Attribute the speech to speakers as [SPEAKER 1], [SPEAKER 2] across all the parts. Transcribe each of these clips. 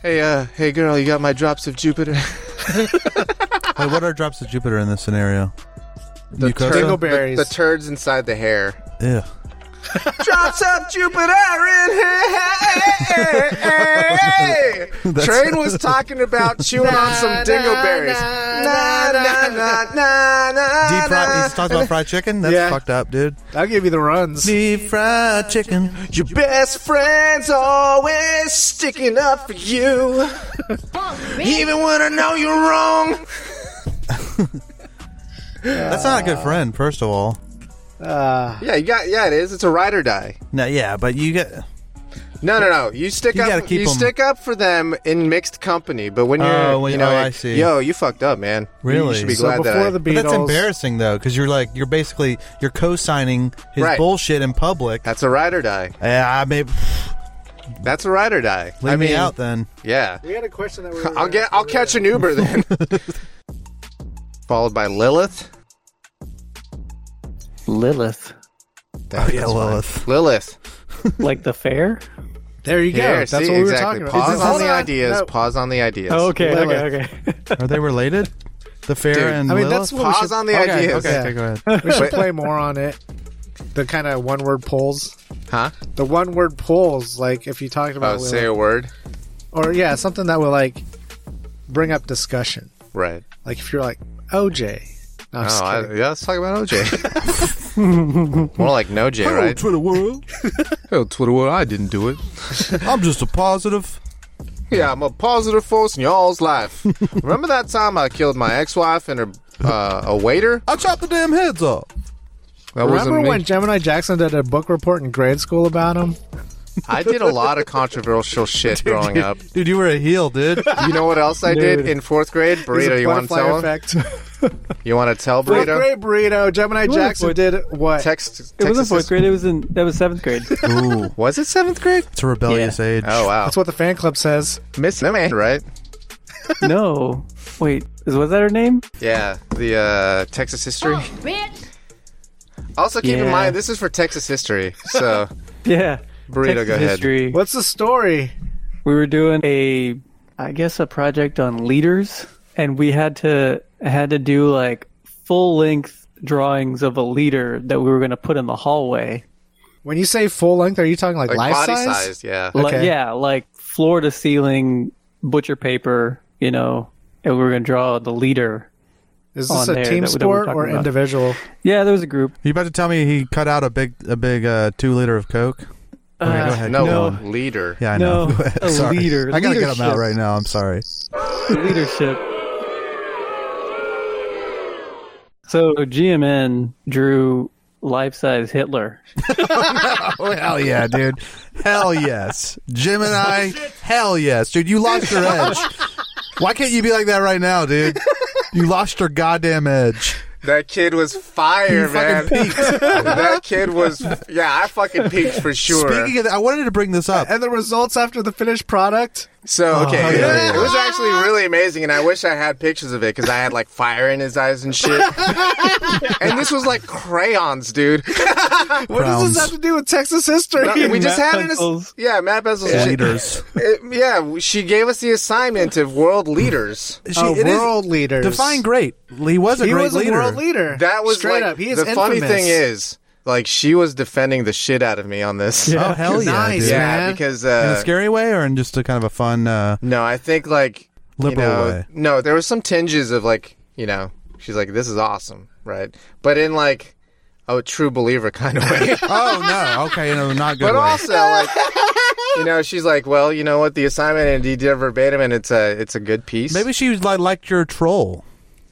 [SPEAKER 1] Hey, uh, hey, girl, you got my drops of Jupiter?
[SPEAKER 2] Wait, what are drops of Jupiter in this scenario?
[SPEAKER 3] The
[SPEAKER 2] Mucosa?
[SPEAKER 3] turtle-
[SPEAKER 1] the,
[SPEAKER 3] Dingleberries.
[SPEAKER 1] the turds inside the hair.
[SPEAKER 2] Ew.
[SPEAKER 1] Drops of Jupiter in here.
[SPEAKER 2] That's-
[SPEAKER 1] Train was talking about chewing on some
[SPEAKER 3] Na,
[SPEAKER 1] dingleberries.
[SPEAKER 3] na, na,
[SPEAKER 2] Deep
[SPEAKER 1] Deep
[SPEAKER 2] fried. He's talking about fried chicken. That's
[SPEAKER 3] Yeah.
[SPEAKER 2] fucked up, dude.
[SPEAKER 3] I'll give you the runs.
[SPEAKER 2] Deep fried chicken.
[SPEAKER 1] Your best friend's always sticking up for you, even when I know you're wrong.
[SPEAKER 2] That's not a good friend, first of all.
[SPEAKER 3] Uh,
[SPEAKER 1] Yeah, you got. Yeah, it is. It's a ride or die.
[SPEAKER 2] No, yeah, but you get
[SPEAKER 1] No, no, no. You stick
[SPEAKER 2] You
[SPEAKER 1] up.
[SPEAKER 2] gotta keep
[SPEAKER 1] you
[SPEAKER 2] 'em-
[SPEAKER 1] stick up for them in mixed company, but when you're,
[SPEAKER 2] Oh, when-
[SPEAKER 1] you know,
[SPEAKER 2] oh, I
[SPEAKER 1] like,
[SPEAKER 2] see.
[SPEAKER 1] yo, you fucked up, man. You- You
[SPEAKER 2] Really?
[SPEAKER 1] should be
[SPEAKER 2] So
[SPEAKER 1] glad
[SPEAKER 3] so
[SPEAKER 1] that.
[SPEAKER 3] before
[SPEAKER 1] I-
[SPEAKER 3] the Beatles,
[SPEAKER 2] But that's embarrassing though, because you're like you're basically you're co-signing his
[SPEAKER 1] Right.
[SPEAKER 2] bullshit in public.
[SPEAKER 1] that's a ride or die.
[SPEAKER 2] Yeah, I may leave
[SPEAKER 1] That's a ride or die. I mean,
[SPEAKER 2] me out then.
[SPEAKER 1] Yeah.
[SPEAKER 3] We had a question that we.
[SPEAKER 1] I'll get. I'll catch an Uber then. Followed by Lilith.
[SPEAKER 4] Lilith,
[SPEAKER 1] That-
[SPEAKER 2] Oh, yeah,
[SPEAKER 1] that's fine.
[SPEAKER 2] Lilith.
[SPEAKER 1] Lilith.
[SPEAKER 4] like the fair.
[SPEAKER 3] There you go.
[SPEAKER 1] Here,
[SPEAKER 3] That's
[SPEAKER 1] see,
[SPEAKER 3] what we were
[SPEAKER 1] exactly.
[SPEAKER 3] talking about.
[SPEAKER 1] Pause
[SPEAKER 3] Is it-
[SPEAKER 1] on
[SPEAKER 3] hold
[SPEAKER 1] the ideas.
[SPEAKER 3] No.
[SPEAKER 1] Pause on the ideas.
[SPEAKER 4] Oh, okay,
[SPEAKER 3] Lilith.
[SPEAKER 4] okay, okay.
[SPEAKER 2] Are they related? The fair
[SPEAKER 1] Dude,
[SPEAKER 2] and
[SPEAKER 3] I mean,
[SPEAKER 2] Lilith?
[SPEAKER 3] that's what we
[SPEAKER 1] Pause
[SPEAKER 3] should,
[SPEAKER 1] on the
[SPEAKER 2] okay,
[SPEAKER 1] ideas.
[SPEAKER 2] Okay,
[SPEAKER 3] Yeah.
[SPEAKER 2] okay, go ahead.
[SPEAKER 3] we should play more on it. The kind of one word polls.
[SPEAKER 1] Huh?
[SPEAKER 3] The one word polls, like if you talked
[SPEAKER 1] Oh,
[SPEAKER 3] about Lilith.
[SPEAKER 1] say a word.
[SPEAKER 3] or yeah, something that will like bring up discussion.
[SPEAKER 1] Right.
[SPEAKER 3] Like if you're like OJ. No, I'm
[SPEAKER 1] Oh,
[SPEAKER 3] just
[SPEAKER 1] I,
[SPEAKER 3] kidding.
[SPEAKER 1] yeah, let's talk about OJ. More like no J, right?
[SPEAKER 2] Twitter world.
[SPEAKER 1] Oh, Twitter, well, I didn't do it.
[SPEAKER 2] I'm just a positive.
[SPEAKER 1] Yeah, I'm a positive force in y'all's life. Remember that time I killed my ex-wife and her, uh, a waiter?
[SPEAKER 2] I chopped the damn heads off.
[SPEAKER 1] That
[SPEAKER 3] Remember
[SPEAKER 1] wasn't me.
[SPEAKER 3] when Gemini Jackson did a book report in grade school about him?
[SPEAKER 1] I did a lot of controversial shit growing up.
[SPEAKER 2] Dude, you were a heel, dude.
[SPEAKER 1] You know what else I did in fourth grade?
[SPEAKER 3] He's a
[SPEAKER 1] Burrito, you want to
[SPEAKER 3] butterfly
[SPEAKER 1] tell him?
[SPEAKER 3] effect.
[SPEAKER 1] You want to tell
[SPEAKER 3] Fourth
[SPEAKER 1] Burrito?
[SPEAKER 3] grade burrito. Gemini
[SPEAKER 4] wasn't
[SPEAKER 3] Jackson
[SPEAKER 4] fourth-
[SPEAKER 3] did what?
[SPEAKER 1] Text. text
[SPEAKER 4] It wasn't fourth
[SPEAKER 1] assist-
[SPEAKER 4] grade. It was in that was seventh grade.
[SPEAKER 2] Ooh,
[SPEAKER 1] Was it seventh grade?
[SPEAKER 2] it's a rebellious age.
[SPEAKER 1] Oh wow,
[SPEAKER 3] That's what the fan club says.
[SPEAKER 1] Miss Lemon, right?
[SPEAKER 4] no, wait, is was that her name?
[SPEAKER 1] Yeah, the uh, Texas history. Also, keep in
[SPEAKER 4] Yeah.
[SPEAKER 1] mind this is for Texas history. So
[SPEAKER 4] Yeah,
[SPEAKER 1] Burrito,
[SPEAKER 4] Texas
[SPEAKER 1] go ahead.
[SPEAKER 4] History.
[SPEAKER 3] What's the story?
[SPEAKER 4] we were doing a i guess a project on leaders and we had to had to do like full length drawings of a leader that we were going to put in the hallway
[SPEAKER 3] When you say full length, are you talking like,
[SPEAKER 1] like
[SPEAKER 3] life
[SPEAKER 1] body
[SPEAKER 3] size?
[SPEAKER 1] size, yeah.
[SPEAKER 4] Like-
[SPEAKER 3] Okay.
[SPEAKER 4] yeah like floor to ceiling butcher paper you know and we were going to draw the leader
[SPEAKER 3] Is
[SPEAKER 4] on
[SPEAKER 3] this a
[SPEAKER 4] Oh, there
[SPEAKER 3] team
[SPEAKER 4] that we- that we're
[SPEAKER 3] sport
[SPEAKER 4] talking
[SPEAKER 3] or
[SPEAKER 4] about.
[SPEAKER 3] individual?
[SPEAKER 4] yeah there was a group
[SPEAKER 2] You about to tell me he cut out a big a big uh, two liter of Coke? Okay,
[SPEAKER 4] Uh,
[SPEAKER 2] go ahead.
[SPEAKER 1] No,
[SPEAKER 2] keep going.
[SPEAKER 1] leader.
[SPEAKER 2] Yeah, I
[SPEAKER 4] No,
[SPEAKER 2] know. Go ahead.
[SPEAKER 4] a
[SPEAKER 2] Sorry.
[SPEAKER 4] leader.
[SPEAKER 2] I gotta get him out
[SPEAKER 4] Leadership.
[SPEAKER 2] right now. I'm sorry.
[SPEAKER 4] leadership. So GMN drew life-size Hitler.
[SPEAKER 2] Oh hell yeah, dude! hell yes, Gemini. hell yes, dude! You lost your edge. Why can't you be like that right now, dude? You lost your goddamn edge.
[SPEAKER 1] That kid was fire, man.
[SPEAKER 2] fucking peaked.
[SPEAKER 1] that kid was. Yeah, I fucking peaked for sure.
[SPEAKER 2] Speaking of that, I wanted to bring this up.
[SPEAKER 3] And the results after the finished product?
[SPEAKER 1] so okay,
[SPEAKER 2] Oh,
[SPEAKER 1] it-
[SPEAKER 2] yeah.
[SPEAKER 1] it was actually really amazing, and I wish I had pictures of it because I had like fire in his eyes and shit. and this was like crayons, dude.
[SPEAKER 3] What does
[SPEAKER 2] Crowns.
[SPEAKER 3] this have to do with Texas history?
[SPEAKER 1] we just
[SPEAKER 4] Matte
[SPEAKER 1] had it. As,
[SPEAKER 4] pencils.
[SPEAKER 1] yeah, Matt Bezos.
[SPEAKER 2] Yeah.
[SPEAKER 1] shit.
[SPEAKER 2] Leaders.
[SPEAKER 1] It- yeah, she gave us the assignment of world leaders.
[SPEAKER 2] She,
[SPEAKER 3] Oh,
[SPEAKER 2] it is-
[SPEAKER 3] world leaders.
[SPEAKER 2] define great. He was a
[SPEAKER 3] He
[SPEAKER 2] great
[SPEAKER 3] was a
[SPEAKER 2] leader.
[SPEAKER 3] world leader.
[SPEAKER 1] That was
[SPEAKER 3] straight
[SPEAKER 1] like,
[SPEAKER 3] up. He is
[SPEAKER 1] the funny
[SPEAKER 3] infamous.
[SPEAKER 1] thing is, like, she was defending the shit out of me on this.
[SPEAKER 2] Oh hell yeah,
[SPEAKER 3] Nice,
[SPEAKER 2] dude!
[SPEAKER 1] Yeah,
[SPEAKER 3] man.
[SPEAKER 1] because
[SPEAKER 2] In a
[SPEAKER 1] uh,
[SPEAKER 2] scary way, or in just a kind of a fun uh,
[SPEAKER 1] no, I think like you
[SPEAKER 2] liberal
[SPEAKER 1] know-
[SPEAKER 2] way.
[SPEAKER 1] No, there was some tinges of like you know, she's like, this is awesome, right? But in like a true believer kind of way.
[SPEAKER 2] Oh no, okay, no, not good.
[SPEAKER 1] but
[SPEAKER 2] way.
[SPEAKER 1] also like. You know, she's like, well, you know what? The assignment and he did it verbatim, and it's a it's a good piece.
[SPEAKER 2] Maybe she was like liked your troll,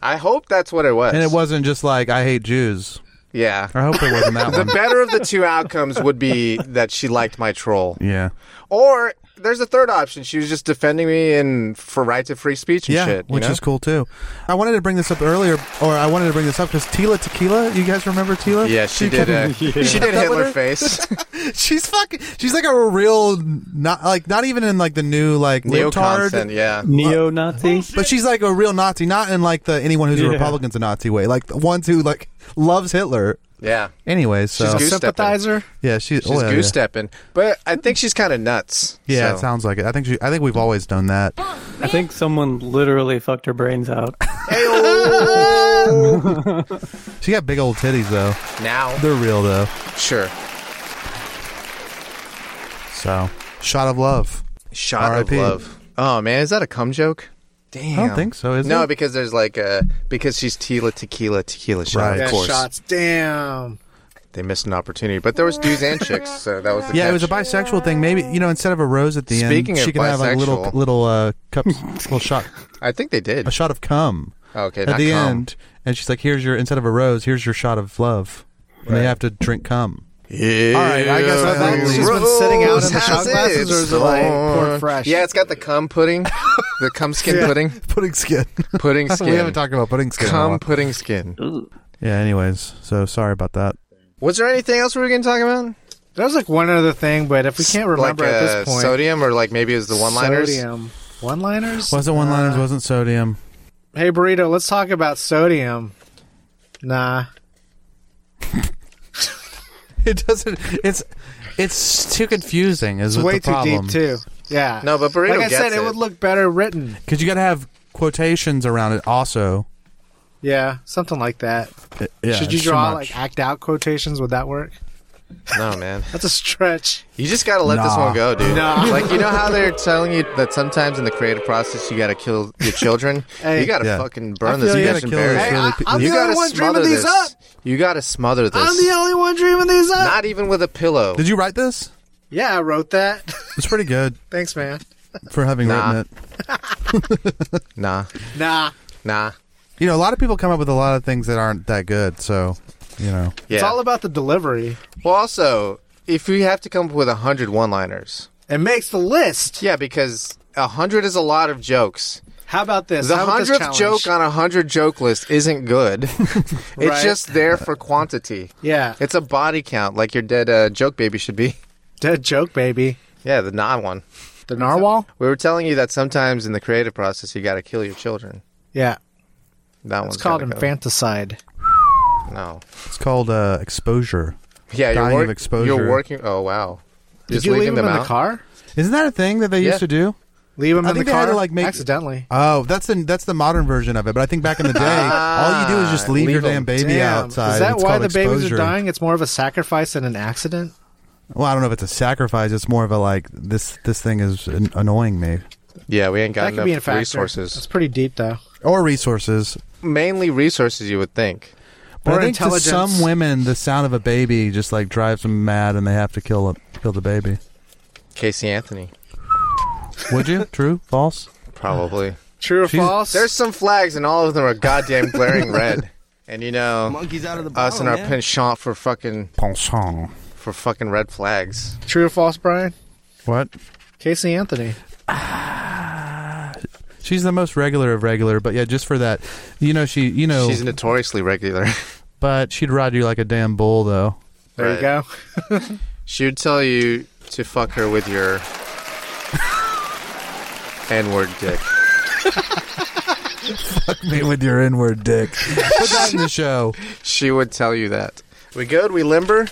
[SPEAKER 1] I hope that's what it was.
[SPEAKER 2] and it wasn't just like I hate Jews.
[SPEAKER 1] yeah.
[SPEAKER 2] I hope it wasn't that
[SPEAKER 1] The
[SPEAKER 2] one.
[SPEAKER 1] better of the two outcomes would be that she liked my troll,
[SPEAKER 2] Yeah.
[SPEAKER 1] or there's a third option. She was just defending me in for right to free speech and
[SPEAKER 2] yeah,
[SPEAKER 1] shit. you
[SPEAKER 2] which
[SPEAKER 1] know?
[SPEAKER 2] is cool too. I wanted to bring this up earlier, or I wanted to bring this up because Tila Tequila. You guys remember Tila?
[SPEAKER 1] Yeah, she did.
[SPEAKER 2] kept-
[SPEAKER 1] Uh, She did
[SPEAKER 2] That
[SPEAKER 1] Hitler
[SPEAKER 2] winner?
[SPEAKER 1] face.
[SPEAKER 2] she's fucking. She's like a real not like not even in like the new like
[SPEAKER 1] Neoconsen,
[SPEAKER 2] leotard.
[SPEAKER 1] yeah.
[SPEAKER 4] Neo-Nazi.
[SPEAKER 2] But she's like a real Nazi, not in like the anyone who's a
[SPEAKER 4] Yeah.
[SPEAKER 2] Republican's a Nazi way, like the ones who like loves Hitler.
[SPEAKER 1] Yeah.
[SPEAKER 2] Anyway, so
[SPEAKER 1] She's goose stepping.
[SPEAKER 3] Sympathizer.
[SPEAKER 2] yeah, she,
[SPEAKER 1] She's
[SPEAKER 2] oh, yeah,
[SPEAKER 1] goose
[SPEAKER 2] yeah.
[SPEAKER 1] stepping. But I think she's kind of nuts.
[SPEAKER 2] Yeah,
[SPEAKER 1] so.
[SPEAKER 2] it sounds like it. I think she, I think we've always done that.
[SPEAKER 4] I think someone literally fucked her brains out.
[SPEAKER 2] She got big old titties though.
[SPEAKER 1] now.
[SPEAKER 2] They're real though.
[SPEAKER 1] Sure.
[SPEAKER 2] So, shot of love.
[SPEAKER 1] Shot of
[SPEAKER 2] R.I.P..
[SPEAKER 1] love. Oh man, is that a cum joke? Damn.
[SPEAKER 2] I don't think so. Is
[SPEAKER 1] No,
[SPEAKER 2] it?
[SPEAKER 1] because there's like a because she's Tila Tequila Tequila shot.
[SPEAKER 2] Right.
[SPEAKER 1] Of
[SPEAKER 2] Yeah,
[SPEAKER 1] course,
[SPEAKER 3] shots. Damn.
[SPEAKER 1] they missed an opportunity, but there was dudes and chicks, so that was the
[SPEAKER 2] yeah, it was a
[SPEAKER 1] catch.
[SPEAKER 2] bisexual thing. Maybe you know, instead of a rose at the
[SPEAKER 1] Speaking
[SPEAKER 2] end,
[SPEAKER 1] of
[SPEAKER 2] she could have like little
[SPEAKER 1] bisexual-
[SPEAKER 2] little uh, cups, little shot,
[SPEAKER 1] I think they did.
[SPEAKER 2] a shot of cum
[SPEAKER 1] Okay,
[SPEAKER 2] at
[SPEAKER 1] not
[SPEAKER 2] the
[SPEAKER 1] cum.
[SPEAKER 2] end, and she's like, "Here's your instead of a rose, here's your shot of love," and they have to drink cum.
[SPEAKER 1] Yeah.
[SPEAKER 2] All right, I guess
[SPEAKER 3] So that-
[SPEAKER 2] Yeah.
[SPEAKER 3] she's been sitting out in the
[SPEAKER 1] Rose
[SPEAKER 3] shot
[SPEAKER 1] has
[SPEAKER 3] glasses,
[SPEAKER 1] it.
[SPEAKER 3] or is it like poured fresh?
[SPEAKER 1] Yeah, it's got the cum pudding, the cum skin pudding,
[SPEAKER 2] Pudding skin.
[SPEAKER 1] pudding skin.
[SPEAKER 2] we haven't talked about pudding skin. in a
[SPEAKER 1] cum
[SPEAKER 2] while.
[SPEAKER 1] pudding skin.
[SPEAKER 2] yeah. Anyways, so sorry about that.
[SPEAKER 1] Was there anything else we were going to talk about?
[SPEAKER 3] There was like one other thing, but if we can't remember
[SPEAKER 1] like uh,
[SPEAKER 3] at this point,
[SPEAKER 1] sodium, or like maybe it was the one-liners.
[SPEAKER 3] Sodium. One-liners.
[SPEAKER 2] Wasn't one liners. wasn't sodium.
[SPEAKER 3] Hey burrito, let's talk about sodium. Nah.
[SPEAKER 2] It doesn't. It's it's too confusing. Is
[SPEAKER 3] It's
[SPEAKER 2] what
[SPEAKER 3] way
[SPEAKER 2] the
[SPEAKER 3] too
[SPEAKER 2] problem.
[SPEAKER 3] deep too. Yeah.
[SPEAKER 1] No, but burrito
[SPEAKER 3] Like I
[SPEAKER 1] gets
[SPEAKER 3] said, it.
[SPEAKER 1] it.
[SPEAKER 3] would look better written.
[SPEAKER 2] because you got to have quotations around it. Also,
[SPEAKER 3] Yeah, something like that.
[SPEAKER 2] It- Uh, yeah,
[SPEAKER 3] Should you
[SPEAKER 2] it's too
[SPEAKER 3] draw
[SPEAKER 2] much.
[SPEAKER 3] like act out quotations? Would that work?
[SPEAKER 1] No, man.
[SPEAKER 3] That's a stretch.
[SPEAKER 1] You just gotta let this
[SPEAKER 2] Nah.
[SPEAKER 1] one go, dude.
[SPEAKER 3] Nah.
[SPEAKER 1] Like you know how they're telling you that sometimes in the creative process you gotta kill your children.
[SPEAKER 3] Hey.
[SPEAKER 1] you gotta
[SPEAKER 2] Yeah.
[SPEAKER 1] fucking
[SPEAKER 2] I
[SPEAKER 1] burn
[SPEAKER 2] feel
[SPEAKER 1] this
[SPEAKER 2] you
[SPEAKER 1] bitch
[SPEAKER 2] gotta
[SPEAKER 1] and
[SPEAKER 2] kill
[SPEAKER 1] bury
[SPEAKER 2] this
[SPEAKER 1] it.
[SPEAKER 3] Hey, I,
[SPEAKER 2] really-
[SPEAKER 3] I'm
[SPEAKER 1] you
[SPEAKER 3] the
[SPEAKER 1] gotta
[SPEAKER 3] only one
[SPEAKER 1] smother
[SPEAKER 3] dreaming these
[SPEAKER 1] this.
[SPEAKER 3] up.
[SPEAKER 1] You gotta smother this.
[SPEAKER 3] I'm the only one dreaming these up.
[SPEAKER 1] Not even with a pillow.
[SPEAKER 2] Did you write this?
[SPEAKER 3] yeah, I wrote that.
[SPEAKER 2] It's pretty good
[SPEAKER 3] Thanks, man.
[SPEAKER 2] for having
[SPEAKER 1] Nah.
[SPEAKER 2] written it.
[SPEAKER 1] Nah,
[SPEAKER 3] Nah,
[SPEAKER 1] nah.
[SPEAKER 2] You know, a lot of people come up with a lot of things that aren't that good. So, you know,
[SPEAKER 1] Yeah.
[SPEAKER 3] it's all about the delivery.
[SPEAKER 1] well, also, if we have to come up with a hundred one-liners,
[SPEAKER 3] It makes the list.
[SPEAKER 1] yeah, because a hundred is a lot of jokes.
[SPEAKER 3] How about this?
[SPEAKER 1] The
[SPEAKER 3] How about this
[SPEAKER 1] hundredth
[SPEAKER 3] challenge?
[SPEAKER 1] joke on a hundred joke list isn't good. It's
[SPEAKER 3] Right.
[SPEAKER 1] just there for quantity.
[SPEAKER 3] yeah,
[SPEAKER 1] It's a body count, like your dead uh, joke baby should be.
[SPEAKER 3] dead joke, baby.
[SPEAKER 1] Yeah, the nod one.
[SPEAKER 3] The narwhal.
[SPEAKER 1] We were telling you that sometimes in the creative process you got to kill your children.
[SPEAKER 3] Yeah,
[SPEAKER 1] That one's
[SPEAKER 3] it's called
[SPEAKER 1] gotta go.
[SPEAKER 3] infanticide.
[SPEAKER 1] No.
[SPEAKER 2] it's called uh, exposure.
[SPEAKER 1] Yeah, you're,
[SPEAKER 2] Dying
[SPEAKER 1] work-
[SPEAKER 2] of exposure.
[SPEAKER 1] you're working. Oh wow. You're
[SPEAKER 3] Did you leave him in the
[SPEAKER 1] out?
[SPEAKER 3] car?
[SPEAKER 2] Isn't that a thing that they
[SPEAKER 1] Yeah.
[SPEAKER 2] used to do?
[SPEAKER 3] Leave him
[SPEAKER 2] I
[SPEAKER 3] in
[SPEAKER 2] think
[SPEAKER 3] the
[SPEAKER 2] they had
[SPEAKER 3] car
[SPEAKER 2] to, like, make-
[SPEAKER 3] accidentally.
[SPEAKER 2] Oh, that's the that's the modern version of it. But I think back in the day, all you do is just leave,
[SPEAKER 1] Leave
[SPEAKER 2] your
[SPEAKER 1] 'em.
[SPEAKER 2] damn baby
[SPEAKER 3] Damn.
[SPEAKER 2] outside.
[SPEAKER 3] Is that
[SPEAKER 2] It's
[SPEAKER 3] why
[SPEAKER 2] called
[SPEAKER 3] the babies
[SPEAKER 2] exposure.
[SPEAKER 3] are dying? It's more of a sacrifice than an accident.
[SPEAKER 2] Well, I don't know if it's a sacrifice. It's more of a like this this thing is an- annoying me
[SPEAKER 1] Yeah, we ain't got
[SPEAKER 3] that could be in
[SPEAKER 1] enough
[SPEAKER 3] fact It's
[SPEAKER 1] resources.
[SPEAKER 3] pretty deep though.
[SPEAKER 2] or resources.
[SPEAKER 1] Mainly resources, you would think.
[SPEAKER 2] But
[SPEAKER 3] Or
[SPEAKER 2] I think to
[SPEAKER 3] intelligence.
[SPEAKER 2] some women, the sound of a baby just like drives them mad, and they have to kill it, kill the baby.
[SPEAKER 1] Casey Anthony,
[SPEAKER 2] Would you? True? False?
[SPEAKER 1] probably.
[SPEAKER 3] True or
[SPEAKER 2] She's-
[SPEAKER 3] false?
[SPEAKER 1] There's some flags, and all of them are goddamn glaring red. And you know,
[SPEAKER 5] Monkeys out of the
[SPEAKER 1] us
[SPEAKER 5] bottle,
[SPEAKER 1] and our
[SPEAKER 5] man.
[SPEAKER 1] penchant for fucking
[SPEAKER 2] Pensant.
[SPEAKER 1] for fucking red flags.
[SPEAKER 3] True or false, Brian?
[SPEAKER 2] What?
[SPEAKER 3] Casey Anthony.
[SPEAKER 2] She's the most regular of regular, but yeah, just for that, you know, she, you
[SPEAKER 3] Oh.
[SPEAKER 2] know,
[SPEAKER 1] She's notoriously regular.
[SPEAKER 2] but she'd ride you like a damn bull, though.
[SPEAKER 3] There
[SPEAKER 1] Right.
[SPEAKER 3] you go.
[SPEAKER 1] She would tell you to fuck her with your N-word dick.
[SPEAKER 2] Me with your inward dick. Put that in the show.
[SPEAKER 1] She would tell you that. We good? We limber?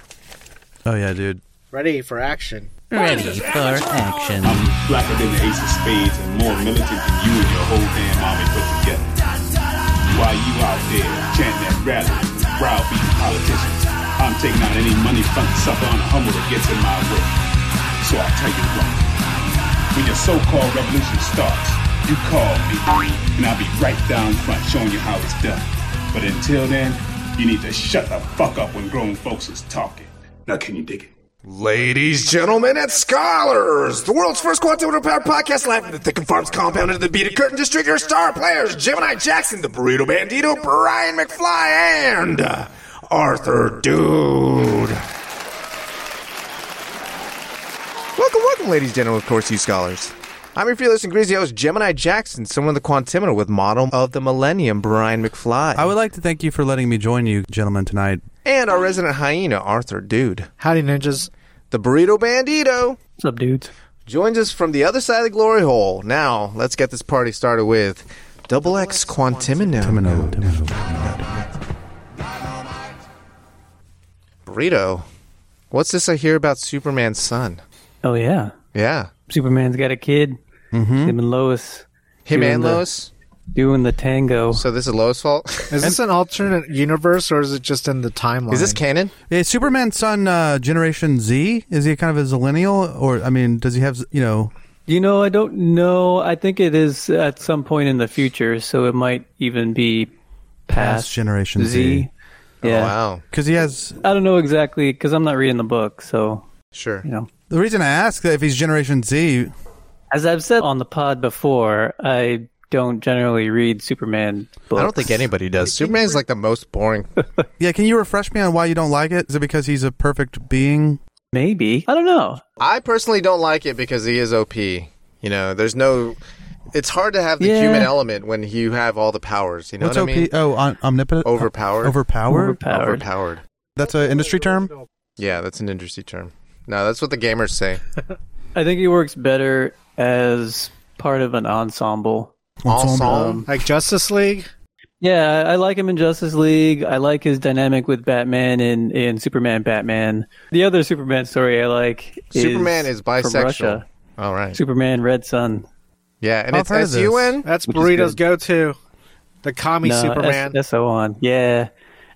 [SPEAKER 2] Oh yeah, dude.
[SPEAKER 3] Ready for action.
[SPEAKER 6] Ready for action.
[SPEAKER 7] blacker than the ace of spades and more militant than you and your whole damn army put together. While you out there chanting that rally, browbeating politicians, I'm taking out any money funk sucker on the humble that gets in my way. So I'll tell you what. When your so-called revolution starts, you call me, and I'll be right down front showing you how it's done. But until then, you need to shut the fuck up when grown folks is talking. Now can you dig it?
[SPEAKER 8] Ladies, gentlemen, and scholars, the world's first quantum power podcast live in the Thick and Farms compound under the beat of curtain district. Your star players, Gemini Jackson, the Burrito Bandito, Brian McFly, and uh, Arthur Dude.
[SPEAKER 1] Welcome, welcome, ladies and gentlemen, of course, you scholars. I'm your fearless and greasy host, Gemini Jackson, someone of the Quantimeter with model of the millennium, Brian McFly.
[SPEAKER 2] I would like to thank you for letting me join you, gentlemen, tonight.
[SPEAKER 1] and our resident hyena, Arthur Dude.
[SPEAKER 3] Howdy ninjas.
[SPEAKER 1] The burrito bandito
[SPEAKER 4] What's up, dudes?
[SPEAKER 1] joins us from the other side of the glory hole. Now, let's get this party started with Double X Quantimino. burrito. What's this I hear about Superman's son?
[SPEAKER 4] Oh yeah,
[SPEAKER 1] Yeah.
[SPEAKER 4] Superman's got a kid. Him and Lois
[SPEAKER 1] Him
[SPEAKER 4] Doing
[SPEAKER 1] and
[SPEAKER 4] the-
[SPEAKER 1] Lois?
[SPEAKER 4] doing the tango.
[SPEAKER 1] So this is Lois' fault?
[SPEAKER 3] Is this an alternate universe or is it just in the timeline?
[SPEAKER 1] is this canon?
[SPEAKER 2] Yeah, Superman's son, uh, Generation Z, is he kind of a zillennial, or I mean, does he have you know?
[SPEAKER 4] You know, I don't know. I think it is at some point in the future, so it might even be past,
[SPEAKER 2] Past Generation Z.
[SPEAKER 4] Yeah,
[SPEAKER 1] Oh, Wow.
[SPEAKER 2] Because he has
[SPEAKER 4] I don't know exactly because I'm not reading the book, so
[SPEAKER 1] Sure.
[SPEAKER 4] you know.
[SPEAKER 2] the reason I ask that if he's Generation Z,
[SPEAKER 4] As I've said on the pod before, I don't generally read Superman books.
[SPEAKER 1] I don't think anybody does. Superman's like the most boring.
[SPEAKER 2] yeah, can you refresh me on why you don't like it? Is it because he's a perfect being?
[SPEAKER 4] Maybe I don't know.
[SPEAKER 1] I personally don't like it because he is OP. You know, there's no. It's hard to have the
[SPEAKER 4] Yeah.
[SPEAKER 1] human element when you have all the powers. You know
[SPEAKER 2] What's
[SPEAKER 1] what I mean?
[SPEAKER 2] OP? Oh, on, omnipotent,
[SPEAKER 1] Overpowered.
[SPEAKER 2] overpowered.
[SPEAKER 4] Overpowered.
[SPEAKER 1] Overpowered.
[SPEAKER 2] That's an industry term.
[SPEAKER 1] Yeah, that's an industry term. No, that's what the gamers say.
[SPEAKER 4] I think he works better as part of an ensemble.
[SPEAKER 1] Ensemble.
[SPEAKER 3] like Justice League?
[SPEAKER 4] Yeah, I like him in Justice League. I like his dynamic with Batman in, in Superman Batman. The other Superman story I like is
[SPEAKER 1] Superman is
[SPEAKER 4] from
[SPEAKER 1] bisexual.
[SPEAKER 4] Russia.
[SPEAKER 1] All right.
[SPEAKER 4] Superman Red Sun.
[SPEAKER 1] Yeah, and
[SPEAKER 2] I've
[SPEAKER 1] it's
[SPEAKER 2] heard of
[SPEAKER 1] S U N.
[SPEAKER 3] That's
[SPEAKER 4] Which is
[SPEAKER 3] Burrito's
[SPEAKER 4] good.
[SPEAKER 3] go to. The commie
[SPEAKER 4] No,
[SPEAKER 3] Superman.
[SPEAKER 4] S- SO on. Yeah.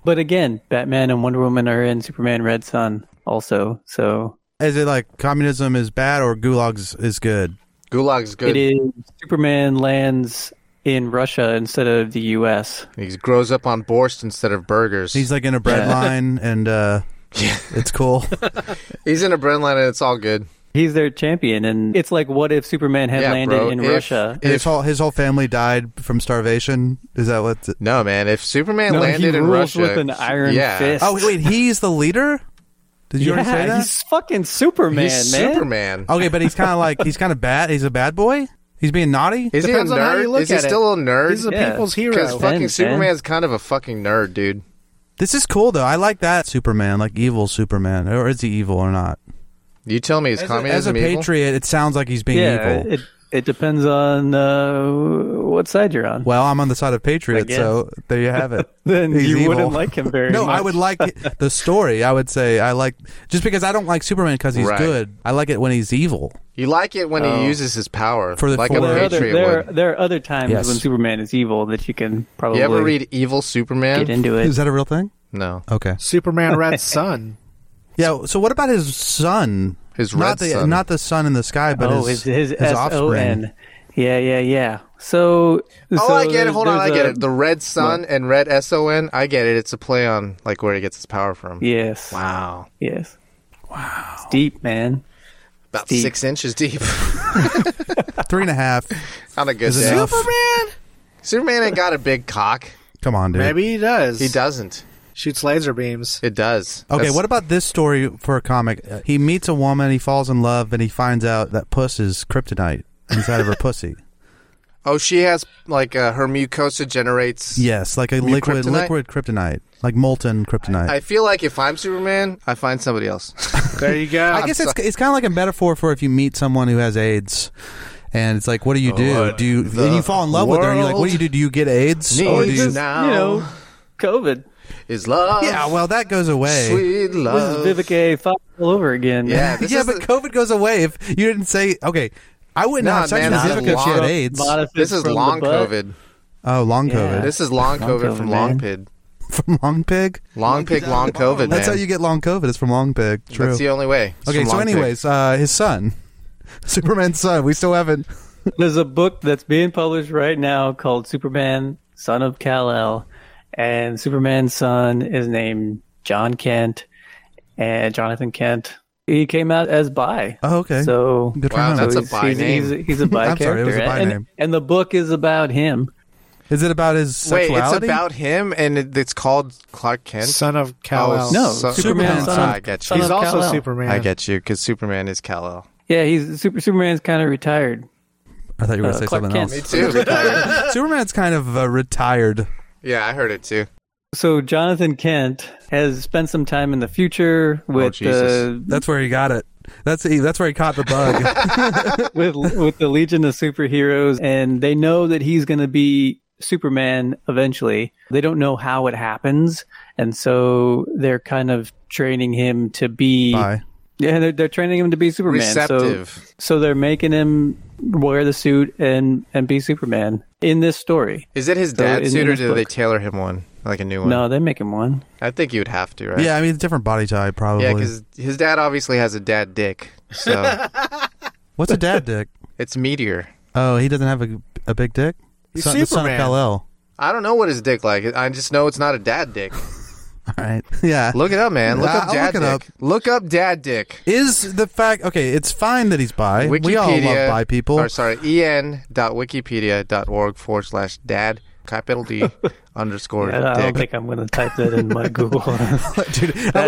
[SPEAKER 4] But again, Batman and Wonder Woman are in Superman Red Sun also. So
[SPEAKER 2] Is it like communism is bad or gulags is good?
[SPEAKER 1] Gulag's good.
[SPEAKER 4] it is Superman lands in Russia instead of the US.
[SPEAKER 1] He grows up on borscht instead of burgers.
[SPEAKER 2] He's
[SPEAKER 1] He's,
[SPEAKER 2] like in a bread
[SPEAKER 4] Yeah.
[SPEAKER 2] line, and uh, it's cool.
[SPEAKER 1] in a bread line and it's all good.
[SPEAKER 4] He's their champion and it's like what if Superman had
[SPEAKER 1] Yeah,
[SPEAKER 4] landed
[SPEAKER 1] bro,
[SPEAKER 4] in
[SPEAKER 1] if-
[SPEAKER 4] Russia?
[SPEAKER 2] his whole his whole family died from starvation. Is that what?
[SPEAKER 1] No, man. If Superman
[SPEAKER 4] No, he
[SPEAKER 1] landed in
[SPEAKER 4] rules
[SPEAKER 1] Russia
[SPEAKER 4] with an iron
[SPEAKER 1] yeah.
[SPEAKER 4] fist.
[SPEAKER 2] Oh wait, he's the leader. Did you already say
[SPEAKER 4] yeah,
[SPEAKER 2] that?
[SPEAKER 4] he's fucking Superman,
[SPEAKER 1] he's
[SPEAKER 4] man.
[SPEAKER 1] Superman.
[SPEAKER 2] Okay, but he's kind of like he's kind of bad. He's a bad boy. He's being naughty.
[SPEAKER 1] Is he a
[SPEAKER 3] Depends on how you
[SPEAKER 1] nerd?
[SPEAKER 3] look
[SPEAKER 1] Is he
[SPEAKER 3] at it.
[SPEAKER 1] still a nerd?
[SPEAKER 3] He's a
[SPEAKER 4] Yeah.
[SPEAKER 3] people's
[SPEAKER 1] Because
[SPEAKER 3] hero.
[SPEAKER 4] fuck-
[SPEAKER 1] fucking
[SPEAKER 4] Depends, man.
[SPEAKER 1] Superman's kind of a fucking nerd, dude.
[SPEAKER 2] This is cool though. I like that Superman, like evil Superman, or is he evil or not?
[SPEAKER 1] You tell me, is
[SPEAKER 3] As a-
[SPEAKER 2] As a
[SPEAKER 1] communism evil?
[SPEAKER 2] patriot, it sounds like he's being
[SPEAKER 4] Yeah,
[SPEAKER 2] evil.
[SPEAKER 4] it it depends on uh, what side you're on.
[SPEAKER 2] well, I'm on the side of patriot,
[SPEAKER 4] guess.
[SPEAKER 2] so there you have it.
[SPEAKER 4] Then
[SPEAKER 2] He's
[SPEAKER 4] you
[SPEAKER 2] evil.
[SPEAKER 4] wouldn't like him very
[SPEAKER 2] no,
[SPEAKER 4] much.
[SPEAKER 2] I would like the story. I would say I like just because I don't like Superman because he's
[SPEAKER 1] Right.
[SPEAKER 2] good. I like it when he's evil.
[SPEAKER 1] You like it when
[SPEAKER 4] Oh.
[SPEAKER 1] he uses his power,
[SPEAKER 2] For the-
[SPEAKER 1] like
[SPEAKER 2] for
[SPEAKER 1] a
[SPEAKER 2] the-
[SPEAKER 4] there, are other,
[SPEAKER 1] patriot
[SPEAKER 4] there, are-
[SPEAKER 1] would.
[SPEAKER 4] there are other times
[SPEAKER 2] Yes.
[SPEAKER 4] when Superman is evil that you can probably
[SPEAKER 1] You ever read Evil Superman?
[SPEAKER 4] get into
[SPEAKER 2] Is
[SPEAKER 4] it.
[SPEAKER 2] that a real thing?
[SPEAKER 1] no.
[SPEAKER 2] Okay.
[SPEAKER 3] Superman Red Sun.
[SPEAKER 2] Yeah. So what about his son?
[SPEAKER 1] His
[SPEAKER 2] not
[SPEAKER 1] red
[SPEAKER 2] the,
[SPEAKER 1] son.
[SPEAKER 2] not the sun in the sky, but
[SPEAKER 4] Oh,
[SPEAKER 2] his
[SPEAKER 4] his his,
[SPEAKER 2] his offspring.
[SPEAKER 4] S-O-N. Yeah, yeah, yeah. So,
[SPEAKER 1] Oh,
[SPEAKER 4] so
[SPEAKER 1] I get it. Hold on, I
[SPEAKER 4] there's
[SPEAKER 1] get
[SPEAKER 4] a-
[SPEAKER 1] it. The red sun and red S O N. I get it. It's a play on like where he gets his power from.
[SPEAKER 4] yes,
[SPEAKER 1] Wow,
[SPEAKER 4] yes. Wow, it's deep, man.
[SPEAKER 1] about
[SPEAKER 4] Deep.
[SPEAKER 1] six inches deep
[SPEAKER 2] Three and a half
[SPEAKER 1] on a good
[SPEAKER 2] is
[SPEAKER 1] day.
[SPEAKER 2] enough.
[SPEAKER 1] Superman ain't got a big cock.
[SPEAKER 2] Come on, dude.
[SPEAKER 3] Maybe he does.
[SPEAKER 1] He doesn't.
[SPEAKER 3] Shoots laser beams.
[SPEAKER 1] It does.
[SPEAKER 2] Okay,
[SPEAKER 1] That's-
[SPEAKER 2] what about this story for a comic? He meets a woman, he falls in love, and he finds out that puss is kryptonite inside of her pussy.
[SPEAKER 1] Oh, she has like uh, her mucosa generates.
[SPEAKER 2] Yes, like a
[SPEAKER 1] Mu-
[SPEAKER 2] liquid,
[SPEAKER 1] kryptonite?
[SPEAKER 2] liquid kryptonite, like molten kryptonite. I,
[SPEAKER 1] I feel like if I'm Superman, I find somebody else.
[SPEAKER 3] There you go.
[SPEAKER 2] guess it's it's kind of like a metaphor for if you meet someone who has AIDS, and it's like, what do you do?
[SPEAKER 1] Oh, What
[SPEAKER 2] Do you then you
[SPEAKER 1] the
[SPEAKER 2] fall in love with her? And you're like, what do you do? Do you get AIDS? Or do
[SPEAKER 1] Needs
[SPEAKER 2] you,
[SPEAKER 1] now
[SPEAKER 4] You know, COVID.
[SPEAKER 1] is love.
[SPEAKER 2] yeah, well, that goes away.
[SPEAKER 1] sweet love.
[SPEAKER 4] This is Vivica A. Fox all over again.
[SPEAKER 1] Yeah, this
[SPEAKER 2] yeah,
[SPEAKER 1] is
[SPEAKER 2] but
[SPEAKER 1] the-
[SPEAKER 2] COVID goes away if you didn't say okay. I wouldn't
[SPEAKER 1] Nah,
[SPEAKER 2] have sex
[SPEAKER 1] man,
[SPEAKER 2] with
[SPEAKER 1] this is
[SPEAKER 2] Vivica if she
[SPEAKER 1] long-
[SPEAKER 2] had AIDS.
[SPEAKER 4] Bodices
[SPEAKER 1] this is
[SPEAKER 4] from the
[SPEAKER 1] long
[SPEAKER 4] butt.
[SPEAKER 1] COVID.
[SPEAKER 2] Oh, long
[SPEAKER 4] Yeah.
[SPEAKER 2] COVID
[SPEAKER 1] This is long
[SPEAKER 4] Long
[SPEAKER 1] COVID
[SPEAKER 4] COVID,
[SPEAKER 1] from
[SPEAKER 4] man.
[SPEAKER 1] long pig.
[SPEAKER 2] from long pig.
[SPEAKER 1] Long pig, long COVID.
[SPEAKER 2] That's
[SPEAKER 1] man.
[SPEAKER 2] how you get long COVID. It's from long pig. True.
[SPEAKER 1] That's the only way. It's
[SPEAKER 2] okay,
[SPEAKER 1] from
[SPEAKER 2] so
[SPEAKER 1] long pig.
[SPEAKER 2] anyways, uh, his son, Superman's son. We still haven't.
[SPEAKER 4] There's a book that's being published right now called Superman, Son of Kal-El, and Superman's son is named John Kent and Jonathan Kent. He came out as bi.
[SPEAKER 2] Oh, okay.
[SPEAKER 4] So
[SPEAKER 2] Good for
[SPEAKER 1] Wow,
[SPEAKER 2] him.
[SPEAKER 1] Oh, that's
[SPEAKER 4] so
[SPEAKER 1] a bi
[SPEAKER 4] he's,
[SPEAKER 1] name.
[SPEAKER 4] He's, he's a bi
[SPEAKER 2] I'm
[SPEAKER 4] character,
[SPEAKER 2] sorry, it was a bi
[SPEAKER 4] and,
[SPEAKER 2] name.
[SPEAKER 4] and the book is about him.
[SPEAKER 2] Is it about his
[SPEAKER 1] Wait,
[SPEAKER 2] sexuality?
[SPEAKER 1] it's about him, and it, it's called Clark Kent.
[SPEAKER 3] Son of Kal-El.
[SPEAKER 1] Oh,
[SPEAKER 4] No,
[SPEAKER 1] So-
[SPEAKER 4] Superman,
[SPEAKER 2] Superman.
[SPEAKER 4] son
[SPEAKER 1] Ah, I
[SPEAKER 4] of,
[SPEAKER 1] get you.
[SPEAKER 4] son
[SPEAKER 3] He's
[SPEAKER 4] of
[SPEAKER 3] also
[SPEAKER 4] Kal-El.
[SPEAKER 3] Superman.
[SPEAKER 1] I get you because Superman is Kal El.
[SPEAKER 4] Yeah, he's super. Superman's kind of retired.
[SPEAKER 2] I thought you were going to
[SPEAKER 4] Uh,
[SPEAKER 2] say
[SPEAKER 4] Clark
[SPEAKER 2] something
[SPEAKER 4] Kent.
[SPEAKER 1] Me too.
[SPEAKER 2] else. Superman's kind of uh, retired.
[SPEAKER 1] yeah, I heard it too.
[SPEAKER 4] So Jonathan Kent has spent some time in the future with
[SPEAKER 1] Oh, Jesus.
[SPEAKER 4] uh,
[SPEAKER 2] That's where he got it. That's he, that's where he caught the bug.
[SPEAKER 4] with with the Legion of Superheroes, and they know that he's going to be Superman eventually. They don't know how it happens, and so they're kind of training him to be.
[SPEAKER 2] Bye.
[SPEAKER 4] Yeah, they're, they're training him to be Superman.
[SPEAKER 1] Receptive.
[SPEAKER 4] So, so they're making him wear the suit and and be Superman in this story.
[SPEAKER 1] Is it his
[SPEAKER 4] So
[SPEAKER 1] dad
[SPEAKER 4] in
[SPEAKER 1] suit or
[SPEAKER 4] this
[SPEAKER 1] do they
[SPEAKER 4] book-
[SPEAKER 1] tailor him one? Like a new one?
[SPEAKER 4] No, they make him one.
[SPEAKER 1] I think you would have to, right?
[SPEAKER 2] Yeah, I mean, different body type, probably.
[SPEAKER 1] Yeah, because his dad obviously has a dad dick. So
[SPEAKER 2] What's a dad dick?
[SPEAKER 1] it's Meteor.
[SPEAKER 2] Oh, he doesn't have a, a big dick?
[SPEAKER 3] He's
[SPEAKER 2] Son- the son of
[SPEAKER 3] Superman.
[SPEAKER 2] Kal-El.
[SPEAKER 1] I don't know what his dick like. I just know it's not a dad dick.
[SPEAKER 2] All right. Yeah.
[SPEAKER 1] Look it up, man. Look
[SPEAKER 2] Yeah,
[SPEAKER 1] up
[SPEAKER 2] I'll
[SPEAKER 1] dad
[SPEAKER 2] look it
[SPEAKER 1] dick. Look up dad dick.
[SPEAKER 2] Is the fact okay? It's fine that he's bi. we all love bi people.
[SPEAKER 1] Or sorry, E en.wikipedia.org forward slash dad capital D underscore
[SPEAKER 4] I don't, I don't
[SPEAKER 1] dick.
[SPEAKER 4] think I'm going to type that in my Google.
[SPEAKER 2] Dude, oh,
[SPEAKER 4] That's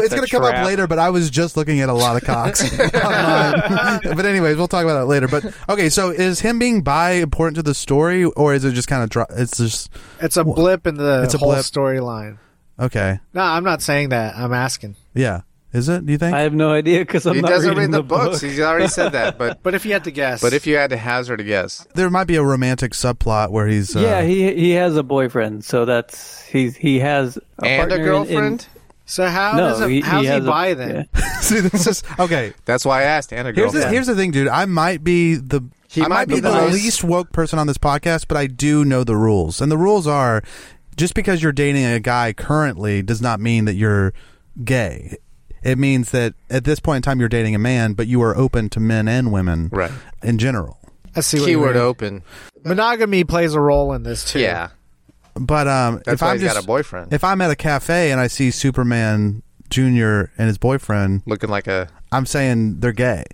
[SPEAKER 2] it's
[SPEAKER 4] a
[SPEAKER 2] going to come up
[SPEAKER 4] trap.
[SPEAKER 2] later, but I was just looking at a lot of cocks online. but anyways, we'll talk about that later. But okay, so is him being bi important to the story, or is it just kind of dro- it's just
[SPEAKER 3] It's a blip in the
[SPEAKER 2] It's a
[SPEAKER 3] whole
[SPEAKER 2] blip.
[SPEAKER 3] storyline.
[SPEAKER 2] okay?
[SPEAKER 3] No, I'm not saying that. I'm asking.
[SPEAKER 2] Yeah, is it? Do you think?
[SPEAKER 4] I have no idea because I'm
[SPEAKER 1] He
[SPEAKER 4] not
[SPEAKER 1] doesn't read
[SPEAKER 4] reading
[SPEAKER 1] the, books.
[SPEAKER 4] book.
[SPEAKER 1] He's already said that. But
[SPEAKER 3] But if you had to guess,
[SPEAKER 1] but if you had to hazard a guess,
[SPEAKER 2] there might be a romantic subplot where he's uh,
[SPEAKER 4] Yeah, he he has a boyfriend, so that's he's he has a
[SPEAKER 1] and
[SPEAKER 4] partner
[SPEAKER 1] a
[SPEAKER 4] in-
[SPEAKER 1] girlfriend.
[SPEAKER 4] In,
[SPEAKER 3] so how
[SPEAKER 4] no,
[SPEAKER 3] does a,
[SPEAKER 4] he,
[SPEAKER 3] how's he,
[SPEAKER 4] has a-
[SPEAKER 3] buy then?
[SPEAKER 4] yeah.
[SPEAKER 2] See, this is okay.
[SPEAKER 1] That's why I asked. And a
[SPEAKER 2] Here's
[SPEAKER 1] girlfriend.
[SPEAKER 2] the, here's the thing, dude. I might be the
[SPEAKER 1] He
[SPEAKER 2] I might be the,
[SPEAKER 1] most-
[SPEAKER 2] least woke person on this podcast, but I do know the rules, and the rules are just because you're dating a guy currently does not mean that you're gay. It means that at this point in time you're dating a man, but you are open to men and women,
[SPEAKER 1] Right.
[SPEAKER 2] In general.
[SPEAKER 3] I see what
[SPEAKER 1] keyword
[SPEAKER 3] you mean.
[SPEAKER 1] open.
[SPEAKER 3] Monogamy plays a role in this too.
[SPEAKER 1] Yeah,
[SPEAKER 2] But um,
[SPEAKER 1] that's
[SPEAKER 2] if
[SPEAKER 1] why
[SPEAKER 2] I'm
[SPEAKER 1] he's
[SPEAKER 2] just,
[SPEAKER 1] got a boyfriend
[SPEAKER 2] if I'm at a cafe and I see Superman Junior and his boyfriend,
[SPEAKER 1] looking like a.
[SPEAKER 2] I'm saying they're gay.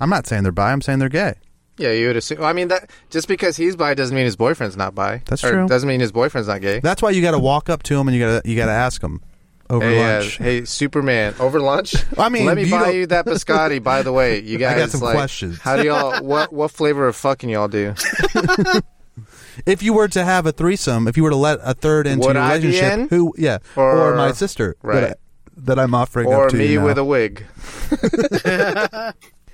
[SPEAKER 2] I'm not saying they're bi. I'm saying they're gay.
[SPEAKER 1] Yeah, you would assume. I mean, that just because he's bi doesn't mean his boyfriend's not bi.
[SPEAKER 2] That's
[SPEAKER 1] Or
[SPEAKER 2] true.
[SPEAKER 1] Doesn't mean his boyfriend's not gay.
[SPEAKER 2] That's why you got to walk up to him and you got to you got to ask him over
[SPEAKER 1] Hey, uh,
[SPEAKER 2] lunch.
[SPEAKER 1] hey, Superman, over lunch.
[SPEAKER 2] I mean,
[SPEAKER 1] let me
[SPEAKER 2] you
[SPEAKER 1] buy
[SPEAKER 2] don't-
[SPEAKER 1] you that biscotti. By the way, you
[SPEAKER 2] I
[SPEAKER 1] guys
[SPEAKER 2] got some
[SPEAKER 1] like,
[SPEAKER 2] questions.
[SPEAKER 1] How do y'all? What what flavor of fucking y'all do?
[SPEAKER 2] if you were to have a threesome, if you were to let a third into
[SPEAKER 1] Would
[SPEAKER 2] your
[SPEAKER 1] I be
[SPEAKER 2] relationship,
[SPEAKER 1] in?
[SPEAKER 2] who, yeah,
[SPEAKER 1] Or-
[SPEAKER 2] or, my sister,
[SPEAKER 1] right.
[SPEAKER 2] that, I, that I'm offering
[SPEAKER 1] Or
[SPEAKER 2] up to
[SPEAKER 1] me
[SPEAKER 2] you now.
[SPEAKER 1] with a wig?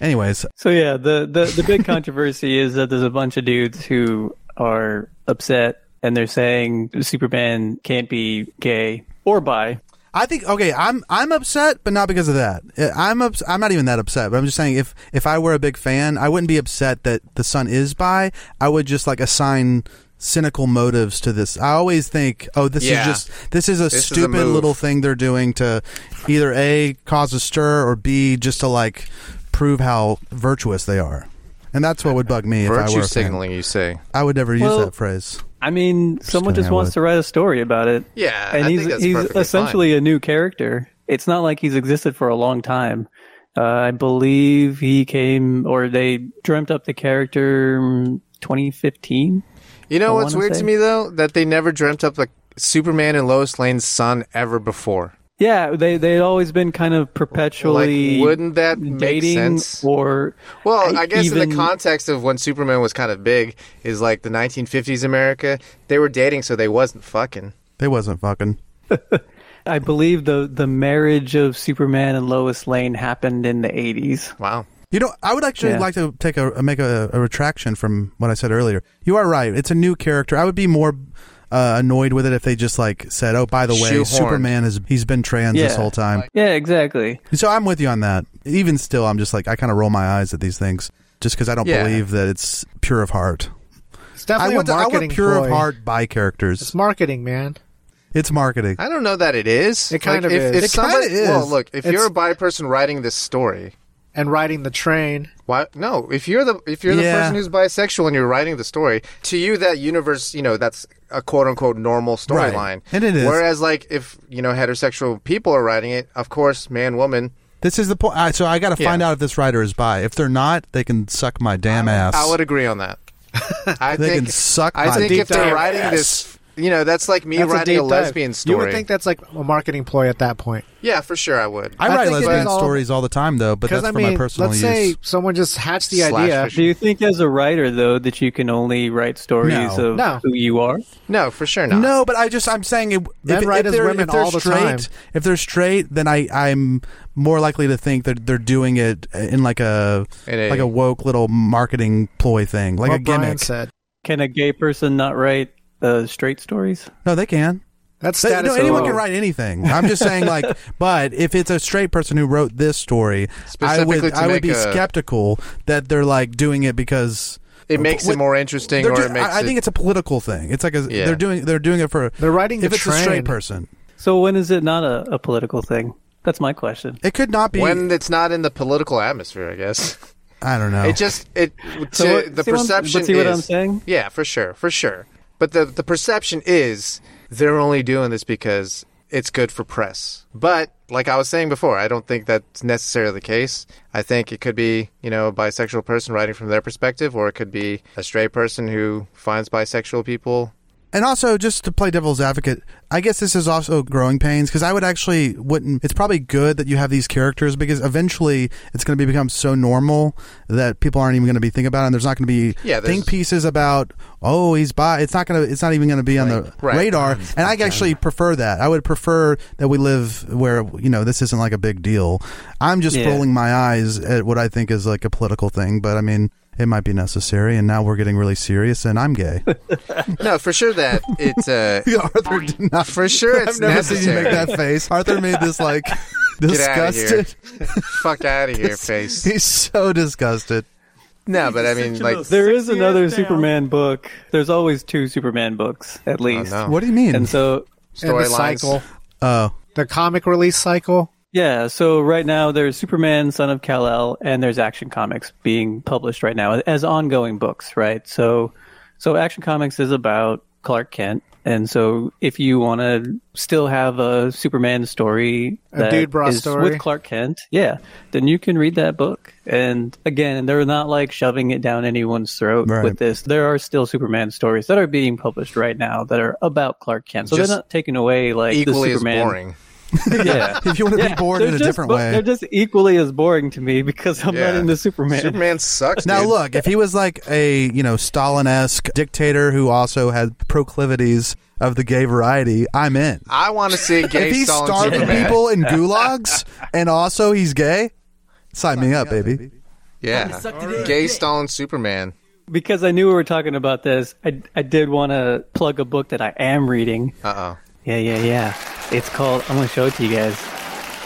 [SPEAKER 2] Anyways,
[SPEAKER 4] So yeah, the, the the big controversy is that there's a bunch of dudes who are upset and they're saying Superman can't be gay or bi.
[SPEAKER 2] I think okay, I'm I'm upset, but not because of that. Uh, I'm ups- I'm not even that upset, but I'm just saying if if I were a big fan, I wouldn't be upset that the sun is by. I would just like assign cynical motives to this. I always think, oh, this
[SPEAKER 1] Yeah.
[SPEAKER 2] is just this is a
[SPEAKER 1] is a
[SPEAKER 2] stupid
[SPEAKER 1] move.
[SPEAKER 2] little thing they're doing to either a cause a stir or b just to like prove how virtuous they are. And that's what would bug me if I were
[SPEAKER 1] Virtue
[SPEAKER 2] a fan.
[SPEAKER 1] signaling, you say?
[SPEAKER 2] I would never use
[SPEAKER 4] Well-
[SPEAKER 2] that phrase.
[SPEAKER 4] I mean, someone
[SPEAKER 2] kidding,
[SPEAKER 4] just
[SPEAKER 2] I
[SPEAKER 4] wants
[SPEAKER 2] would.
[SPEAKER 4] to write a story about it.
[SPEAKER 1] Yeah,
[SPEAKER 4] and
[SPEAKER 1] I
[SPEAKER 4] he's
[SPEAKER 1] think that's
[SPEAKER 4] he's
[SPEAKER 1] perfectly
[SPEAKER 4] essentially a new character. It's not like he's existed for a long time. Uh, I believe he came or they dreamt up the character mm, 2015.
[SPEAKER 1] You know
[SPEAKER 4] I
[SPEAKER 1] what's
[SPEAKER 4] wanna
[SPEAKER 1] weird
[SPEAKER 4] say.
[SPEAKER 1] to me though that they never dreamt up like Superman and Lois Lane's son ever before.
[SPEAKER 4] Yeah, they they'd always been kind of perpetually
[SPEAKER 1] like, wouldn't that make
[SPEAKER 4] dating
[SPEAKER 1] sense?
[SPEAKER 4] or
[SPEAKER 1] Well, I guess in
[SPEAKER 4] even-
[SPEAKER 1] the context of when Superman was kind of big, is like the 1950s America. They were dating, so they wasn't fucking.
[SPEAKER 2] They wasn't fucking.
[SPEAKER 4] I believe the the marriage of Superman and Lois Lane happened in the 80s.
[SPEAKER 1] Wow.
[SPEAKER 2] You know, I would actually
[SPEAKER 4] Yeah.
[SPEAKER 2] like to take a make a, a retraction from what I said earlier. You are right; it's a new character. I would be more uh, annoyed with it if they just like said, "Oh, by the way,
[SPEAKER 1] Shoehorned.
[SPEAKER 2] Superman is he's been trans this
[SPEAKER 4] Yeah.
[SPEAKER 2] whole time."
[SPEAKER 4] Yeah, exactly.
[SPEAKER 2] so I'm with you on that. Even still, I'm just like I kind of roll my eyes at these things just because I don't
[SPEAKER 1] Yeah.
[SPEAKER 2] believe that it's pure of heart.
[SPEAKER 3] It's
[SPEAKER 2] I
[SPEAKER 3] definitely
[SPEAKER 2] want,
[SPEAKER 3] a
[SPEAKER 2] to- I
[SPEAKER 3] marketing
[SPEAKER 2] want pure
[SPEAKER 3] ploy.
[SPEAKER 2] of heart by
[SPEAKER 3] It's
[SPEAKER 2] characters.
[SPEAKER 3] marketing, man.
[SPEAKER 2] It's marketing.
[SPEAKER 1] I don't know that it is.
[SPEAKER 3] It kind
[SPEAKER 1] Like,
[SPEAKER 3] of
[SPEAKER 1] if,
[SPEAKER 3] is.
[SPEAKER 1] If
[SPEAKER 2] It
[SPEAKER 1] somebody,
[SPEAKER 2] kinda is.
[SPEAKER 1] Well, look, if you're
[SPEAKER 3] It's-
[SPEAKER 1] a bi person writing this story,
[SPEAKER 3] And riding the train.
[SPEAKER 1] why? No, if you're the if you're the
[SPEAKER 2] Yeah.
[SPEAKER 1] person who's bisexual and you're writing the story, to you that universe, you know, that's a quote unquote normal storyline,
[SPEAKER 2] Right. And it is.
[SPEAKER 1] Whereas, like, if you know heterosexual people are writing it, of course, man, woman.
[SPEAKER 2] This is the point. I, so I got to
[SPEAKER 1] Yeah.
[SPEAKER 2] find out if this writer is bi. If they're not, they can suck my damn ass.
[SPEAKER 1] I would agree on that. I
[SPEAKER 2] They
[SPEAKER 1] think
[SPEAKER 2] can suck
[SPEAKER 1] I
[SPEAKER 2] my
[SPEAKER 1] think
[SPEAKER 2] deep
[SPEAKER 1] if they're
[SPEAKER 2] dive
[SPEAKER 1] writing
[SPEAKER 2] ass.
[SPEAKER 1] this, you know, that's like me
[SPEAKER 3] That's a
[SPEAKER 1] writing
[SPEAKER 3] deep
[SPEAKER 1] a,
[SPEAKER 3] dive.
[SPEAKER 1] lesbian story.
[SPEAKER 3] You would think that's like a marketing ploy at that point.
[SPEAKER 1] yeah, for sure, I would.
[SPEAKER 2] I
[SPEAKER 3] I
[SPEAKER 2] write
[SPEAKER 3] think it is
[SPEAKER 2] lesbian
[SPEAKER 3] all-
[SPEAKER 2] stories all the time, though, but that's
[SPEAKER 3] Because I
[SPEAKER 2] for
[SPEAKER 3] mean,
[SPEAKER 2] my personal
[SPEAKER 3] let's
[SPEAKER 2] use.
[SPEAKER 3] say someone just hatched the
[SPEAKER 1] Slash
[SPEAKER 3] idea.
[SPEAKER 1] fish.
[SPEAKER 4] Do you think as a writer though that you can only write stories
[SPEAKER 2] No.
[SPEAKER 4] of
[SPEAKER 3] No.
[SPEAKER 4] who you are?
[SPEAKER 1] no, for sure not.
[SPEAKER 2] No, but I just I'm saying it,
[SPEAKER 3] Men
[SPEAKER 2] if,
[SPEAKER 3] write
[SPEAKER 2] if
[SPEAKER 3] as
[SPEAKER 2] they're,
[SPEAKER 3] women
[SPEAKER 2] if they're
[SPEAKER 3] all the
[SPEAKER 2] straight,
[SPEAKER 3] time.
[SPEAKER 2] if they're straight, then I I'm more likely to think that they're doing it in like a,
[SPEAKER 1] In a-
[SPEAKER 2] like a woke little marketing ploy thing, like
[SPEAKER 3] what
[SPEAKER 2] a gimmick.
[SPEAKER 3] Brian said.
[SPEAKER 4] Can a gay person not write uh, straight stories?
[SPEAKER 2] No, they can.
[SPEAKER 3] That's
[SPEAKER 2] But,
[SPEAKER 3] status.
[SPEAKER 2] no, anyone
[SPEAKER 3] quo.
[SPEAKER 2] can write anything. I'm just saying, like, but if it's a straight person who wrote this story, I
[SPEAKER 1] Specifically
[SPEAKER 2] would
[SPEAKER 1] to
[SPEAKER 2] I would
[SPEAKER 1] make
[SPEAKER 2] be
[SPEAKER 1] a-
[SPEAKER 2] skeptical that they're like doing it because
[SPEAKER 1] It makes it
[SPEAKER 2] What-
[SPEAKER 1] more interesting,
[SPEAKER 2] they're
[SPEAKER 1] or
[SPEAKER 2] just-
[SPEAKER 1] it makes.
[SPEAKER 2] I, I think it's a political thing. It's like a,
[SPEAKER 1] Yeah.
[SPEAKER 2] they're doing they're doing it for
[SPEAKER 3] They're riding
[SPEAKER 2] if
[SPEAKER 3] the
[SPEAKER 2] it's a straight
[SPEAKER 3] train.
[SPEAKER 2] person.
[SPEAKER 4] So when is it not a, a political thing? That's my question.
[SPEAKER 2] It could not be.
[SPEAKER 1] when it's not in the political atmosphere. I guess
[SPEAKER 2] I don't know.
[SPEAKER 1] it just it
[SPEAKER 4] So
[SPEAKER 1] to-
[SPEAKER 4] what-
[SPEAKER 1] the
[SPEAKER 4] see what I'm-
[SPEAKER 1] perception.
[SPEAKER 4] but see what
[SPEAKER 1] is-
[SPEAKER 4] I'm saying?
[SPEAKER 1] Yeah, for sure, for sure. But the the perception is they're only doing this because it's good for press. But like I was saying before, I don't think that's necessarily the case. I think it could be you know a bisexual person writing from their perspective, or it could be a straight person who finds bisexual people.
[SPEAKER 2] And also, just to play devil's advocate, I guess this is also growing pains because I would actually wouldn't. It's probably good that you have these characters because eventually it's going to be become so normal that people aren't even going to be thinking about it. And there's not going to be
[SPEAKER 1] Yeah, there's-
[SPEAKER 2] think pieces about oh he's bi. It's not going to. It's not even going to be on the
[SPEAKER 1] right. Mm-hmm.
[SPEAKER 2] radar. And I actually prefer that. I would prefer that we live where you know this isn't like a big deal. I'm just
[SPEAKER 4] Yeah.
[SPEAKER 2] rolling my eyes at what I think is like a political thing, but I mean. It might be necessary, and now we're getting really serious, and I'm gay.
[SPEAKER 1] No, for sure that it's uh,
[SPEAKER 2] Arthur did not
[SPEAKER 1] for sure it's
[SPEAKER 2] I've never seen you
[SPEAKER 1] necessary.
[SPEAKER 2] make that face. Arthur made this like
[SPEAKER 1] outta here.
[SPEAKER 2] disgusted.
[SPEAKER 1] Fuck out of here, face.
[SPEAKER 2] He's so disgusted.
[SPEAKER 1] No, but I mean, like,
[SPEAKER 4] There is another Superman book. There's always two Superman books at least.
[SPEAKER 1] no.
[SPEAKER 2] What do you mean?
[SPEAKER 4] And so
[SPEAKER 3] And the
[SPEAKER 1] storylines.
[SPEAKER 3] cycle,
[SPEAKER 2] oh,
[SPEAKER 3] the comic release cycle.
[SPEAKER 4] yeah, so right now there's Superman, Son of Kal El, and there's Action Comics being published right now as ongoing books, right? So, so Action Comics is about Clark Kent, and so if you want to still have a Superman story,
[SPEAKER 3] A dude bra
[SPEAKER 4] is
[SPEAKER 3] story.
[SPEAKER 4] with Clark Kent, yeah, then you can read that book. And again, they're not like shoving it down anyone's throat
[SPEAKER 2] Right.
[SPEAKER 4] with this. There are still Superman stories that are being published right now that are about Clark Kent, so
[SPEAKER 1] Just
[SPEAKER 4] they're not taking away like
[SPEAKER 1] equally
[SPEAKER 4] the
[SPEAKER 1] as
[SPEAKER 4] Superman.
[SPEAKER 1] boring.
[SPEAKER 4] Yeah.
[SPEAKER 2] if you want to be bored
[SPEAKER 4] They're
[SPEAKER 2] in a
[SPEAKER 4] just
[SPEAKER 2] different
[SPEAKER 4] bo-
[SPEAKER 2] way.
[SPEAKER 4] They're just equally as boring to me because I'm not
[SPEAKER 1] Yeah.
[SPEAKER 4] into Superman.
[SPEAKER 1] Superman sucks.
[SPEAKER 2] now
[SPEAKER 1] dude.
[SPEAKER 2] look, if he was like a you know Stalin-esque dictator who also had proclivities of the gay variety, I'm in.
[SPEAKER 1] I want to see gay
[SPEAKER 2] if he's
[SPEAKER 1] Stalin
[SPEAKER 2] starving
[SPEAKER 1] Superman.
[SPEAKER 2] people in gulags and also he's gay, sign me up, baby.
[SPEAKER 1] Yeah, gay Stalin Superman.
[SPEAKER 4] Because I knew we were talking about this, I, I did want to plug a book that I am reading.
[SPEAKER 1] Uh
[SPEAKER 4] Yeah, yeah, yeah. It's called, I'm going to show it to you guys.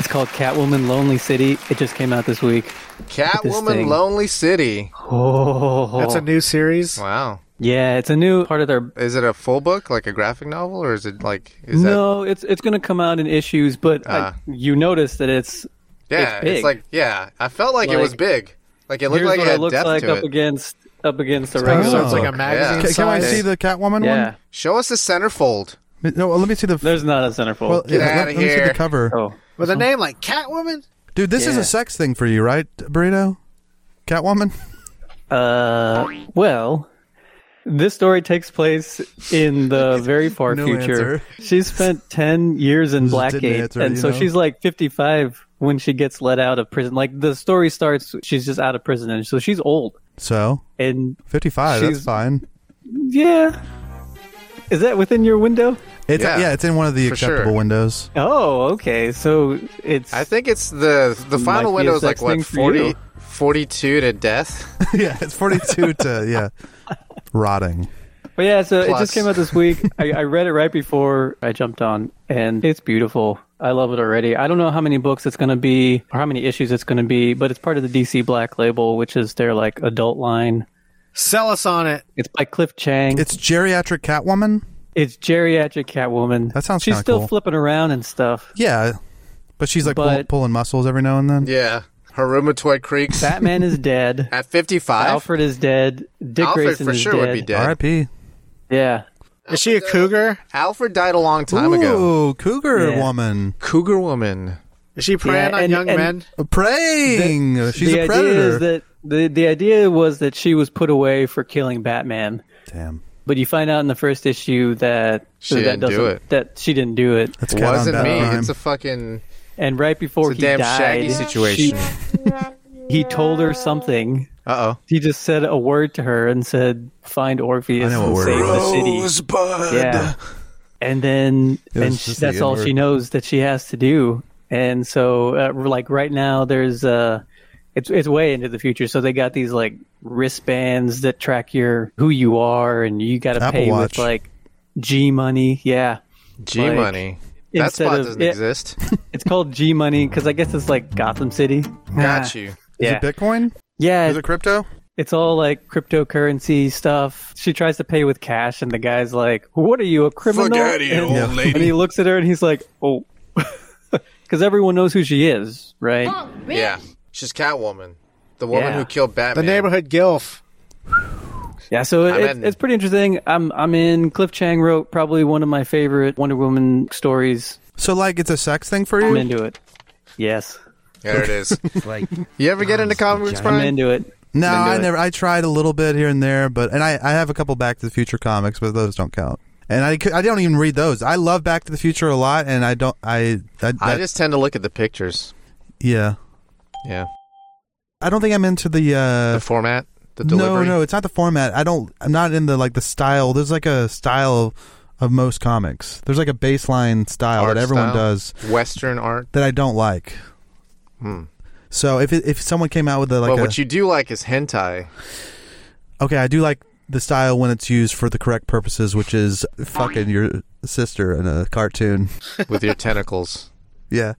[SPEAKER 4] It's called Catwoman Lonely City. It just came out this week.
[SPEAKER 1] oh,
[SPEAKER 4] this
[SPEAKER 1] Catwoman,
[SPEAKER 4] thing.
[SPEAKER 1] Lonely City.
[SPEAKER 4] Oh,
[SPEAKER 3] That's a new series.
[SPEAKER 1] Wow,
[SPEAKER 4] yeah. It's a new part of their
[SPEAKER 1] is it a full book like a graphic novel, or is it like is
[SPEAKER 4] no. It's it's going to come out in issues, but
[SPEAKER 1] Ah.
[SPEAKER 4] I, you notice that it's
[SPEAKER 1] that yeah?
[SPEAKER 4] it's big.
[SPEAKER 1] like yeah. I felt like, it was
[SPEAKER 4] Like-
[SPEAKER 1] big. Like it looked
[SPEAKER 4] here's
[SPEAKER 1] like it
[SPEAKER 4] what it
[SPEAKER 1] had
[SPEAKER 4] looks
[SPEAKER 1] depth
[SPEAKER 4] like
[SPEAKER 1] to
[SPEAKER 4] up
[SPEAKER 1] it.
[SPEAKER 4] against up against the
[SPEAKER 2] Oh.
[SPEAKER 4] regular.
[SPEAKER 3] So it's like a
[SPEAKER 2] Yeah.
[SPEAKER 3] magazine
[SPEAKER 1] Ca-
[SPEAKER 2] Can, can I
[SPEAKER 3] size.
[SPEAKER 2] see the Catwoman
[SPEAKER 4] Yeah,
[SPEAKER 1] Show us the centerfold.
[SPEAKER 2] one? No, well, let me see the.
[SPEAKER 4] there's not a centerfold.
[SPEAKER 2] well,
[SPEAKER 1] Get
[SPEAKER 2] yeah,
[SPEAKER 1] outta
[SPEAKER 2] let, let me see
[SPEAKER 1] here.
[SPEAKER 2] the cover.
[SPEAKER 4] Oh,
[SPEAKER 3] with a name like Catwoman.
[SPEAKER 2] Dude, this is
[SPEAKER 4] Yeah.
[SPEAKER 2] a sex thing for you, right, Burrito? Catwoman?
[SPEAKER 4] uh, well, this story takes place in the very far
[SPEAKER 2] No
[SPEAKER 4] future.
[SPEAKER 2] answer.
[SPEAKER 4] She spent ten years in
[SPEAKER 2] Just
[SPEAKER 4] Blackgate,
[SPEAKER 2] didn't answer,
[SPEAKER 4] and
[SPEAKER 2] you
[SPEAKER 4] so
[SPEAKER 2] know?
[SPEAKER 4] she's like fifty-five when she gets let out of prison. Like the story starts, she's just out of prison, and so she's old.
[SPEAKER 2] So,
[SPEAKER 4] And
[SPEAKER 2] 55,
[SPEAKER 4] She's-
[SPEAKER 2] that's fine.
[SPEAKER 4] yeah, is that within your window?
[SPEAKER 2] It's
[SPEAKER 1] Yeah.
[SPEAKER 2] yeah. it's in one of the
[SPEAKER 1] For
[SPEAKER 2] acceptable
[SPEAKER 1] sure.
[SPEAKER 2] windows.
[SPEAKER 4] Oh, okay. So it's
[SPEAKER 1] I think it's the the final
[SPEAKER 4] be a
[SPEAKER 1] window is like
[SPEAKER 4] sex thing
[SPEAKER 1] what
[SPEAKER 4] for you.
[SPEAKER 1] 40, 42 to death.
[SPEAKER 2] yeah, it's 42 to yeah. Rotting.
[SPEAKER 4] But yeah, so it
[SPEAKER 1] Plus.
[SPEAKER 4] just came out this week. I, I read it right before I jumped on, and it's beautiful. I love it already. I don't know how many books it's going to be or how many issues it's going to be, but it's part of the DC Black Label, which is their like adult line.
[SPEAKER 3] Sell us on it.
[SPEAKER 4] It's by Cliff Chang. It's,
[SPEAKER 2] It's geriatric Catwoman?
[SPEAKER 4] geriatric Catwoman.
[SPEAKER 2] That sounds
[SPEAKER 4] She's
[SPEAKER 2] kinda
[SPEAKER 4] still
[SPEAKER 2] cool.
[SPEAKER 4] flipping around and stuff.
[SPEAKER 2] Yeah. But she's like pull-
[SPEAKER 4] But-
[SPEAKER 2] pulling muscles every now and then.
[SPEAKER 1] yeah, her rheumatoid creaks
[SPEAKER 4] Batman is dead.
[SPEAKER 1] at fifty five.
[SPEAKER 4] Alfred is dead. Dick
[SPEAKER 1] Alfred
[SPEAKER 4] Grayson
[SPEAKER 1] for
[SPEAKER 4] is
[SPEAKER 1] sure
[SPEAKER 4] dead.
[SPEAKER 1] would be dead.
[SPEAKER 2] RIP.
[SPEAKER 4] Yeah.
[SPEAKER 3] Is she a cougar?
[SPEAKER 1] Alfred died a long time ago.
[SPEAKER 2] Ooh, cougar
[SPEAKER 4] Yeah.
[SPEAKER 2] woman.
[SPEAKER 1] Cougar woman.
[SPEAKER 3] Is she preying
[SPEAKER 4] Yeah,
[SPEAKER 3] on
[SPEAKER 4] and-
[SPEAKER 3] young
[SPEAKER 4] and-
[SPEAKER 3] men?
[SPEAKER 2] Praying. she's
[SPEAKER 4] the
[SPEAKER 2] a
[SPEAKER 4] idea
[SPEAKER 2] predator.
[SPEAKER 4] is that the, the idea was that she was put away for killing Batman.
[SPEAKER 2] Damn.
[SPEAKER 4] But you find out in the first issue that
[SPEAKER 1] She
[SPEAKER 4] that
[SPEAKER 1] didn't do
[SPEAKER 4] doesn't-
[SPEAKER 1] it.
[SPEAKER 4] That she didn't do it.
[SPEAKER 2] That's
[SPEAKER 1] It
[SPEAKER 2] cat on
[SPEAKER 1] wasn't
[SPEAKER 2] bad
[SPEAKER 1] me.
[SPEAKER 2] crime.
[SPEAKER 1] It's a fucking
[SPEAKER 4] And right before
[SPEAKER 1] it's a
[SPEAKER 4] he
[SPEAKER 1] damn
[SPEAKER 4] died,
[SPEAKER 1] shaggy situation.
[SPEAKER 4] she- he told her something.
[SPEAKER 1] Uh oh.
[SPEAKER 4] He just said a word to her and said, "Find Orpheus
[SPEAKER 2] I know
[SPEAKER 4] and
[SPEAKER 2] what
[SPEAKER 4] save
[SPEAKER 2] word
[SPEAKER 4] the city."
[SPEAKER 8] Rosebud.
[SPEAKER 4] Yeah. And then,
[SPEAKER 2] was
[SPEAKER 4] and
[SPEAKER 2] just
[SPEAKER 4] she,
[SPEAKER 2] the
[SPEAKER 4] that's all
[SPEAKER 2] N-word.
[SPEAKER 4] she knows that she has to do. And so, uh, like right now, there's uh, it's it's way into the future. So they got these like wristbands that track your who you are, and you got to
[SPEAKER 2] Apple
[SPEAKER 4] pay
[SPEAKER 2] Watch.
[SPEAKER 4] with like G money. Yeah.
[SPEAKER 1] G
[SPEAKER 4] Like,
[SPEAKER 1] money. That
[SPEAKER 4] instead
[SPEAKER 1] spot
[SPEAKER 4] of-
[SPEAKER 1] doesn't
[SPEAKER 4] yeah.
[SPEAKER 1] exist.
[SPEAKER 4] It's called G Money because I guess it's like Gotham City.
[SPEAKER 1] Got you.
[SPEAKER 4] Yeah.
[SPEAKER 2] Is it Bitcoin?
[SPEAKER 4] Yeah,
[SPEAKER 2] Is it crypto?
[SPEAKER 4] it's all like cryptocurrency stuff. She tries to pay with cash, and the guy's like, "What are you, a criminal?"
[SPEAKER 8] outta here,
[SPEAKER 4] and,
[SPEAKER 8] old lady.
[SPEAKER 4] and he looks at her and he's like, "Oh," because everyone knows who she is, right?
[SPEAKER 1] Yeah. She's Catwoman, the woman
[SPEAKER 4] Yeah.
[SPEAKER 1] who killed
[SPEAKER 3] The
[SPEAKER 1] Batman.
[SPEAKER 3] neighborhood gilf.
[SPEAKER 4] Yeah, so it,
[SPEAKER 1] I'm
[SPEAKER 4] it's-
[SPEAKER 1] in.
[SPEAKER 4] it's pretty interesting. I'm I'm in. Cliff Chang wrote probably one of my favorite Wonder Woman stories.
[SPEAKER 2] So like it's a sex thing for
[SPEAKER 4] I'm
[SPEAKER 2] you?
[SPEAKER 4] into it. Yes,
[SPEAKER 1] There it is.
[SPEAKER 6] Like,
[SPEAKER 1] You ever get into comic books,
[SPEAKER 4] I'm
[SPEAKER 1] Brian?
[SPEAKER 4] into it.
[SPEAKER 2] No,
[SPEAKER 4] I'm into
[SPEAKER 2] I
[SPEAKER 4] it.
[SPEAKER 2] never. I tried a little bit here and there, but and I, I have a couple Back to the Future comics, but those don't count. And I, cou- I don't even read those. I love Back to the Future a lot, and I don't. I I,
[SPEAKER 1] I
[SPEAKER 2] that-
[SPEAKER 1] just tend to look at the pictures.
[SPEAKER 2] yeah.
[SPEAKER 1] Yeah.
[SPEAKER 2] I don't think I'm into the. Uh,
[SPEAKER 1] The format, the delivery.
[SPEAKER 2] No, no, it's not the format. I don't. I'm not in the like the style. There's like a style of most comics. There's like a baseline style
[SPEAKER 1] Art
[SPEAKER 2] that everyone
[SPEAKER 1] style.
[SPEAKER 2] does
[SPEAKER 1] Western art.
[SPEAKER 2] that I don't like. So if it, if someone came out with a, like
[SPEAKER 1] but
[SPEAKER 2] a,
[SPEAKER 1] Hmm. what you do like is hentai.
[SPEAKER 2] okay, I do like the style when it's used for the correct purposes, which is fucking your sister in a cartoon.
[SPEAKER 1] with your tentacles.
[SPEAKER 2] Yeah,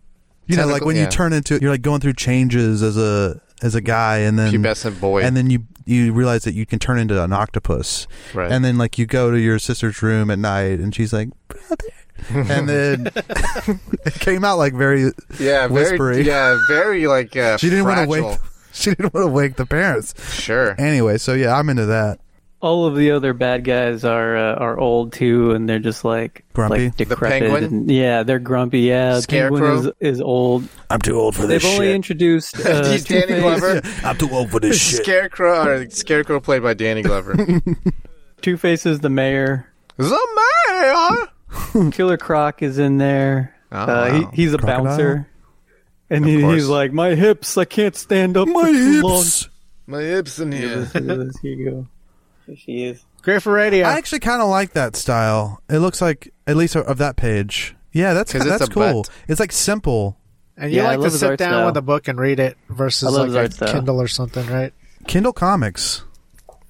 [SPEAKER 2] you know, like
[SPEAKER 1] Tentacle-
[SPEAKER 2] when
[SPEAKER 1] yeah.
[SPEAKER 2] you turn into you're like going through changes as a as a guy, and then
[SPEAKER 1] Pubescent boy.
[SPEAKER 2] and then you you realize that you can turn into an octopus,
[SPEAKER 1] Right.
[SPEAKER 2] and then like you go to your sister's room at night, and she's like, brother. and then it came out like very.
[SPEAKER 1] yeah, very,
[SPEAKER 2] whispery.
[SPEAKER 1] yeah, very like uh,
[SPEAKER 2] She didn't want to
[SPEAKER 1] fragile.
[SPEAKER 2] wake. She didn't want to wake the parents.
[SPEAKER 1] Sure,
[SPEAKER 2] Anyway, so yeah, I'm into that.
[SPEAKER 4] All of the other bad guys are uh, are old too, and they're just like
[SPEAKER 2] Grumpy?
[SPEAKER 4] like decrepit.
[SPEAKER 1] penguin?
[SPEAKER 4] and- yeah, they're grumpy. Yeah, penguin
[SPEAKER 1] Scarecrow?
[SPEAKER 4] is, is old.
[SPEAKER 2] I'm too old for
[SPEAKER 4] They've only introduced uh,
[SPEAKER 1] He's Danny
[SPEAKER 4] Two-Face-
[SPEAKER 1] Glover.
[SPEAKER 2] I'm too old for this
[SPEAKER 1] Scarecrow, or Scarecrow played by Danny Glover.
[SPEAKER 4] Two Faces, the mayor.
[SPEAKER 1] the mayor.
[SPEAKER 4] Killer Croc is in there. uh,
[SPEAKER 1] Oh, wow.
[SPEAKER 4] he, he's a
[SPEAKER 2] Mm. Crocodile?
[SPEAKER 4] bouncer, and he,
[SPEAKER 1] course.
[SPEAKER 4] he's like, "My hips, I can't stand up
[SPEAKER 2] My
[SPEAKER 4] for too long."
[SPEAKER 2] hips.
[SPEAKER 1] My hips in here.
[SPEAKER 4] Here it is, here you go. There she is.
[SPEAKER 3] Great for radio.
[SPEAKER 2] I actually kind of like that style. It looks like at least of that page. Yeah, that's
[SPEAKER 1] 'Cause it's
[SPEAKER 2] that's
[SPEAKER 1] a
[SPEAKER 2] cool.
[SPEAKER 1] butt.
[SPEAKER 2] It's like simple.
[SPEAKER 3] and you
[SPEAKER 4] Yeah, I
[SPEAKER 3] like
[SPEAKER 4] love
[SPEAKER 3] to
[SPEAKER 4] his
[SPEAKER 3] sit
[SPEAKER 4] art
[SPEAKER 3] down
[SPEAKER 4] style.
[SPEAKER 3] with a book and read it
[SPEAKER 4] I
[SPEAKER 3] versus
[SPEAKER 4] love his
[SPEAKER 3] like
[SPEAKER 4] art
[SPEAKER 3] a
[SPEAKER 4] style.
[SPEAKER 3] Kindle or something, right?
[SPEAKER 2] Kindle comics.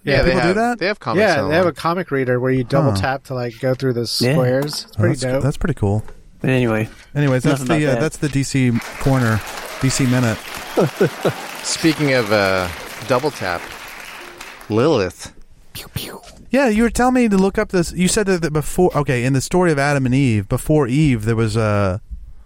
[SPEAKER 1] Yeah, they
[SPEAKER 2] people do
[SPEAKER 1] have,
[SPEAKER 2] that?
[SPEAKER 1] They have comics.
[SPEAKER 3] Yeah,
[SPEAKER 1] online.
[SPEAKER 3] they have a comic reader where you double
[SPEAKER 2] Huh.
[SPEAKER 3] tap to like go through the
[SPEAKER 4] Yeah.
[SPEAKER 3] squares. It's
[SPEAKER 2] Oh,
[SPEAKER 3] pretty
[SPEAKER 2] that's,
[SPEAKER 3] dope.
[SPEAKER 2] that's pretty cool.
[SPEAKER 4] But anyway,
[SPEAKER 2] Anyways, that's
[SPEAKER 4] Nothing
[SPEAKER 2] the
[SPEAKER 4] about
[SPEAKER 2] uh,
[SPEAKER 4] that.
[SPEAKER 2] that's the DC corner, DC minute.
[SPEAKER 1] Speaking of uh, double tap, Lilith.
[SPEAKER 2] Yeah, you were telling me to look up this. You said that, that before. Okay, in the story of Adam and Eve, before Eve, there was a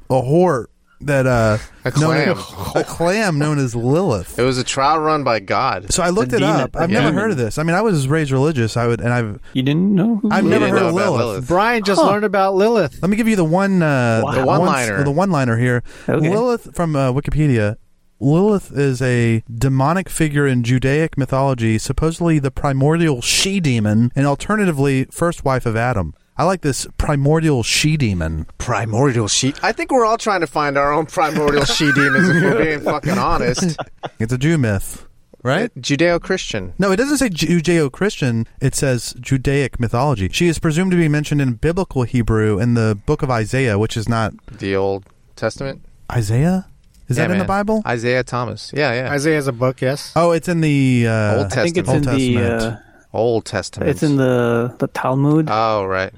[SPEAKER 2] a whore that uh
[SPEAKER 1] A
[SPEAKER 2] known-
[SPEAKER 1] clam.
[SPEAKER 2] a clam known as Lilith.
[SPEAKER 1] It was a trial run by God.
[SPEAKER 2] So I looked it
[SPEAKER 4] demon.
[SPEAKER 2] up. I've
[SPEAKER 4] Yeah.
[SPEAKER 2] never heard of this. I mean, I was raised religious. I would, and I've
[SPEAKER 4] you didn't know? who
[SPEAKER 2] I've
[SPEAKER 4] he
[SPEAKER 2] never
[SPEAKER 1] didn't
[SPEAKER 2] heard
[SPEAKER 1] know
[SPEAKER 2] of
[SPEAKER 1] about
[SPEAKER 2] Lilith.
[SPEAKER 1] Lilith.
[SPEAKER 3] Brian just learned about Lilith.
[SPEAKER 2] Let me give you the one uh,
[SPEAKER 4] Wow.
[SPEAKER 1] The
[SPEAKER 2] one-
[SPEAKER 1] one-liner.
[SPEAKER 2] the one-liner here.
[SPEAKER 4] Okay.
[SPEAKER 2] Lilith from uh, Wikipedia. Lilith is a demonic figure in Judaic mythology, supposedly the primordial she demon, and alternatively first wife of Adam. I like this primordial she demon.
[SPEAKER 1] primordial she. I think we're all trying to find our own primordial she demons. If we're being fucking honest,
[SPEAKER 2] It's a Jew myth, right?
[SPEAKER 1] Judeo-Christian.
[SPEAKER 2] No, it doesn't say Judeo-Christian. It says Judaic mythology. She is presumed to be mentioned in biblical Hebrew in the book of Isaiah, which is not
[SPEAKER 1] The Old Testament.
[SPEAKER 2] Isaiah. Is
[SPEAKER 1] Yeah,
[SPEAKER 2] that in the
[SPEAKER 1] man.
[SPEAKER 2] Bible?
[SPEAKER 1] Isaiah Thomas. Yeah, yeah.
[SPEAKER 3] Isaiah's a book, yes.
[SPEAKER 2] oh, it's in the uh,
[SPEAKER 1] Old
[SPEAKER 4] I think
[SPEAKER 1] Testament.
[SPEAKER 4] it's in
[SPEAKER 2] Old
[SPEAKER 4] the uh,
[SPEAKER 2] Testament.
[SPEAKER 1] Old Testament.
[SPEAKER 4] it's in the the Talmud.
[SPEAKER 1] Oh, right.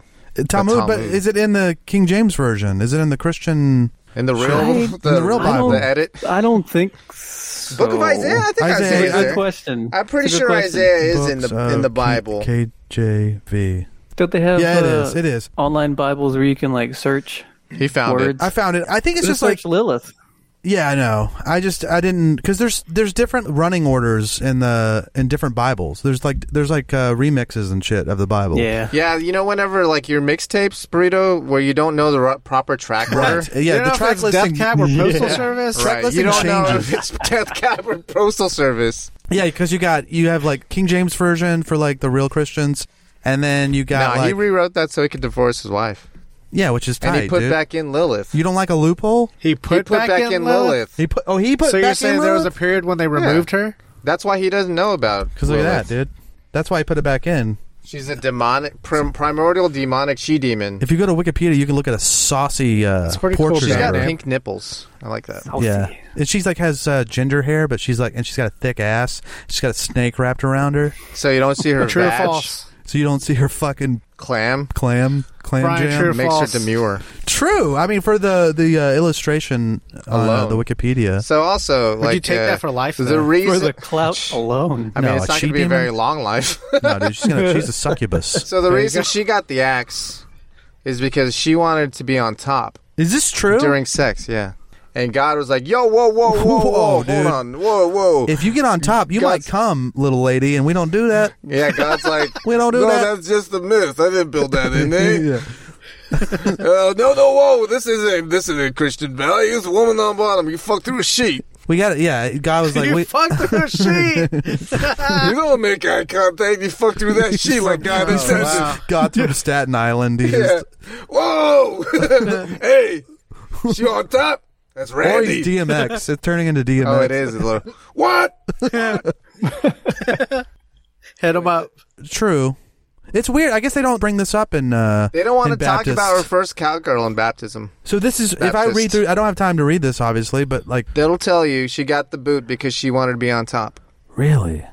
[SPEAKER 2] Talmud,
[SPEAKER 1] The
[SPEAKER 2] but
[SPEAKER 1] Talmud.
[SPEAKER 2] is it in the King James version? Is it in the Christian?
[SPEAKER 1] In the real,
[SPEAKER 4] I-
[SPEAKER 1] the,
[SPEAKER 2] the real
[SPEAKER 1] the
[SPEAKER 2] Bible.
[SPEAKER 1] edit.
[SPEAKER 4] I don't think so.
[SPEAKER 1] Book of Isaiah. I think
[SPEAKER 2] Isaiah-
[SPEAKER 1] Isaiah.
[SPEAKER 4] It's a good
[SPEAKER 2] there.
[SPEAKER 4] question.
[SPEAKER 1] I'm pretty
[SPEAKER 4] It's a good
[SPEAKER 1] sure
[SPEAKER 4] question.
[SPEAKER 1] Isaiah is in
[SPEAKER 2] Books
[SPEAKER 1] the in the
[SPEAKER 2] of
[SPEAKER 1] Bible.
[SPEAKER 2] K- KJV.
[SPEAKER 4] Don't they have?
[SPEAKER 2] Yeah, it
[SPEAKER 4] uh,
[SPEAKER 2] is. It is.
[SPEAKER 4] Online Bibles where you can like search
[SPEAKER 1] He found
[SPEAKER 4] words.
[SPEAKER 2] I found it. I think it's just
[SPEAKER 4] Just
[SPEAKER 2] like
[SPEAKER 4] search Lilith.
[SPEAKER 2] yeah, I know. I just I didn't because there's there's different running orders in the in different Bibles. There's like there's like uh, remixes and shit of the Bible.
[SPEAKER 4] Yeah.
[SPEAKER 1] Yeah, you know, whenever like your mixtapes, burrito, where you don't know the ro- proper track order.
[SPEAKER 2] Right. Yeah,
[SPEAKER 3] You don't know
[SPEAKER 2] the
[SPEAKER 3] if
[SPEAKER 2] track
[SPEAKER 3] it's Death
[SPEAKER 2] listing.
[SPEAKER 3] Cab or Postal
[SPEAKER 2] yeah.
[SPEAKER 3] Service.
[SPEAKER 2] Track
[SPEAKER 1] Right, you don't
[SPEAKER 2] listing
[SPEAKER 1] know
[SPEAKER 2] changes.
[SPEAKER 1] if it's Death Cab or Postal Service.
[SPEAKER 2] Yeah, because you got you have like King James version for like the real Christians, and then you
[SPEAKER 1] No,
[SPEAKER 2] got
[SPEAKER 1] he
[SPEAKER 2] like
[SPEAKER 1] rewrote that so he could divorce his wife,
[SPEAKER 2] yeah, which is tight,
[SPEAKER 1] and he put
[SPEAKER 2] dude.
[SPEAKER 1] back in Lilith.
[SPEAKER 2] you don't like a loophole?
[SPEAKER 3] He
[SPEAKER 1] he
[SPEAKER 3] put, back, in Lilith.
[SPEAKER 2] He put oh he put back
[SPEAKER 3] So you're saying
[SPEAKER 2] in
[SPEAKER 3] there
[SPEAKER 2] Lilith?
[SPEAKER 3] was a period when they removed her?
[SPEAKER 1] That's why he doesn't know about.
[SPEAKER 2] Because look at that, dude. That's why I put it back in.
[SPEAKER 1] She's a demonic, prim, primordial demonic she demon.
[SPEAKER 2] If you go to Wikipedia, you can look at a saucy uh,
[SPEAKER 3] That's pretty
[SPEAKER 2] portrait.
[SPEAKER 3] cool
[SPEAKER 2] of
[SPEAKER 1] She's got
[SPEAKER 2] her.
[SPEAKER 3] Yeah.
[SPEAKER 1] pink nipples. I like that.
[SPEAKER 4] I'll
[SPEAKER 2] Yeah,
[SPEAKER 4] see.
[SPEAKER 2] and she's like has uh, ginger hair, but she's like, and she's got a thick ass. She's got a snake wrapped around her,
[SPEAKER 1] So you don't see her
[SPEAKER 3] True or
[SPEAKER 1] vag.
[SPEAKER 3] false?
[SPEAKER 2] so you don't see her fucking
[SPEAKER 1] Clam
[SPEAKER 2] Clam, clam
[SPEAKER 3] Brian
[SPEAKER 2] jam.
[SPEAKER 3] True.
[SPEAKER 1] makes
[SPEAKER 3] false.
[SPEAKER 1] her demure.
[SPEAKER 2] True. I mean, for the the uh, illustration on uh,
[SPEAKER 1] Alone.
[SPEAKER 2] the Wikipedia.
[SPEAKER 1] So also, like,
[SPEAKER 3] you take
[SPEAKER 1] uh,
[SPEAKER 3] that for life,
[SPEAKER 1] The
[SPEAKER 3] though?
[SPEAKER 1] reason,
[SPEAKER 4] For the clout alone.
[SPEAKER 1] I mean,
[SPEAKER 2] No,
[SPEAKER 1] it's
[SPEAKER 2] a
[SPEAKER 1] not
[SPEAKER 2] she
[SPEAKER 1] going to be a
[SPEAKER 2] demon?
[SPEAKER 1] very long life.
[SPEAKER 2] no, dude, she's gonna she's a succubus.
[SPEAKER 1] so the reason she got the axe is because she wanted to be on top
[SPEAKER 2] Is this true?
[SPEAKER 1] during sex. Yeah, and God was like, "Yo, whoa, whoa, whoa,
[SPEAKER 2] Whoa,
[SPEAKER 1] whoa, hold
[SPEAKER 2] dude.
[SPEAKER 1] on, whoa, whoa."
[SPEAKER 2] if you get on top, you might
[SPEAKER 1] God's-
[SPEAKER 2] come, little lady, and we don't do that.
[SPEAKER 1] yeah, God's like,
[SPEAKER 2] We don't do
[SPEAKER 1] no,
[SPEAKER 2] that."
[SPEAKER 1] That's just a myth. I didn't build that in there.
[SPEAKER 2] Yeah.
[SPEAKER 1] Uh, no, no, whoa! This isn't this isn't Christian values. Woman on bottom, you fuck through a sheet.
[SPEAKER 2] We got it. Yeah, God was like,
[SPEAKER 3] you
[SPEAKER 2] we,
[SPEAKER 3] fucked the machine.
[SPEAKER 1] you don't make eye contact. You fuck through that sheet like God
[SPEAKER 2] This
[SPEAKER 1] intended.
[SPEAKER 2] is God from Staten Island. He
[SPEAKER 1] Yeah.
[SPEAKER 2] just,
[SPEAKER 1] Whoa! hey, she on top? That's
[SPEAKER 2] or he's
[SPEAKER 1] Randy.
[SPEAKER 2] DMX. It's turning into DMX.
[SPEAKER 1] oh, it is. It's a little- what?
[SPEAKER 3] Head him up.
[SPEAKER 2] True. It's weird. I guess they don't bring this up in. Uh,
[SPEAKER 1] They don't want
[SPEAKER 2] in
[SPEAKER 1] to talk
[SPEAKER 2] Baptist.
[SPEAKER 1] about her first cowgirl in baptism.
[SPEAKER 2] So this is if I
[SPEAKER 1] Baptist.
[SPEAKER 2] read through. I don't have time to read this, obviously, but like
[SPEAKER 1] That'll tell you she got the boot because she wanted to be on top.
[SPEAKER 2] really,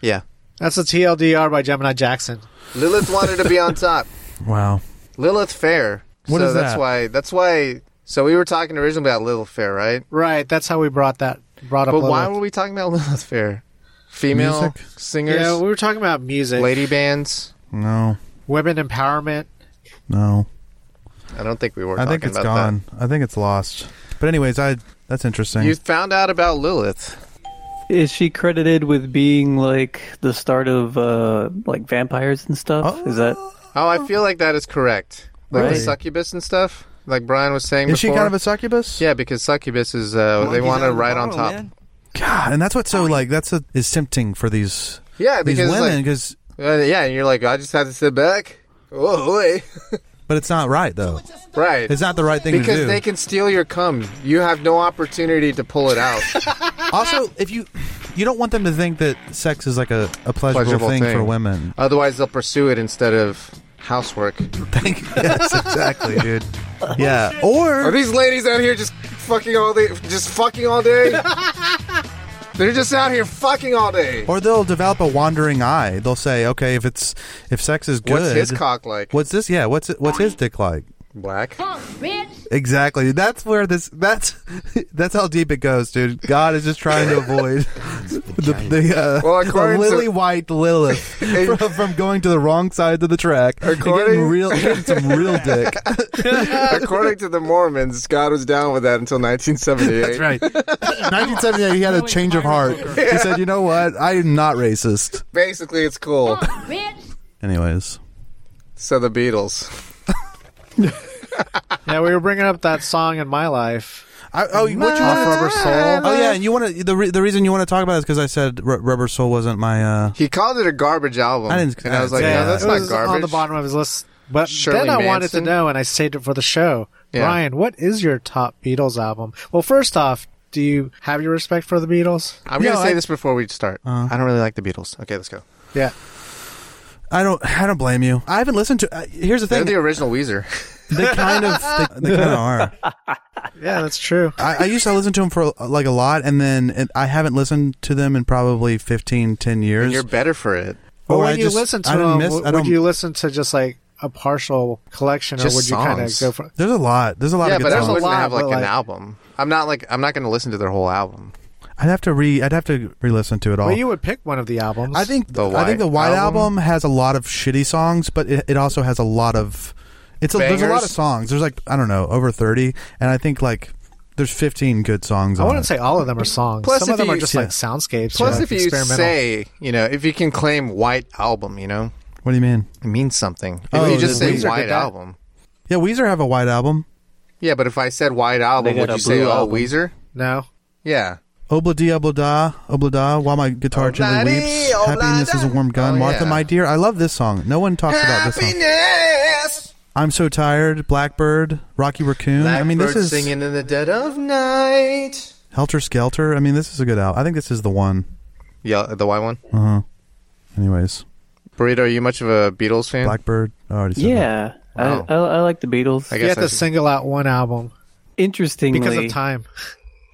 [SPEAKER 1] Yeah,
[SPEAKER 3] That's a TLDR by Gemini Jackson.
[SPEAKER 1] Lilith wanted to be on top.
[SPEAKER 2] wow.
[SPEAKER 1] Lilith Fair.
[SPEAKER 2] What
[SPEAKER 1] so
[SPEAKER 2] is
[SPEAKER 1] that's
[SPEAKER 2] that?
[SPEAKER 1] why. That's why. So we were talking originally about Lilith Fair, right?
[SPEAKER 3] Right. That's how we brought that. Brought up.
[SPEAKER 1] But why
[SPEAKER 3] Lilith.
[SPEAKER 1] were we talking about Lilith Fair? Female
[SPEAKER 2] Music?
[SPEAKER 1] singers,
[SPEAKER 3] Yeah, we were talking about music,
[SPEAKER 1] lady bands.
[SPEAKER 2] No,
[SPEAKER 3] women empowerment.
[SPEAKER 2] no.
[SPEAKER 1] I don't think we were.
[SPEAKER 2] I
[SPEAKER 1] talking
[SPEAKER 2] think it's
[SPEAKER 1] about
[SPEAKER 2] gone. I think it's lost. But anyways, I that's interesting.
[SPEAKER 1] That. You found out about Lilith.
[SPEAKER 4] Is she credited with being like the start of uh like vampires and stuff? Is that
[SPEAKER 1] Oh, I feel like that is correct. Like the
[SPEAKER 4] Right.
[SPEAKER 1] succubus and stuff, like Brian was saying
[SPEAKER 2] is she
[SPEAKER 1] before.
[SPEAKER 2] kind of a succubus?
[SPEAKER 1] yeah, because succubus is uh, they want to ride on top.
[SPEAKER 2] God, and that's what's so like that's a, is tempting for these
[SPEAKER 1] Yeah,
[SPEAKER 2] these
[SPEAKER 1] because
[SPEAKER 2] women because.
[SPEAKER 1] like, uh, yeah, and you're like, I just have to sit back. Oh, wait.
[SPEAKER 2] but it's not right though.
[SPEAKER 1] right.
[SPEAKER 2] It's not the right thing to
[SPEAKER 1] because
[SPEAKER 2] do.
[SPEAKER 1] they can steal your cum. You have no opportunity to pull it out.
[SPEAKER 2] also, if you you don't want them to think that sex is like a, a pleasurable,
[SPEAKER 1] Pleasurable
[SPEAKER 2] thing, for
[SPEAKER 1] thing.
[SPEAKER 2] women.
[SPEAKER 1] Otherwise, they'll pursue it instead of housework.
[SPEAKER 2] Thank yes, exactly, dude. Yeah, or
[SPEAKER 1] Are these ladies out here just fucking all day? Just fucking all day? They're just out here fucking all day.
[SPEAKER 2] or they'll develop a wandering eye. They'll say, okay, if it's if sex is good,
[SPEAKER 1] What's his cock like?
[SPEAKER 2] what's this? Yeah, what's it, what's his dick like?
[SPEAKER 1] Black.
[SPEAKER 2] Exactly. That's where this. That's that's how deep it goes, dude. God is just trying to avoid the, the, uh,
[SPEAKER 1] Well,
[SPEAKER 2] the
[SPEAKER 1] according to-
[SPEAKER 2] lily white Lilith from, from going to the wrong side of the track. and
[SPEAKER 1] According-
[SPEAKER 2] getting real, getting some real dick.
[SPEAKER 1] According to the Mormons, God was down with that until 1978.
[SPEAKER 2] That's right. 1978, he had a change of heart. He said, "You know what? I am not racist."
[SPEAKER 1] Basically, it's cool.
[SPEAKER 2] Anyways,
[SPEAKER 1] So the Beatles.
[SPEAKER 3] Yeah, we were bringing up that song in my life.
[SPEAKER 2] I, oh, what you
[SPEAKER 3] Off
[SPEAKER 2] wanna-
[SPEAKER 3] Rubber Soul.
[SPEAKER 2] Oh yeah, and you want to the re- the reason you want to talk about it is because I said Ru Rubber Soul wasn't my. uh
[SPEAKER 1] He called it a garbage album.
[SPEAKER 2] I didn't-
[SPEAKER 1] and I was like,
[SPEAKER 2] Yeah,
[SPEAKER 1] no, Oh, that's
[SPEAKER 3] it
[SPEAKER 1] not
[SPEAKER 3] was
[SPEAKER 1] garbage.
[SPEAKER 3] on the bottom of his list. But
[SPEAKER 1] Shirley
[SPEAKER 3] then I wanted to
[SPEAKER 1] Manson.
[SPEAKER 3] know, and I saved it for the show.
[SPEAKER 1] Yeah.
[SPEAKER 3] Brian, what is your top Beatles album? Well, first off, do you have your respect for the Beatles?
[SPEAKER 1] I'm going
[SPEAKER 2] No,
[SPEAKER 1] to say
[SPEAKER 2] I-
[SPEAKER 1] this before we start. I don't really like the Beatles. Okay, let's go.
[SPEAKER 3] Yeah,
[SPEAKER 2] I don't I don't blame you. I haven't listened to. Uh, here's the
[SPEAKER 1] They're
[SPEAKER 2] thing.
[SPEAKER 1] the original Weezer.
[SPEAKER 2] They kind of they, they kind of are.
[SPEAKER 3] yeah, that's true.
[SPEAKER 2] I, I used to listen to them for uh, like a lot, and then and I haven't listened to them in probably 15, 10 years.
[SPEAKER 1] You're better for it.
[SPEAKER 3] But
[SPEAKER 2] Or
[SPEAKER 3] when
[SPEAKER 2] Oh, I
[SPEAKER 3] you
[SPEAKER 2] just-
[SPEAKER 3] listen to
[SPEAKER 2] I didn't
[SPEAKER 3] them,
[SPEAKER 2] miss-
[SPEAKER 3] w-
[SPEAKER 2] I
[SPEAKER 3] would
[SPEAKER 2] don't-
[SPEAKER 3] you listen to just like a partial collection,
[SPEAKER 1] Just
[SPEAKER 3] or would you kind of
[SPEAKER 1] songs.
[SPEAKER 3] go for?
[SPEAKER 2] There's a lot. There's a lot
[SPEAKER 1] yeah,
[SPEAKER 2] of
[SPEAKER 1] but
[SPEAKER 2] good
[SPEAKER 1] I'm
[SPEAKER 3] there's
[SPEAKER 1] always
[SPEAKER 2] songs.
[SPEAKER 1] going to
[SPEAKER 3] lot,
[SPEAKER 1] have like,
[SPEAKER 3] but,
[SPEAKER 1] an
[SPEAKER 3] like-
[SPEAKER 1] album. I'm not like I'm not going to listen to their whole album.
[SPEAKER 2] I'd have to re. I'd have to re-listen to it all.
[SPEAKER 3] Well, you would pick one of the albums.
[SPEAKER 2] I think
[SPEAKER 1] The
[SPEAKER 2] I think the
[SPEAKER 1] White
[SPEAKER 2] White album?
[SPEAKER 1] Album?
[SPEAKER 2] has a lot of shitty songs, but it, it also has a lot of it's a, there's a lot
[SPEAKER 1] Bangers?
[SPEAKER 2] of songs. There's like I don't know over thirty, and I think like there's fifteen good songs.
[SPEAKER 3] I
[SPEAKER 2] on
[SPEAKER 3] wouldn't
[SPEAKER 2] it.
[SPEAKER 3] say all of them are
[SPEAKER 1] Uh,
[SPEAKER 3] songs.
[SPEAKER 1] Plus,
[SPEAKER 3] Some
[SPEAKER 1] if
[SPEAKER 3] of them
[SPEAKER 1] you-
[SPEAKER 3] are just
[SPEAKER 2] yeah.
[SPEAKER 3] like soundscapes.
[SPEAKER 1] Plus,
[SPEAKER 3] or
[SPEAKER 1] if you
[SPEAKER 3] experimental.
[SPEAKER 1] say, you know, if you can claim white album, you know,
[SPEAKER 2] What do you mean?
[SPEAKER 1] it means something. If
[SPEAKER 2] Oh,
[SPEAKER 1] you just
[SPEAKER 2] the
[SPEAKER 1] say
[SPEAKER 2] Weezer
[SPEAKER 3] did
[SPEAKER 1] white
[SPEAKER 3] that.
[SPEAKER 1] album.
[SPEAKER 2] Yeah, Weezer have a White album.
[SPEAKER 1] Yeah, but if I said white album,
[SPEAKER 4] got
[SPEAKER 1] would
[SPEAKER 4] a
[SPEAKER 1] you say,
[SPEAKER 4] blue
[SPEAKER 1] oh,
[SPEAKER 4] album.
[SPEAKER 1] Weezer?
[SPEAKER 3] no,
[SPEAKER 1] Yeah.
[SPEAKER 2] Obla di obla da, obla da, while my guitar gently
[SPEAKER 1] Obla di,
[SPEAKER 2] weeps.
[SPEAKER 1] obla
[SPEAKER 2] Happiness
[SPEAKER 1] da.
[SPEAKER 2] is a warm gun.
[SPEAKER 1] Oh,
[SPEAKER 2] Martha,
[SPEAKER 1] yeah.
[SPEAKER 2] my dear, I love this song. No one talks about this song.
[SPEAKER 1] Happiness.
[SPEAKER 2] I'm so tired. Blackbird, Rocky Raccoon.
[SPEAKER 1] Mm,
[SPEAKER 2] I mean, this
[SPEAKER 1] Blackbird
[SPEAKER 2] is
[SPEAKER 1] singing in the dead of night.
[SPEAKER 2] Helter Skelter. I mean, this is a good album. I think this is the one. Uh-huh.
[SPEAKER 1] Yeah, the white one.
[SPEAKER 2] Anyways,
[SPEAKER 1] Burrito, are you much of a Beatles fan?
[SPEAKER 2] Blackbird. I already said that.
[SPEAKER 4] yeah.
[SPEAKER 1] Wow.
[SPEAKER 4] I, I, I like the Beatles.
[SPEAKER 1] I
[SPEAKER 3] you
[SPEAKER 1] guess
[SPEAKER 3] have to
[SPEAKER 1] that's-
[SPEAKER 3] single out one album
[SPEAKER 4] Interestingly
[SPEAKER 3] because of time.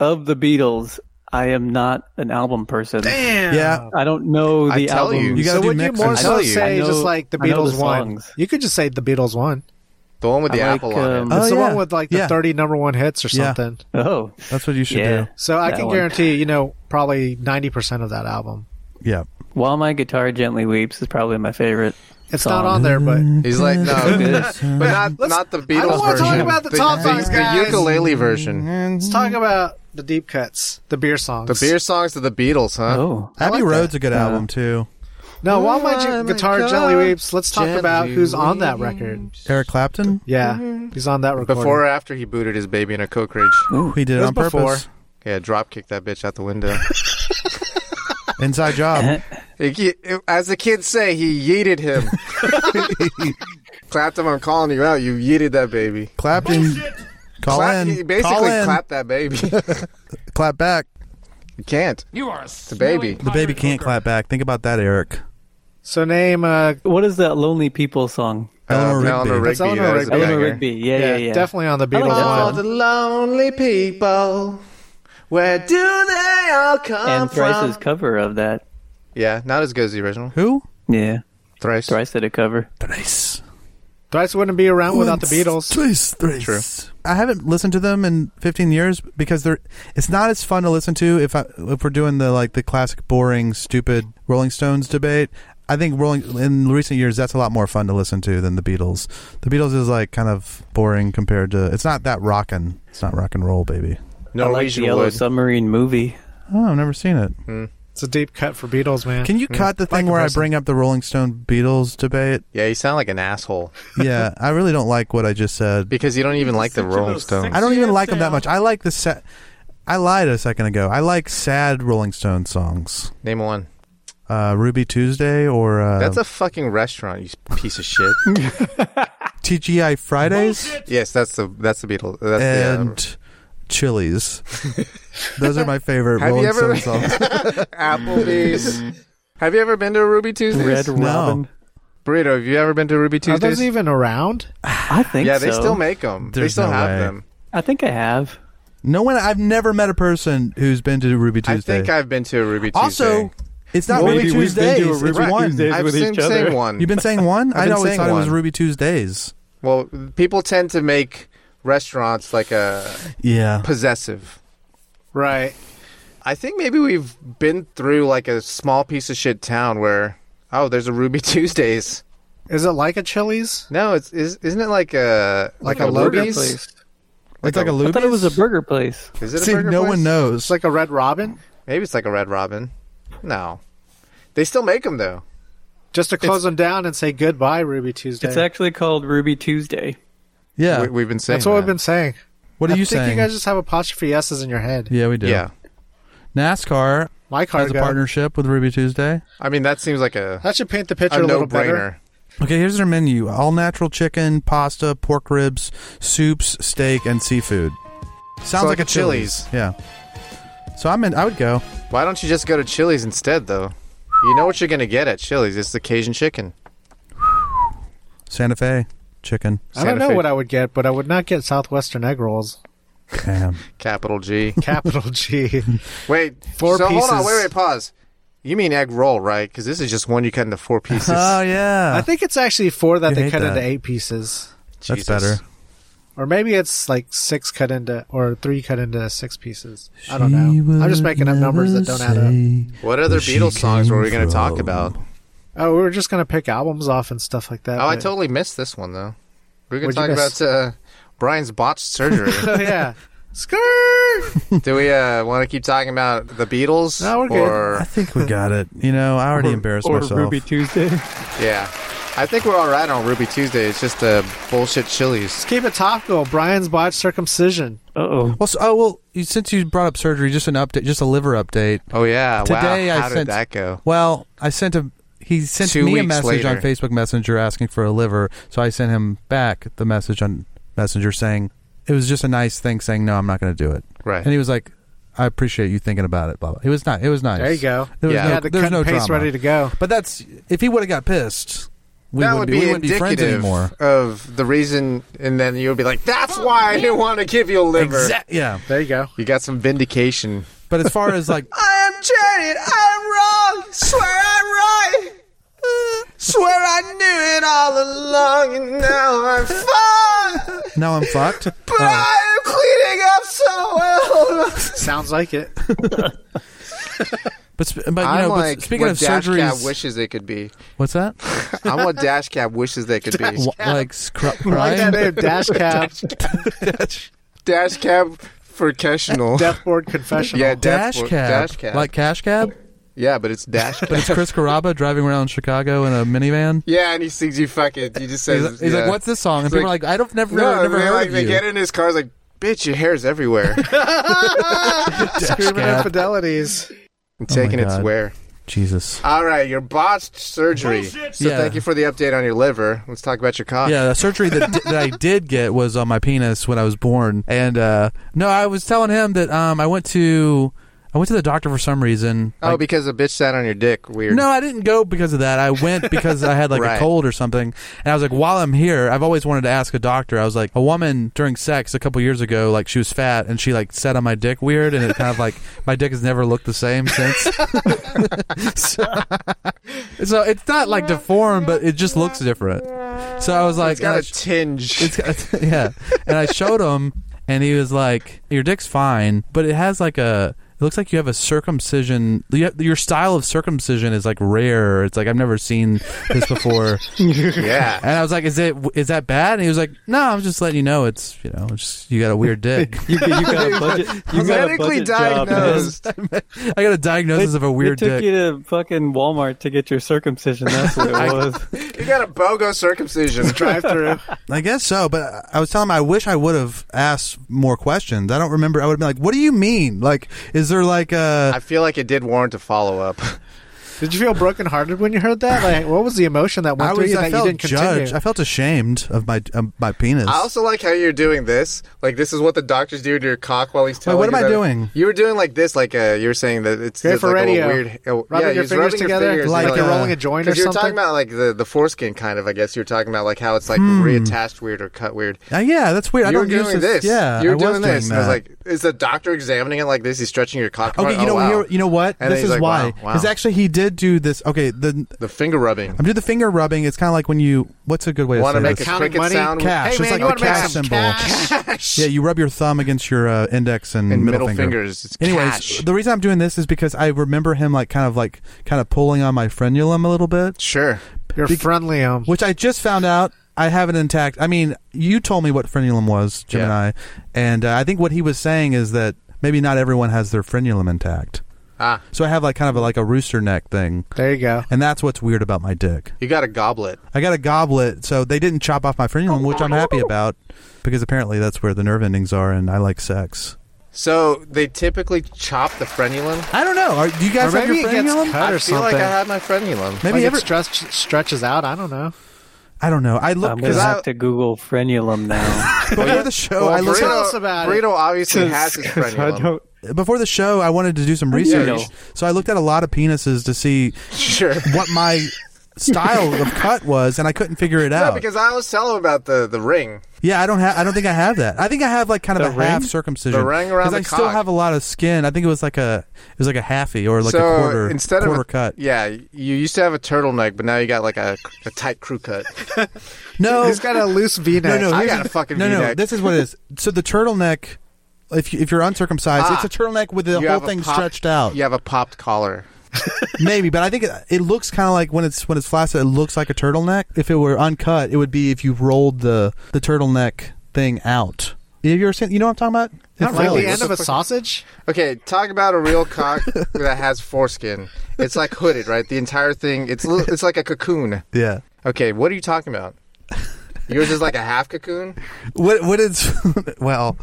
[SPEAKER 4] of the Beatles, I am not an album person.
[SPEAKER 3] Damn.
[SPEAKER 2] Yeah.
[SPEAKER 4] I don't know the
[SPEAKER 1] I tell
[SPEAKER 4] album.
[SPEAKER 1] you.
[SPEAKER 2] You gotta
[SPEAKER 3] So
[SPEAKER 2] do
[SPEAKER 3] would you
[SPEAKER 2] mixes.
[SPEAKER 3] more
[SPEAKER 1] I
[SPEAKER 3] so
[SPEAKER 1] tell you.
[SPEAKER 4] I
[SPEAKER 3] say
[SPEAKER 4] know-
[SPEAKER 3] just like the
[SPEAKER 4] I know
[SPEAKER 3] Beatles
[SPEAKER 4] the
[SPEAKER 3] won?
[SPEAKER 4] songs.
[SPEAKER 3] You could just say the Beatles won.
[SPEAKER 1] The one with the
[SPEAKER 4] I like,
[SPEAKER 1] apple on
[SPEAKER 4] um,
[SPEAKER 1] it.
[SPEAKER 2] Oh,
[SPEAKER 3] It's the
[SPEAKER 2] yeah.
[SPEAKER 3] one with like the
[SPEAKER 2] Yeah.
[SPEAKER 3] thirty number one hits or
[SPEAKER 2] Yeah.
[SPEAKER 3] something.
[SPEAKER 4] Oh,
[SPEAKER 2] That's what you should
[SPEAKER 4] yeah.
[SPEAKER 2] do.
[SPEAKER 3] So I
[SPEAKER 4] That
[SPEAKER 3] can
[SPEAKER 4] one.
[SPEAKER 3] guarantee you know probably ninety percent of that album.
[SPEAKER 2] Yeah.
[SPEAKER 4] While my guitar gently weeps is probably my favorite.
[SPEAKER 3] It's
[SPEAKER 4] song.
[SPEAKER 3] not on there, but
[SPEAKER 1] He's like, no,
[SPEAKER 4] Good.
[SPEAKER 1] but not not the Beatles
[SPEAKER 3] wanna
[SPEAKER 1] version.
[SPEAKER 3] talk about the top songs,
[SPEAKER 1] the,
[SPEAKER 3] guys.
[SPEAKER 1] the ukulele version.
[SPEAKER 3] let's talk about the deep cuts, the beer songs.
[SPEAKER 1] The beer songs of the Beatles, huh?
[SPEAKER 4] Oh,
[SPEAKER 2] Abbey
[SPEAKER 3] like
[SPEAKER 2] Road's a good album too.
[SPEAKER 3] No, while my gi-
[SPEAKER 1] Oh my
[SPEAKER 3] guitar
[SPEAKER 1] God.
[SPEAKER 3] gently weeps, let's talk
[SPEAKER 1] Gently
[SPEAKER 3] about who's on that record.
[SPEAKER 2] Eric Clapton.
[SPEAKER 3] Yeah, he's on that record.
[SPEAKER 1] Before or after he booted his baby in a coke ridge?
[SPEAKER 2] He did it
[SPEAKER 1] It was
[SPEAKER 2] on purpose.
[SPEAKER 1] before. Yeah, drop kicked that bitch out the window.
[SPEAKER 2] Inside job.
[SPEAKER 1] It- it- as the kids say, he yeeted him. Clapped him. I'm calling you out. You yeeted that baby.
[SPEAKER 2] Clapton. Call
[SPEAKER 1] Clap,
[SPEAKER 2] in.
[SPEAKER 1] he basically
[SPEAKER 2] Call in.
[SPEAKER 1] clapped that baby. you
[SPEAKER 2] Clap back.
[SPEAKER 1] can't.
[SPEAKER 5] You are a
[SPEAKER 1] The baby.
[SPEAKER 2] The baby can't clap back. Think about that, Eric.
[SPEAKER 3] so name uh,
[SPEAKER 4] what is that "Lonely People" song?
[SPEAKER 2] Eleanor Rigby.
[SPEAKER 1] Uh, Eleanor
[SPEAKER 3] That's
[SPEAKER 1] Oh, Rigby.
[SPEAKER 3] Eleanor
[SPEAKER 1] that was a
[SPEAKER 3] Rigby.
[SPEAKER 4] Eleanor
[SPEAKER 1] banger.
[SPEAKER 4] Rigby. Yeah, yeah,
[SPEAKER 3] yeah,
[SPEAKER 4] yeah.
[SPEAKER 3] definitely on the Beatles
[SPEAKER 4] that
[SPEAKER 3] one.
[SPEAKER 4] song.
[SPEAKER 1] the lonely people, where do they all come
[SPEAKER 4] And Thrice's cover of that.
[SPEAKER 1] Yeah, not as good as the original.
[SPEAKER 2] Who?
[SPEAKER 4] Yeah,
[SPEAKER 1] Thrice.
[SPEAKER 4] Thrice did a cover.
[SPEAKER 2] Thrice.
[SPEAKER 3] Thrice wouldn't be around without the Beatles.
[SPEAKER 2] Thrice. Thrice. I haven't listened to them in 15 years because they're. It's not as fun to listen to if I, if we're doing the like the classic boring stupid Rolling Stones debate. I think Rolling in recent years that's a lot more fun to listen to than the Beatles. The Beatles is like kind of boring compared to. It's not that rockin'. It's not rock and roll, baby.
[SPEAKER 4] I like the
[SPEAKER 1] Norwegian
[SPEAKER 4] Yellow
[SPEAKER 1] Wood.
[SPEAKER 4] Submarine movie.
[SPEAKER 2] Oh, I've never seen it.
[SPEAKER 3] It's a deep cut for Beatles, man.
[SPEAKER 2] Can you cut the thing where I
[SPEAKER 3] comparison.
[SPEAKER 2] bring up the Rolling Stone Beatles debate?
[SPEAKER 1] Yeah, you sound like an asshole
[SPEAKER 2] Yeah, I really don't like what I just said.
[SPEAKER 1] because you don't even like the Rolling Stones.
[SPEAKER 2] I don't even like them that much. I like the set. I lied a second ago. I like sad Rolling Stone songs.
[SPEAKER 1] Name one.
[SPEAKER 2] Uh, Ruby Tuesday or uh,
[SPEAKER 4] Um,
[SPEAKER 1] That's a fucking restaurant, you piece of shit.
[SPEAKER 2] TGI Fridays
[SPEAKER 1] yes, that's the that's the um, Beatles. That's
[SPEAKER 2] and Chili's. Those are my favorite
[SPEAKER 1] Have you
[SPEAKER 2] Rolling
[SPEAKER 1] ever-
[SPEAKER 2] Stone songs.
[SPEAKER 1] the uh, Applebee's. have you ever been to a Ruby Tuesdays?
[SPEAKER 4] Red Robin.
[SPEAKER 1] Burrito, have you ever been to Ruby
[SPEAKER 3] Are
[SPEAKER 1] Tuesdays?
[SPEAKER 3] those even around?
[SPEAKER 4] I think
[SPEAKER 1] yeah, they
[SPEAKER 4] so.
[SPEAKER 1] still make them. They
[SPEAKER 2] There's
[SPEAKER 1] still
[SPEAKER 2] no
[SPEAKER 1] have
[SPEAKER 2] way.
[SPEAKER 1] them.
[SPEAKER 4] I think I have.
[SPEAKER 2] No one. I've never met a person who's been to Ruby
[SPEAKER 1] I
[SPEAKER 2] Tuesday.
[SPEAKER 1] think I've been to a Ruby Tuesday.
[SPEAKER 2] also, it's not
[SPEAKER 4] Maybe
[SPEAKER 2] Ruby
[SPEAKER 4] we've
[SPEAKER 2] Tuesdays.
[SPEAKER 4] been to a
[SPEAKER 2] it's
[SPEAKER 4] Ruby
[SPEAKER 2] one.
[SPEAKER 4] Tuesday.
[SPEAKER 1] I've
[SPEAKER 4] with
[SPEAKER 1] seen,
[SPEAKER 4] each other.
[SPEAKER 1] seen one.
[SPEAKER 2] You've been saying one. I
[SPEAKER 1] been
[SPEAKER 2] always
[SPEAKER 1] saying
[SPEAKER 2] thought it was
[SPEAKER 1] one.
[SPEAKER 2] Ruby Tuesdays.
[SPEAKER 1] Well, people tend to make restaurants like a
[SPEAKER 2] Yeah.
[SPEAKER 1] possessive.
[SPEAKER 3] Right.
[SPEAKER 1] I think maybe we've been through like a small piece of shit town where oh, there's a Ruby Tuesdays.
[SPEAKER 3] Is it like a Chili's?
[SPEAKER 1] No, it's is, isn't it like a
[SPEAKER 3] Like
[SPEAKER 1] a
[SPEAKER 3] a burger
[SPEAKER 1] Luby's?
[SPEAKER 4] place.
[SPEAKER 2] It's like a
[SPEAKER 4] I
[SPEAKER 2] Luby.
[SPEAKER 4] thought it was a burger place.
[SPEAKER 1] Is it a
[SPEAKER 2] See,
[SPEAKER 1] burger
[SPEAKER 2] no
[SPEAKER 1] place?
[SPEAKER 2] one knows.
[SPEAKER 3] It's like a Red Robin.
[SPEAKER 1] Maybe it's like a Red Robin. No, they still make them though.
[SPEAKER 3] Just to close them down and say goodbye, Ruby Tuesday.
[SPEAKER 4] It's actually called Ruby Tuesday.
[SPEAKER 2] yeah.
[SPEAKER 1] We, we've been saying
[SPEAKER 3] That's what
[SPEAKER 1] that.
[SPEAKER 3] we've been saying.
[SPEAKER 2] what are
[SPEAKER 3] I
[SPEAKER 2] you
[SPEAKER 3] think
[SPEAKER 2] saying?
[SPEAKER 3] you guys just have apostrophe s's in your head.
[SPEAKER 2] yeah, we do.
[SPEAKER 1] Yeah,
[SPEAKER 2] NASCAR
[SPEAKER 3] My
[SPEAKER 2] has a
[SPEAKER 3] cargo.
[SPEAKER 2] partnership with Ruby Tuesday.
[SPEAKER 1] I mean that seems like a,
[SPEAKER 3] That should paint the
[SPEAKER 1] a
[SPEAKER 3] picture a, little better.
[SPEAKER 1] no-brainer.
[SPEAKER 2] Okay, here's their menu: all natural chicken, pasta, pork ribs, soups, steak, and seafood. Sounds
[SPEAKER 1] So
[SPEAKER 2] like,
[SPEAKER 1] like
[SPEAKER 2] a
[SPEAKER 1] a Chili's.
[SPEAKER 2] Yeah. So I'm in. I would go.
[SPEAKER 1] Why don't you just go to Chili's instead though? You know what you're gonna get at Chili's? It's the Cajun chicken.
[SPEAKER 2] Santa Fe chicken.
[SPEAKER 3] I don't
[SPEAKER 1] Santa
[SPEAKER 3] know
[SPEAKER 1] Fe.
[SPEAKER 3] what I would get, but I would not get Southwestern egg rolls.
[SPEAKER 2] Damn.
[SPEAKER 1] Capital G.
[SPEAKER 3] Capital G.
[SPEAKER 1] Wait,
[SPEAKER 3] Four
[SPEAKER 1] so hold on,
[SPEAKER 3] pieces.
[SPEAKER 1] wait, wait, pause. You mean egg roll, right? Because this is just one you cut into four pieces.
[SPEAKER 2] oh
[SPEAKER 3] Uh,
[SPEAKER 2] yeah,
[SPEAKER 3] I think it's actually four that
[SPEAKER 2] You
[SPEAKER 3] they
[SPEAKER 2] hate
[SPEAKER 3] cut
[SPEAKER 2] that.
[SPEAKER 3] into eight pieces.
[SPEAKER 2] that's
[SPEAKER 1] Jesus.
[SPEAKER 2] better.
[SPEAKER 3] Or maybe it's like six cut into, or three cut into six pieces. I don't know. I'm just making up numbers that don't add up.
[SPEAKER 1] What other
[SPEAKER 2] she
[SPEAKER 1] Beatles songs were we
[SPEAKER 2] came
[SPEAKER 1] going to talk
[SPEAKER 2] from.
[SPEAKER 1] about? Oh,
[SPEAKER 3] Oh, we were just gonna pick albums off and stuff like that.
[SPEAKER 1] I
[SPEAKER 3] but-
[SPEAKER 1] totally missed this one though. We are going to talk
[SPEAKER 3] What'd you
[SPEAKER 1] about uh, Brian's botched surgery.
[SPEAKER 3] Oh, yeah. Skirt.
[SPEAKER 1] Do we uh, want to keep talking about the Beatles?
[SPEAKER 3] No, we're good.
[SPEAKER 1] or,
[SPEAKER 2] I think we got it. You know, I already
[SPEAKER 4] or,
[SPEAKER 2] embarrassed
[SPEAKER 4] or
[SPEAKER 2] myself.
[SPEAKER 4] Ruby Tuesday.
[SPEAKER 1] Yeah, I think we're all right on Ruby Tuesday. It's just uh, bullshit Chili's.
[SPEAKER 3] Let's keep it topical. Brian's botched circumcision.
[SPEAKER 4] Uh oh.
[SPEAKER 2] Well, so, oh well. You, since you brought up surgery, just an update, just a liver update.
[SPEAKER 1] Oh yeah,
[SPEAKER 2] Today
[SPEAKER 1] wow.
[SPEAKER 2] I
[SPEAKER 1] How did
[SPEAKER 2] sent-
[SPEAKER 1] that go?
[SPEAKER 2] Well, I sent him. He sent
[SPEAKER 1] Two
[SPEAKER 2] me a
[SPEAKER 1] weeks
[SPEAKER 2] message on
[SPEAKER 1] later.
[SPEAKER 2] Facebook Messenger asking for a liver, so I sent him back the message on Messenger saying it was just a nice thing, saying no, I'm not going to do it.
[SPEAKER 1] Right.
[SPEAKER 2] And he was like, "I appreciate you thinking about it." Blah blah. It was nice. It was nice.
[SPEAKER 3] There you go.
[SPEAKER 2] There was
[SPEAKER 1] Yeah.
[SPEAKER 2] no,
[SPEAKER 1] You
[SPEAKER 3] had the
[SPEAKER 2] there was
[SPEAKER 3] cut
[SPEAKER 2] no
[SPEAKER 3] and paste
[SPEAKER 2] drama.
[SPEAKER 3] ready to go.
[SPEAKER 2] But that's if he would have got pissed, we
[SPEAKER 1] that would
[SPEAKER 2] wouldn't we
[SPEAKER 1] be
[SPEAKER 2] wouldn't be friends
[SPEAKER 1] indicative
[SPEAKER 2] anymore.
[SPEAKER 1] of the reason, and then you would be like, "That's why I didn't want to give you a liver."
[SPEAKER 2] Exact- yeah.
[SPEAKER 3] There you go.
[SPEAKER 1] You got some vindication.
[SPEAKER 2] But as far as like
[SPEAKER 1] I am jaded. I am wrong. Swear I'm right. Uh, Swear I knew it all along, and now I'm fine.
[SPEAKER 2] now I'm fucked. uh,
[SPEAKER 1] But I am cleaning up so well.
[SPEAKER 3] Sounds like it.
[SPEAKER 2] But, sp- but you know, but s- speaking of surgeries,
[SPEAKER 1] wishes they could be.
[SPEAKER 2] what's that?
[SPEAKER 1] I'm what Dashcap wishes they could be.
[SPEAKER 2] Wha- like scr-
[SPEAKER 3] like that
[SPEAKER 2] crying?
[SPEAKER 3] name, Dash Cap,
[SPEAKER 1] Dashcap professional.
[SPEAKER 3] Death Board Confessional.
[SPEAKER 1] yeah, Death
[SPEAKER 2] Dash
[SPEAKER 1] Board-
[SPEAKER 2] cab,
[SPEAKER 1] Dash cab.
[SPEAKER 2] like cash cab,
[SPEAKER 1] yeah, but it's dash.
[SPEAKER 2] but it's Chris Caraba driving around Chicago in a minivan.
[SPEAKER 1] yeah, and he sings you fucking. You just says
[SPEAKER 2] He's, he's
[SPEAKER 1] yeah.
[SPEAKER 2] like, "What's this song?" And
[SPEAKER 1] It's
[SPEAKER 2] people
[SPEAKER 1] like-
[SPEAKER 2] are like, "I don't never,
[SPEAKER 1] No,
[SPEAKER 2] never
[SPEAKER 1] man,
[SPEAKER 2] heard
[SPEAKER 1] like
[SPEAKER 2] of
[SPEAKER 1] they
[SPEAKER 2] you."
[SPEAKER 1] get in his car. It's like, bitch, your hair's everywhere.
[SPEAKER 3] Screaming
[SPEAKER 2] Dash cab.
[SPEAKER 3] infidelities.
[SPEAKER 1] I'm taking its
[SPEAKER 2] God.
[SPEAKER 1] wear.
[SPEAKER 2] Jesus.
[SPEAKER 1] All right, your botched surgery. So
[SPEAKER 2] Yeah.
[SPEAKER 1] thank you for the update on your liver. Let's talk about your cock.
[SPEAKER 2] Yeah, the surgery that, that I did get was on my penis when I was born, and uh, no, I was telling him that um, I went to I went to the doctor for some reason.
[SPEAKER 1] Oh,
[SPEAKER 2] Like,
[SPEAKER 1] because a bitch sat on your dick. Weird.
[SPEAKER 2] no, I didn't go because of that. I went because I had like
[SPEAKER 1] Right.
[SPEAKER 2] a cold or something, and I was like, while I'm here, I've always wanted to ask a doctor. I was like, a woman during sex a couple years ago, like she was fat and she like sat on my dick weird, and it kind of like my dick has never looked the same since. so, so it's not like deformed, but it just looks different. So I was like,
[SPEAKER 1] it's got
[SPEAKER 2] and I
[SPEAKER 1] a tinge.
[SPEAKER 2] it's got, yeah. And I showed him, and he was like, "Your dick's fine, but it has like a." It looks like you have a circumcision. you have- Your style of circumcision is like rare. It's like I've never seen this before.
[SPEAKER 1] yeah.
[SPEAKER 2] and I was like, "Is it? Is that bad?" And he was like, "No, I'm just letting you know. It's you know, it's just you got a weird dick.
[SPEAKER 4] You, you got a budget. You got a
[SPEAKER 1] Medically
[SPEAKER 4] budget job, man.
[SPEAKER 1] diagnosed.
[SPEAKER 2] I got a diagnosis of a weird
[SPEAKER 4] It took
[SPEAKER 2] dick."
[SPEAKER 4] you to fucking Walmart to get your circumcision. That's what it was.
[SPEAKER 1] you got a BOGO circumcision.
[SPEAKER 3] Drive through.
[SPEAKER 2] I guess so, but I was telling him I wish I would have asked more questions. I don't remember. I would have been like, "What do you mean? Like, is there like a
[SPEAKER 1] I feel like it did warrant a follow up.
[SPEAKER 3] Did you feel brokenhearted when you heard that? Like, what was the emotion that went
[SPEAKER 2] I
[SPEAKER 3] through
[SPEAKER 2] was.
[SPEAKER 3] you
[SPEAKER 2] I
[SPEAKER 3] that
[SPEAKER 2] felt
[SPEAKER 3] you didn't
[SPEAKER 2] judged.
[SPEAKER 3] continue?
[SPEAKER 2] I felt ashamed of my of my penis.
[SPEAKER 1] I also like how you're doing this. Like this is what the doctors do to your cock while he's telling.
[SPEAKER 2] what am
[SPEAKER 1] you
[SPEAKER 2] I
[SPEAKER 1] that-
[SPEAKER 2] doing?
[SPEAKER 1] You were doing like this, like uh, you were saying that it's
[SPEAKER 3] Great
[SPEAKER 1] it's
[SPEAKER 3] for
[SPEAKER 1] like
[SPEAKER 3] radio.
[SPEAKER 1] a little weird. oh,
[SPEAKER 3] Rubbing
[SPEAKER 1] yeah,
[SPEAKER 3] your
[SPEAKER 1] he's
[SPEAKER 3] fingers
[SPEAKER 1] rubbing
[SPEAKER 3] together,
[SPEAKER 1] your fingers,
[SPEAKER 2] like
[SPEAKER 1] you're
[SPEAKER 2] you're
[SPEAKER 1] uh,
[SPEAKER 2] rolling
[SPEAKER 3] a joint or
[SPEAKER 1] 'cause you were talking
[SPEAKER 3] something?
[SPEAKER 1] about like the, the foreskin kind of. I guess you were talking about like how it's like reattached weird or cut weird.
[SPEAKER 2] Uh, yeah, that's weird. I
[SPEAKER 1] you were
[SPEAKER 2] don't use
[SPEAKER 1] doing this.
[SPEAKER 2] Yeah,
[SPEAKER 1] you were
[SPEAKER 2] I was
[SPEAKER 1] doing this.
[SPEAKER 2] Doing
[SPEAKER 1] and I was
[SPEAKER 2] that.
[SPEAKER 1] like, is the doctor examining it like this? He's stretching your cock.
[SPEAKER 2] okay, you know,
[SPEAKER 1] oh, wow.
[SPEAKER 2] here- you know what?
[SPEAKER 1] And then
[SPEAKER 2] this
[SPEAKER 1] he's
[SPEAKER 2] is
[SPEAKER 1] like,
[SPEAKER 2] why.
[SPEAKER 1] wow, wow.
[SPEAKER 2] Because actually, he did do this. Okay, the
[SPEAKER 1] the finger rubbing.
[SPEAKER 2] I'm doing the finger rubbing. It's kind of like when you. What's a good way to
[SPEAKER 1] Want
[SPEAKER 2] say
[SPEAKER 1] to make a
[SPEAKER 2] this?
[SPEAKER 3] Counting
[SPEAKER 1] cricket
[SPEAKER 3] money?
[SPEAKER 1] sound?
[SPEAKER 2] Cash.
[SPEAKER 1] Hey,
[SPEAKER 2] It's
[SPEAKER 1] man,
[SPEAKER 2] like
[SPEAKER 1] you
[SPEAKER 2] the
[SPEAKER 1] wanna make
[SPEAKER 2] cash
[SPEAKER 1] some
[SPEAKER 2] symbol.
[SPEAKER 1] cash?
[SPEAKER 2] Yeah, you rub your thumb against your uh, index and,
[SPEAKER 1] And
[SPEAKER 2] middle,
[SPEAKER 1] middle
[SPEAKER 2] finger.
[SPEAKER 1] fingers. It's
[SPEAKER 2] Anyways,
[SPEAKER 1] cash.
[SPEAKER 2] the reason I'm doing this is because I remember him like kind of like kind of pulling on my frenulum a little bit.
[SPEAKER 1] Sure.
[SPEAKER 3] You're friendly, um.
[SPEAKER 2] which I just found out I have it intact. I mean, you told me what frenulum was, Gemini, and uh, I think what he was saying is that maybe not everyone has their frenulum intact.
[SPEAKER 1] Ah,
[SPEAKER 2] So I have like kind of a, like a rooster neck thing,
[SPEAKER 3] There you go.
[SPEAKER 2] and that's what's weird about my dick.
[SPEAKER 1] you got a goblet.
[SPEAKER 2] I got a goblet, so they didn't chop off my frenulum, which I'm happy about because apparently that's where the nerve endings are, and I like sex.
[SPEAKER 1] So they typically chop the frenulum.
[SPEAKER 2] I don't know. Are, do you
[SPEAKER 3] Or
[SPEAKER 2] guys have
[SPEAKER 3] maybe
[SPEAKER 2] your
[SPEAKER 3] it gets
[SPEAKER 2] frenulum?
[SPEAKER 3] cut
[SPEAKER 1] I
[SPEAKER 3] or
[SPEAKER 1] feel
[SPEAKER 3] something.
[SPEAKER 1] like I had my frenulum.
[SPEAKER 2] Maybe
[SPEAKER 3] like
[SPEAKER 2] every,
[SPEAKER 3] it stretch, stretches out. I don't know.
[SPEAKER 2] I don't know. I
[SPEAKER 4] I'm
[SPEAKER 2] look
[SPEAKER 4] gonna
[SPEAKER 2] because
[SPEAKER 1] I-
[SPEAKER 4] have to Google frenulum now.
[SPEAKER 2] before the show, I looked
[SPEAKER 1] Burrito,
[SPEAKER 3] Tell us about it.
[SPEAKER 1] Burrito obviously has his
[SPEAKER 4] 'Cause I
[SPEAKER 1] frenulum.
[SPEAKER 4] don't-
[SPEAKER 2] before the show. I wanted to do some
[SPEAKER 4] do you
[SPEAKER 2] research,
[SPEAKER 4] know?
[SPEAKER 2] so I looked at a lot of penises to see
[SPEAKER 1] Sure.
[SPEAKER 2] what my style of cut was, and I couldn't figure it
[SPEAKER 1] Yeah,
[SPEAKER 2] out.
[SPEAKER 1] because I always tell him about the, the ring.
[SPEAKER 2] yeah, I don't have. I don't think I have that. I think I have like kind of
[SPEAKER 4] The
[SPEAKER 2] a
[SPEAKER 4] ring?
[SPEAKER 2] half circumcision.
[SPEAKER 1] The ring around
[SPEAKER 2] 'Cause
[SPEAKER 1] the
[SPEAKER 2] I still
[SPEAKER 1] cock.
[SPEAKER 2] have a lot of skin. I think it was like a it was like a halfy or like
[SPEAKER 1] so
[SPEAKER 2] a quarter
[SPEAKER 1] instead
[SPEAKER 2] quarter
[SPEAKER 1] of a,
[SPEAKER 2] cut.
[SPEAKER 1] Yeah, you used to have a turtleneck, but now you got like a, a tight crew cut.
[SPEAKER 2] No,
[SPEAKER 3] He's got a loose V-neck.
[SPEAKER 2] no, no.
[SPEAKER 1] I
[SPEAKER 2] here's
[SPEAKER 1] got
[SPEAKER 2] the-
[SPEAKER 1] a fucking
[SPEAKER 2] no, no.
[SPEAKER 1] V-neck.
[SPEAKER 2] This is what it is. So the turtleneck. If, you, if you're uncircumcised,
[SPEAKER 1] Ah.
[SPEAKER 2] it's a turtleneck with the
[SPEAKER 1] You
[SPEAKER 2] whole
[SPEAKER 1] have a
[SPEAKER 2] thing
[SPEAKER 1] pop-
[SPEAKER 2] stretched out.
[SPEAKER 1] You have a popped collar.
[SPEAKER 2] Maybe, but I think it, it looks kind of like when it's when it's flaccid, it looks like a turtleneck. If it were uncut, it would be if you rolled the the turtleneck thing out. Have you ever seen? You know what I'm talking about?
[SPEAKER 3] Not
[SPEAKER 2] It
[SPEAKER 3] like
[SPEAKER 2] rolls.
[SPEAKER 3] the end of a sausage.
[SPEAKER 1] Okay, talk about a real cock that has foreskin. It's like hooded, right? The entire thing. It's li- it's like a cocoon.
[SPEAKER 2] Yeah.
[SPEAKER 1] Okay, what are you talking about? Yours is like a half cocoon.
[SPEAKER 2] What what is? well,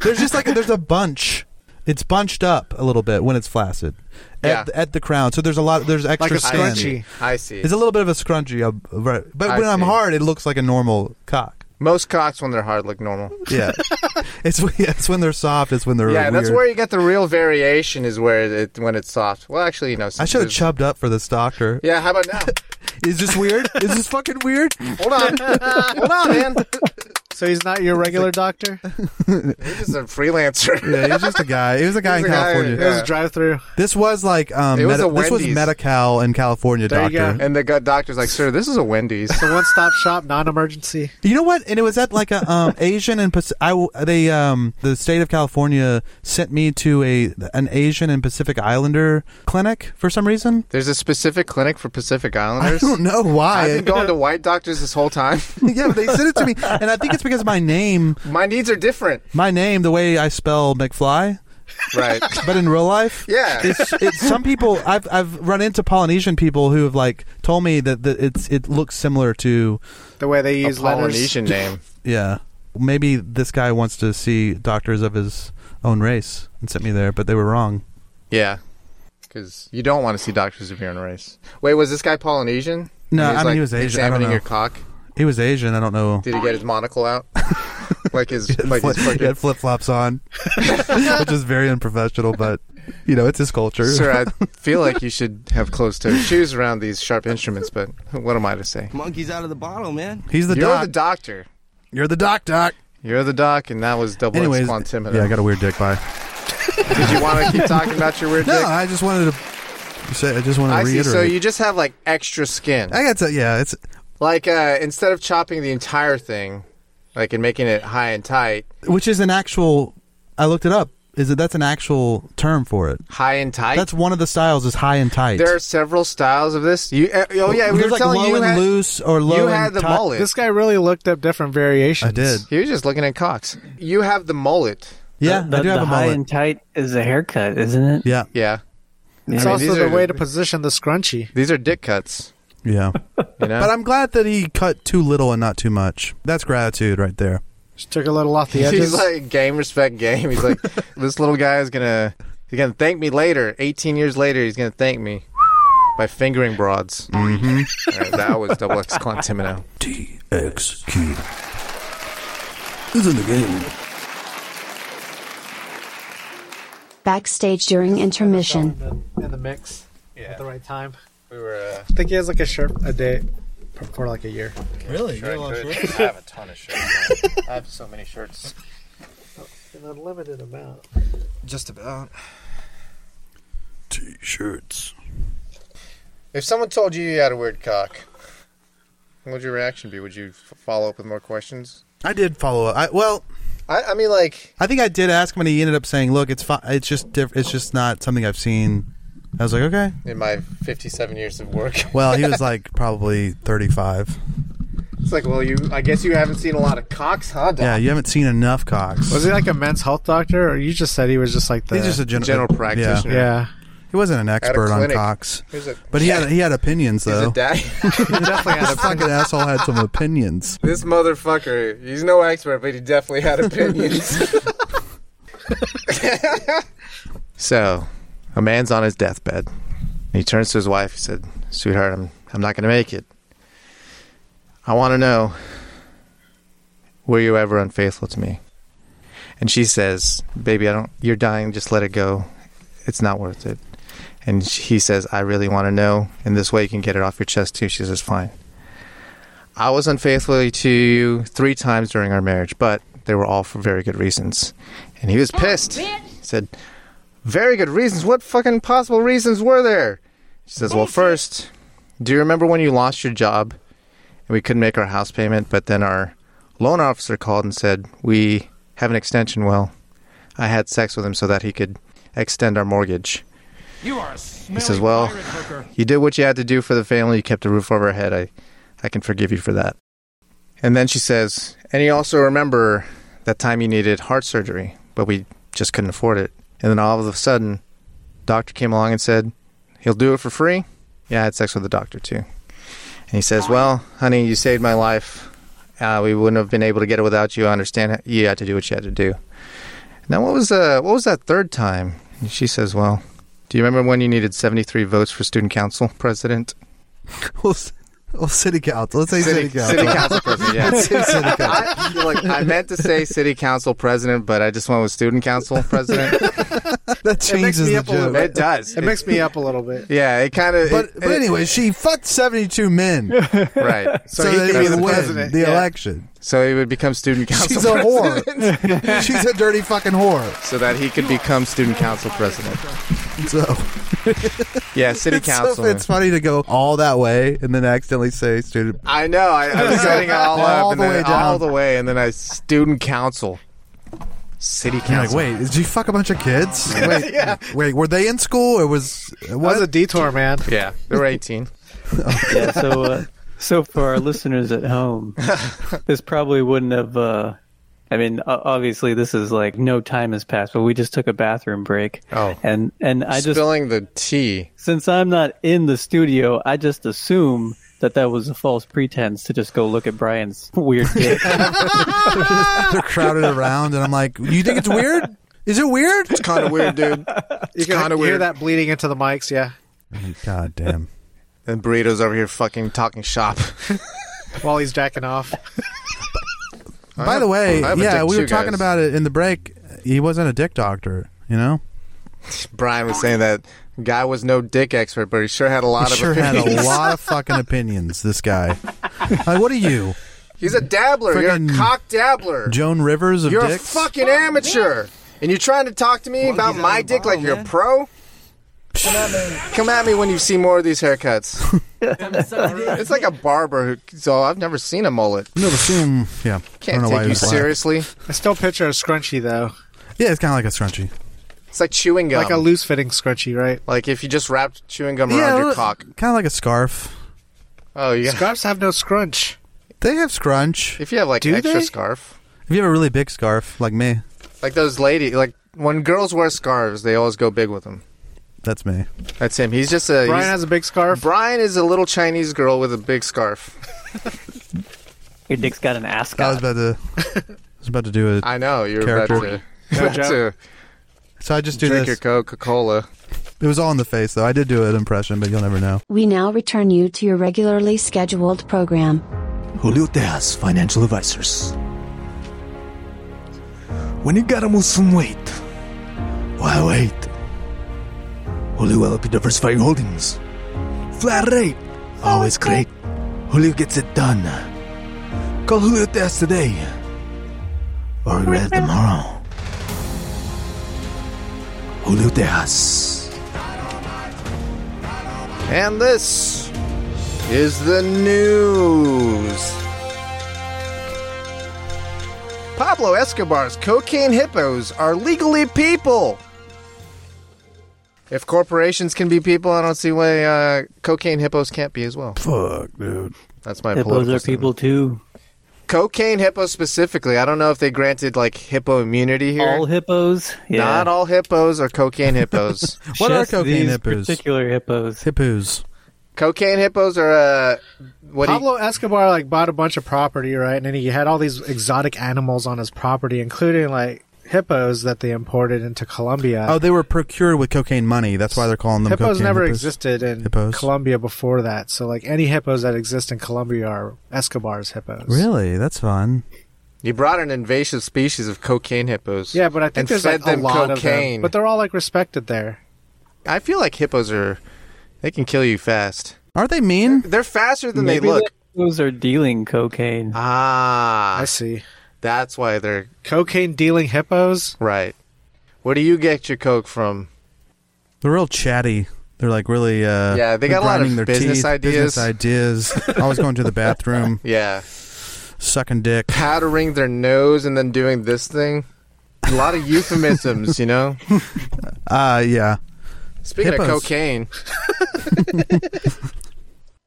[SPEAKER 2] there's just like there's a bunch. It's bunched up a little bit when it's flaccid. At,
[SPEAKER 1] Yeah.
[SPEAKER 2] the- at the crown, so there's a lot. There's extra
[SPEAKER 3] a
[SPEAKER 2] skin.
[SPEAKER 3] scrunchie.
[SPEAKER 1] I see.
[SPEAKER 2] It's a little bit of a scrunchie, uh, right. but
[SPEAKER 1] I
[SPEAKER 2] when I'm
[SPEAKER 1] see.
[SPEAKER 2] hard, it looks like a normal cock.
[SPEAKER 1] Most cocks when they're hard look normal.
[SPEAKER 2] Yeah, it's it's when they're soft. It's when they're
[SPEAKER 1] Yeah, that's
[SPEAKER 2] weird.
[SPEAKER 1] where you get the real variation is where it when it's soft. Well, actually, you know,
[SPEAKER 2] I should have
[SPEAKER 1] there's-
[SPEAKER 2] chubbed up for this doctor.
[SPEAKER 1] Yeah, how about now?
[SPEAKER 2] Is this weird? Is this fucking weird?
[SPEAKER 1] Hold on, hold on, man.
[SPEAKER 3] So he's not your regular doctor. It
[SPEAKER 1] He's a freelancer.
[SPEAKER 2] Yeah, he was just a guy. He was a guy
[SPEAKER 1] He
[SPEAKER 2] in
[SPEAKER 1] was a guy,
[SPEAKER 2] California.
[SPEAKER 1] yeah.
[SPEAKER 3] was drive-through.
[SPEAKER 2] This was like um,
[SPEAKER 1] It was
[SPEAKER 2] Medi-
[SPEAKER 1] a
[SPEAKER 2] this was
[SPEAKER 1] Wendy's.
[SPEAKER 2] Medi-Cal in California,
[SPEAKER 3] There you
[SPEAKER 2] doctor.
[SPEAKER 3] go.
[SPEAKER 1] And the gut doctor's like, sir, this is a Wendy's.
[SPEAKER 3] It's a one-stop shop, non-emergency.
[SPEAKER 2] You know what? And it was at like a um, Asian and Paci- I w- they um the state of California sent me to a an Asian and Pacific Islander clinic for some reason.
[SPEAKER 1] There's a specific clinic for Pacific
[SPEAKER 2] I
[SPEAKER 1] Islanders.
[SPEAKER 2] don't know
[SPEAKER 1] I've
[SPEAKER 2] why.
[SPEAKER 1] been going to white doctors this whole time.
[SPEAKER 2] yeah, but they sent it to me, and I think it's because my name,
[SPEAKER 1] My needs are different.
[SPEAKER 2] my name, the way I spell McFly,
[SPEAKER 1] Right.
[SPEAKER 2] but in real life,
[SPEAKER 1] Yeah.
[SPEAKER 2] It's, it's some people I've I've run into Polynesian people who have like told me that the, it's it looks similar to
[SPEAKER 3] The way they
[SPEAKER 1] A
[SPEAKER 3] use letters.
[SPEAKER 1] Polynesian name.
[SPEAKER 2] Yeah. Maybe this guy wants to see doctors of his own race and sent me there, but they were wrong.
[SPEAKER 1] Yeah. Because you don't want to see doctors of your own race. Wait, was this guy Polynesian?
[SPEAKER 2] No, I mean, he was Asian. I don't
[SPEAKER 1] Examining
[SPEAKER 2] know.
[SPEAKER 1] your cock.
[SPEAKER 2] He was Asian. I don't know.
[SPEAKER 1] Did he get his monocle out? like his, like
[SPEAKER 2] Fli-
[SPEAKER 1] his
[SPEAKER 2] he
[SPEAKER 1] fucking.
[SPEAKER 2] had flip flops on, which is very unprofessional, but, you know, it's his culture.
[SPEAKER 1] Sir, I feel like you should have closed-toed shoes around these sharp instruments, but what am I to say?
[SPEAKER 5] Monkey's out of the bottle, man.
[SPEAKER 2] He's the
[SPEAKER 1] You're
[SPEAKER 2] doc.
[SPEAKER 1] the doctor.
[SPEAKER 2] You're the doc, doc.
[SPEAKER 1] You're the doc, and that was double Anyways,
[SPEAKER 2] Anyways,
[SPEAKER 1] quantimeter.
[SPEAKER 2] yeah, I got a weird dick. Bye.
[SPEAKER 1] Did you want to keep talking about your weird
[SPEAKER 2] No,
[SPEAKER 1] dick?
[SPEAKER 2] I just wanted to say, I just wanted to
[SPEAKER 1] I see.
[SPEAKER 2] reiterate.
[SPEAKER 1] So you just have like extra skin.
[SPEAKER 2] I got to, yeah, it's,
[SPEAKER 1] Like uh, instead of chopping the entire thing, like and making it high and tight,
[SPEAKER 2] which is an actual, I looked it up. Is that that's an actual term for it?
[SPEAKER 1] high and tight.
[SPEAKER 2] That's one of the styles is high and tight.
[SPEAKER 1] there are several styles of this. You, uh, oh yeah, we
[SPEAKER 2] There's
[SPEAKER 1] were
[SPEAKER 2] like
[SPEAKER 1] telling
[SPEAKER 2] low
[SPEAKER 1] you
[SPEAKER 2] and
[SPEAKER 1] had,
[SPEAKER 2] loose or low
[SPEAKER 1] you
[SPEAKER 2] and
[SPEAKER 1] had the
[SPEAKER 2] tight.
[SPEAKER 1] mullet.
[SPEAKER 3] This guy really looked up different variations.
[SPEAKER 2] I did.
[SPEAKER 1] he was just looking at cocks. You have the mullet.
[SPEAKER 2] Yeah,
[SPEAKER 4] the,
[SPEAKER 2] I do
[SPEAKER 4] the
[SPEAKER 2] have a
[SPEAKER 4] high
[SPEAKER 2] mullet.
[SPEAKER 4] and tight is a haircut, isn't it?
[SPEAKER 2] yeah,
[SPEAKER 1] Yeah,
[SPEAKER 3] It's
[SPEAKER 1] I mean,
[SPEAKER 3] also
[SPEAKER 1] these
[SPEAKER 3] the
[SPEAKER 1] are-
[SPEAKER 3] way to position the scrunchie.
[SPEAKER 1] these are dick cuts. You know,
[SPEAKER 2] yeah. but I'm glad that he cut too little and not too much. That's gratitude right there.
[SPEAKER 3] Just took a little off the edges.
[SPEAKER 1] he's like game respect game. He's like this little guy is gonna he's gonna thank me later. 18 years later, he's gonna thank me by fingering broads. Mm-hmm. that was double X Quantimino.
[SPEAKER 2] DXQ is in the game.
[SPEAKER 9] Backstage during intermission.
[SPEAKER 3] in, the, in the mix at the right time.
[SPEAKER 1] We were. Uh,
[SPEAKER 3] I think he has like a shirt a day for- for like a year.
[SPEAKER 2] Really?
[SPEAKER 1] I have a ton of shirts. I have so many shirts.
[SPEAKER 3] An unlimited amount.
[SPEAKER 1] Just about.
[SPEAKER 2] T-shirts.
[SPEAKER 1] If someone told you you had a weird cock, what would your reaction be? Would you f- follow up with more questions?
[SPEAKER 2] I did follow up. I, well,
[SPEAKER 1] I, I mean, like,
[SPEAKER 2] I think I did ask him, and he ended up saying, "Look, it's fi- it's just diff- it's just not something I've seen." I was like, "Okay."
[SPEAKER 1] in my 57 years of work,
[SPEAKER 2] Well, he was like probably thirty-five.
[SPEAKER 1] it's like, well, you, I guess you haven't seen a lot of cocks, huh? Doc?
[SPEAKER 2] Yeah, you haven't seen enough cocks.
[SPEAKER 3] Was he like a men's health doctor, or you just said he was just like the?
[SPEAKER 2] He's just a gen-
[SPEAKER 1] General
[SPEAKER 2] yeah.
[SPEAKER 1] practitioner.
[SPEAKER 3] yeah,
[SPEAKER 2] He wasn't an expert on
[SPEAKER 1] clinic.
[SPEAKER 2] cocks,
[SPEAKER 1] Here's a-
[SPEAKER 2] but he had he had opinions
[SPEAKER 1] He's
[SPEAKER 2] though.
[SPEAKER 1] a dad.
[SPEAKER 3] definitely
[SPEAKER 2] This
[SPEAKER 3] had a.
[SPEAKER 2] fucking asshole had some opinions.
[SPEAKER 1] this motherfucker, he's no expert, but he definitely had opinions. so, a man's on his deathbed. He turns to his wife. He said, "Sweetheart, I'm I'm not going to make it. I want to know, were you ever unfaithful to me?" And she says, "Baby, I don't. You're dying. Just let it go. It's not worth it." And sh- he says, "I really want to know, and this way you can get it off your chest too." She says, "Fine." I was unfaithful to you three times during our marriage, but they were all for very good reasons. And he was pissed. He said, Very good reasons? What fucking possible reasons were there? She says, Well, first, do you remember when you lost your job and we couldn't make our house payment, but then our loan officer called and said, We have an extension. Well, I had sex with him so that he could extend our mortgage. You are a he says, Well, you did what you had to do for the family. You kept a roof over our head. I, I can forgive you for that. And then she says, and you also remember that time you needed heart surgery, but we just couldn't afford it. And then all of a sudden, doctor came along and said, he'll do it for free. Yeah, I had sex with the doctor too. And he says, well, honey, you saved my life. Uh, we wouldn't have been able to get it without you. I understand. You had to do what you had to do. Now, what was uh, what was that third time? And she says, well, do you remember when you needed 73 votes for student council president?
[SPEAKER 2] Well, c- well, city council. Let's say city, council.
[SPEAKER 1] City council president. Yeah.
[SPEAKER 2] Let's say city council.
[SPEAKER 1] I, like, I meant to say city council president, but I just went with student council president.
[SPEAKER 2] that
[SPEAKER 3] It makes
[SPEAKER 2] changes
[SPEAKER 3] me
[SPEAKER 2] the
[SPEAKER 3] up a little
[SPEAKER 2] joke.
[SPEAKER 3] bit.
[SPEAKER 1] It does.
[SPEAKER 3] It makes me up a little bit.
[SPEAKER 1] Yeah, it kind of.
[SPEAKER 2] But, but anyway, she fucked 72 men
[SPEAKER 1] right.
[SPEAKER 2] so,
[SPEAKER 1] So, he
[SPEAKER 2] they
[SPEAKER 1] could be
[SPEAKER 2] would
[SPEAKER 1] the
[SPEAKER 2] win
[SPEAKER 1] president.
[SPEAKER 2] the
[SPEAKER 1] yeah.
[SPEAKER 2] election.
[SPEAKER 1] So he would become student council.
[SPEAKER 2] She's a
[SPEAKER 1] president
[SPEAKER 2] whore. She's a dirty fucking whore.
[SPEAKER 1] So that he could become student council president.
[SPEAKER 2] So
[SPEAKER 1] Yeah, city
[SPEAKER 2] it's, so-
[SPEAKER 1] council.
[SPEAKER 2] it's funny to go all that way and then accidentally say student.
[SPEAKER 1] I know. I, I was setting it all up
[SPEAKER 2] All
[SPEAKER 1] and
[SPEAKER 2] the
[SPEAKER 1] then
[SPEAKER 2] way down.
[SPEAKER 1] all the way, and then I student council, city
[SPEAKER 2] You're like,
[SPEAKER 1] council.
[SPEAKER 2] wait, did you fuck a bunch of kids? Wait, wait, were they in school or was
[SPEAKER 3] That was a
[SPEAKER 2] what?
[SPEAKER 3] detour, man.
[SPEAKER 1] Yeah, they were eighteen.
[SPEAKER 4] yeah, so uh, so for our listeners at home, this probably wouldn't have. Uh, I mean, o- obviously, this is like no time has passed, but we just took a bathroom break.
[SPEAKER 1] Oh.
[SPEAKER 4] and and I just
[SPEAKER 1] Spilling the tea.
[SPEAKER 4] since I'm not in the studio, I just assume that that was a false pretense to just go look at Brian's weird dick.
[SPEAKER 2] They're crowded around, and I'm like, you think it's weird? Is it weird?
[SPEAKER 1] It's kind of weird, dude.
[SPEAKER 3] You
[SPEAKER 1] kinda
[SPEAKER 3] can hear
[SPEAKER 1] weird.
[SPEAKER 3] that bleeding into the mics. Yeah.
[SPEAKER 2] God damn.
[SPEAKER 1] And burritos over here, fucking talking shop.
[SPEAKER 3] While he's jacking off.
[SPEAKER 2] By the way,
[SPEAKER 1] I have a
[SPEAKER 2] yeah,
[SPEAKER 1] dick
[SPEAKER 2] we were
[SPEAKER 1] too,
[SPEAKER 2] talking
[SPEAKER 1] guys.
[SPEAKER 2] about it in the break. He wasn't a dick doctor, you know.
[SPEAKER 1] Brian was saying that guy was no dick expert, but he sure had a lot
[SPEAKER 2] He
[SPEAKER 1] of
[SPEAKER 2] sure had
[SPEAKER 1] opinions.
[SPEAKER 2] a lot of fucking opinions. This guy. Like, what are you,
[SPEAKER 1] He's a dabbler. You're
[SPEAKER 2] Friggin'
[SPEAKER 1] a cock dabbler.
[SPEAKER 2] Joan Rivers of
[SPEAKER 1] You're a
[SPEAKER 2] dicks?
[SPEAKER 1] fucking amateur. And you're trying to talk to me about my dick like you're a pro? Come at me when you see more of these haircuts. it's like a barber who. So I've never seen a mullet.
[SPEAKER 2] No, assume. Yeah, I
[SPEAKER 1] Can't
[SPEAKER 2] don't know why
[SPEAKER 1] take
[SPEAKER 2] he
[SPEAKER 1] you
[SPEAKER 2] was black.
[SPEAKER 1] seriously.
[SPEAKER 3] I still picture a scrunchie though,
[SPEAKER 2] Yeah, it's kind of like a scrunchie.
[SPEAKER 1] It's like chewing gum.
[SPEAKER 3] like a loose fitting scrunchie, right?
[SPEAKER 1] Like if you just wrapped chewing gum
[SPEAKER 2] yeah,
[SPEAKER 1] around your cock.
[SPEAKER 2] kind of like a scarf.
[SPEAKER 1] Oh, yeah.
[SPEAKER 3] Scarves have no scrunch.
[SPEAKER 2] They have scrunch.
[SPEAKER 1] If you have like
[SPEAKER 3] Do
[SPEAKER 1] extra
[SPEAKER 3] they?
[SPEAKER 1] scarf,
[SPEAKER 2] If you have a really big scarf like me,
[SPEAKER 1] like those lady, like when girls wear scarves, they always go big with them.
[SPEAKER 2] that's me.
[SPEAKER 1] That's him. He's just a.
[SPEAKER 3] Brian
[SPEAKER 1] he's-
[SPEAKER 3] has a big scarf.
[SPEAKER 1] Brian is a little Chinese girl with a big scarf.
[SPEAKER 4] Your dick's got an
[SPEAKER 2] I was
[SPEAKER 4] ascot.
[SPEAKER 2] about to. I was about to do it.
[SPEAKER 1] I know you're
[SPEAKER 2] Character.
[SPEAKER 1] about to,
[SPEAKER 3] joke.
[SPEAKER 1] to
[SPEAKER 2] So I just do
[SPEAKER 1] drink
[SPEAKER 2] this.
[SPEAKER 1] your Coca Cola.
[SPEAKER 2] It was all in the face, though. I did do an impression, but you'll never know.
[SPEAKER 9] We now return you to your regularly scheduled program.
[SPEAKER 5] Julio Tejas Financial Advisors. When you gotta lose some weight, why wait? Julio LP Diversifying Holdings. Flat rate, always great. Julio gets it done. Call Julio Tejas today, or regret it tomorrow. Julio Tejas.
[SPEAKER 1] And this is the news. Pablo Escobar's cocaine hippos are legally people. If corporations can be people, I don't see why uh, cocaine hippos can't be as well.
[SPEAKER 2] Fuck, dude.
[SPEAKER 1] That's my
[SPEAKER 4] Hippos
[SPEAKER 1] political
[SPEAKER 4] are
[SPEAKER 1] statement.
[SPEAKER 4] people too.
[SPEAKER 1] Cocaine hippos specifically. I don't know if they granted like hippo immunity here.
[SPEAKER 4] All hippos. Yeah.
[SPEAKER 1] Not all hippos are cocaine hippos.
[SPEAKER 2] What are
[SPEAKER 4] Just
[SPEAKER 2] cocaine
[SPEAKER 4] these
[SPEAKER 2] hippos?
[SPEAKER 4] Particular hippos.
[SPEAKER 2] Hippos.
[SPEAKER 1] cocaine hippos are uh, what do you-
[SPEAKER 3] Pablo Escobar like bought a bunch of property, right? And then he had all these exotic animals on his property, including like hippos that they imported into Colombia.
[SPEAKER 2] Oh, they were procured with cocaine money. That's why they're calling them
[SPEAKER 3] hippos
[SPEAKER 2] cocaine
[SPEAKER 3] never
[SPEAKER 2] hippos.
[SPEAKER 3] existed in
[SPEAKER 2] Hippos.
[SPEAKER 3] Colombia before that. So like any hippos that exist in Colombia are Escobar's hippos.
[SPEAKER 2] Really? That's fun.
[SPEAKER 1] You brought an invasive species of cocaine hippos.
[SPEAKER 3] Yeah, but I think
[SPEAKER 1] and
[SPEAKER 3] there's
[SPEAKER 1] fed
[SPEAKER 3] like a
[SPEAKER 1] them
[SPEAKER 3] lot
[SPEAKER 1] cocaine.
[SPEAKER 3] of them. But they're all like respected there.
[SPEAKER 1] I feel like hippos are they can kill you fast.
[SPEAKER 2] Aren't they mean?
[SPEAKER 1] They're faster than
[SPEAKER 4] Maybe
[SPEAKER 1] they look.
[SPEAKER 4] the hippos are dealing cocaine.
[SPEAKER 1] Ah,
[SPEAKER 3] I see.
[SPEAKER 1] that's why they're
[SPEAKER 3] Cocaine dealing hippos.
[SPEAKER 1] right. Where do you get your coke from?
[SPEAKER 2] They're real chatty. They're like really. Uh,
[SPEAKER 1] Yeah, they
[SPEAKER 2] they're
[SPEAKER 1] got a lot of
[SPEAKER 2] grinding their
[SPEAKER 1] business
[SPEAKER 2] teeth,
[SPEAKER 1] ideas.
[SPEAKER 2] Business ideas. Always going to the bathroom,
[SPEAKER 1] Yeah,
[SPEAKER 2] sucking dick.
[SPEAKER 1] powdering their nose and then doing this thing. A lot of euphemisms, you know.
[SPEAKER 2] Uh, yeah.
[SPEAKER 1] Speaking of
[SPEAKER 2] Hippos.
[SPEAKER 1] cocaine,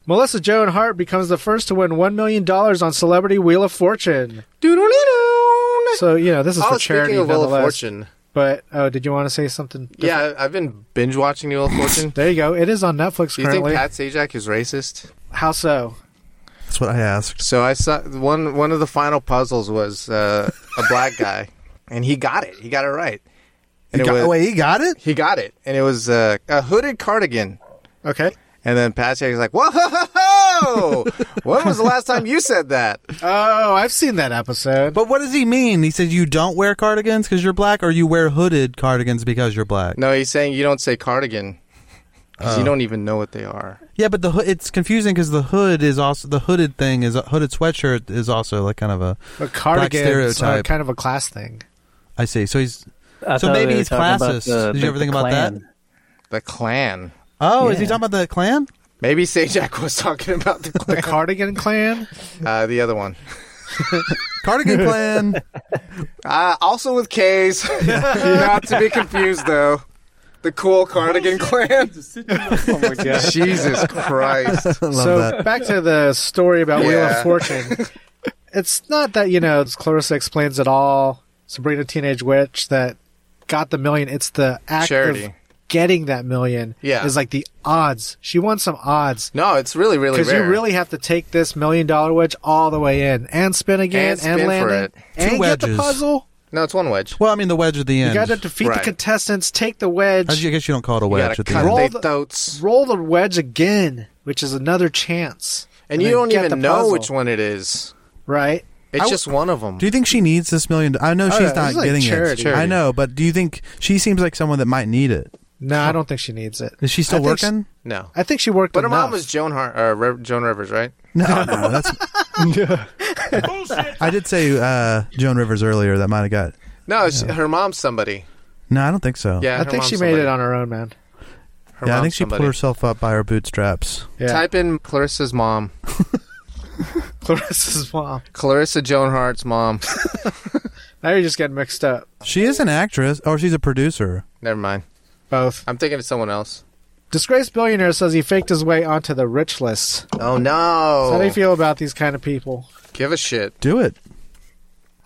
[SPEAKER 3] Melissa Joan Hart becomes the first to win one million dollars on Celebrity Wheel of Fortune.
[SPEAKER 1] Doodle-dee-doo.
[SPEAKER 3] So you know this is
[SPEAKER 1] Oh,
[SPEAKER 3] for charity.
[SPEAKER 1] speaking of Wheel of
[SPEAKER 3] nonetheless.
[SPEAKER 1] Fortune,
[SPEAKER 3] But oh, did you want to say something? different?
[SPEAKER 1] yeah, I've been binge watching Wheel of Fortune.
[SPEAKER 3] There you go. It is on Netflix
[SPEAKER 1] Do you think
[SPEAKER 3] currently.
[SPEAKER 1] Pat Sajak is racist?
[SPEAKER 3] How so?
[SPEAKER 2] That's what I asked.
[SPEAKER 1] So I saw one one of the final puzzles was uh, a black guy, and he got it. He got it right.
[SPEAKER 2] He
[SPEAKER 1] And it
[SPEAKER 2] got,
[SPEAKER 1] was-
[SPEAKER 2] wait, he got it?
[SPEAKER 1] he got it, and it was uh, a hooded cardigan.
[SPEAKER 3] Okay.
[SPEAKER 1] And then Pat Sajak was like, "Whoa!" Whoa! when was the last time you said that?
[SPEAKER 3] Oh, I've seen that episode.
[SPEAKER 2] But what does he mean? He says you don't wear cardigans because you're black, or you wear hooded cardigans because you're black.
[SPEAKER 1] No, he's saying you don't say cardigan because
[SPEAKER 2] Oh.
[SPEAKER 1] you don't even know what they are.
[SPEAKER 2] Yeah, but the hood, it's confusing because the hood is also the hooded thing is a hooded sweatshirt is also like kind of a.
[SPEAKER 3] But cardigans are
[SPEAKER 2] stereotype.
[SPEAKER 3] kind of a class thing.
[SPEAKER 2] I see. So he's
[SPEAKER 4] I
[SPEAKER 2] So
[SPEAKER 4] thought
[SPEAKER 2] maybe
[SPEAKER 4] they were
[SPEAKER 2] he's
[SPEAKER 4] talking about
[SPEAKER 2] classist. Did you ever think about that?
[SPEAKER 4] Klan.
[SPEAKER 1] The clan.
[SPEAKER 2] oh, is he
[SPEAKER 4] Yeah.
[SPEAKER 2] talking about the clan?
[SPEAKER 1] Maybe Sajak was talking about the
[SPEAKER 3] The
[SPEAKER 1] clan.
[SPEAKER 3] cardigan clan?
[SPEAKER 1] uh, the other one.
[SPEAKER 2] Cardigan clan.
[SPEAKER 1] Uh, also with K's. Not to be confused, though. The cool cardigan clan.
[SPEAKER 4] Oh my god!
[SPEAKER 1] Jesus Christ.
[SPEAKER 2] Love
[SPEAKER 3] so
[SPEAKER 2] that.
[SPEAKER 3] back to the story about Wheel
[SPEAKER 1] Yeah.
[SPEAKER 3] of Fortune. it's not that you know as Clarissa explains it all. Sabrina Teenage Witch that got the million. It's the act of
[SPEAKER 1] Charity.
[SPEAKER 3] getting that million.
[SPEAKER 1] Yeah.
[SPEAKER 3] is like the odds. She won some odds
[SPEAKER 1] No, it's really, really
[SPEAKER 3] because you
[SPEAKER 1] rare.
[SPEAKER 3] really have to take this million dollar wedge all the way in and spin again
[SPEAKER 1] And
[SPEAKER 3] and,
[SPEAKER 1] spin for
[SPEAKER 3] land
[SPEAKER 1] it.
[SPEAKER 3] and
[SPEAKER 2] Two
[SPEAKER 3] get the
[SPEAKER 2] wedges.
[SPEAKER 3] puzzle.
[SPEAKER 1] no, it's one wedge.
[SPEAKER 2] Well, I mean the wedge at the
[SPEAKER 3] You
[SPEAKER 2] end.
[SPEAKER 3] got to defeat the
[SPEAKER 1] Right.
[SPEAKER 3] contestants, take the wedge,
[SPEAKER 2] I guess you don't call it a
[SPEAKER 1] You
[SPEAKER 2] wedge
[SPEAKER 1] gotta
[SPEAKER 2] at the
[SPEAKER 1] cut
[SPEAKER 2] end.
[SPEAKER 3] Roll
[SPEAKER 1] they
[SPEAKER 3] the-
[SPEAKER 1] thoughts.
[SPEAKER 3] roll the wedge again, which is another chance.
[SPEAKER 1] And, you
[SPEAKER 3] then
[SPEAKER 1] don't
[SPEAKER 3] get the
[SPEAKER 1] even know
[SPEAKER 3] puzzle,
[SPEAKER 1] which one it is.
[SPEAKER 3] right?
[SPEAKER 1] It's
[SPEAKER 2] I w-
[SPEAKER 1] just one of them.
[SPEAKER 2] Do you think she needs this million? I know
[SPEAKER 3] Oh,
[SPEAKER 2] she's
[SPEAKER 3] yeah,
[SPEAKER 2] not
[SPEAKER 3] it's like
[SPEAKER 2] getting
[SPEAKER 3] charity.
[SPEAKER 2] it. I know, but do you think she seems like someone that might need it?
[SPEAKER 3] No, I don't think she needs it.
[SPEAKER 2] Is she
[SPEAKER 3] I
[SPEAKER 2] still
[SPEAKER 3] think she-
[SPEAKER 2] working?
[SPEAKER 1] no.
[SPEAKER 3] I think she worked.
[SPEAKER 1] But her
[SPEAKER 3] enough.
[SPEAKER 1] mom was Joan Har- uh, Rev- Joan Rivers, right?
[SPEAKER 2] No, no, that's. I did say uh, Joan Rivers earlier. That might have got.
[SPEAKER 1] No, it's, her mom's somebody.
[SPEAKER 2] No, I don't think so.
[SPEAKER 1] Yeah,
[SPEAKER 3] I think she made it on her own, man.
[SPEAKER 1] Her
[SPEAKER 2] yeah I
[SPEAKER 1] mom's
[SPEAKER 2] think she
[SPEAKER 1] somebody.
[SPEAKER 2] pulled herself up by her bootstraps.
[SPEAKER 3] Yeah.
[SPEAKER 1] Type in Clarissa's mom.
[SPEAKER 3] Clarissa's mom.
[SPEAKER 1] Clarissa Joan Hart's mom.
[SPEAKER 3] Now you're just getting mixed up.
[SPEAKER 2] She is an actress, or she's a producer.
[SPEAKER 1] Never mind.
[SPEAKER 3] Both.
[SPEAKER 1] I'm thinking of someone else.
[SPEAKER 3] Disgraced billionaire says he faked his way onto the rich list.
[SPEAKER 1] Oh no!
[SPEAKER 3] How do you feel about these kind of people?
[SPEAKER 1] Give a shit.
[SPEAKER 2] Do it.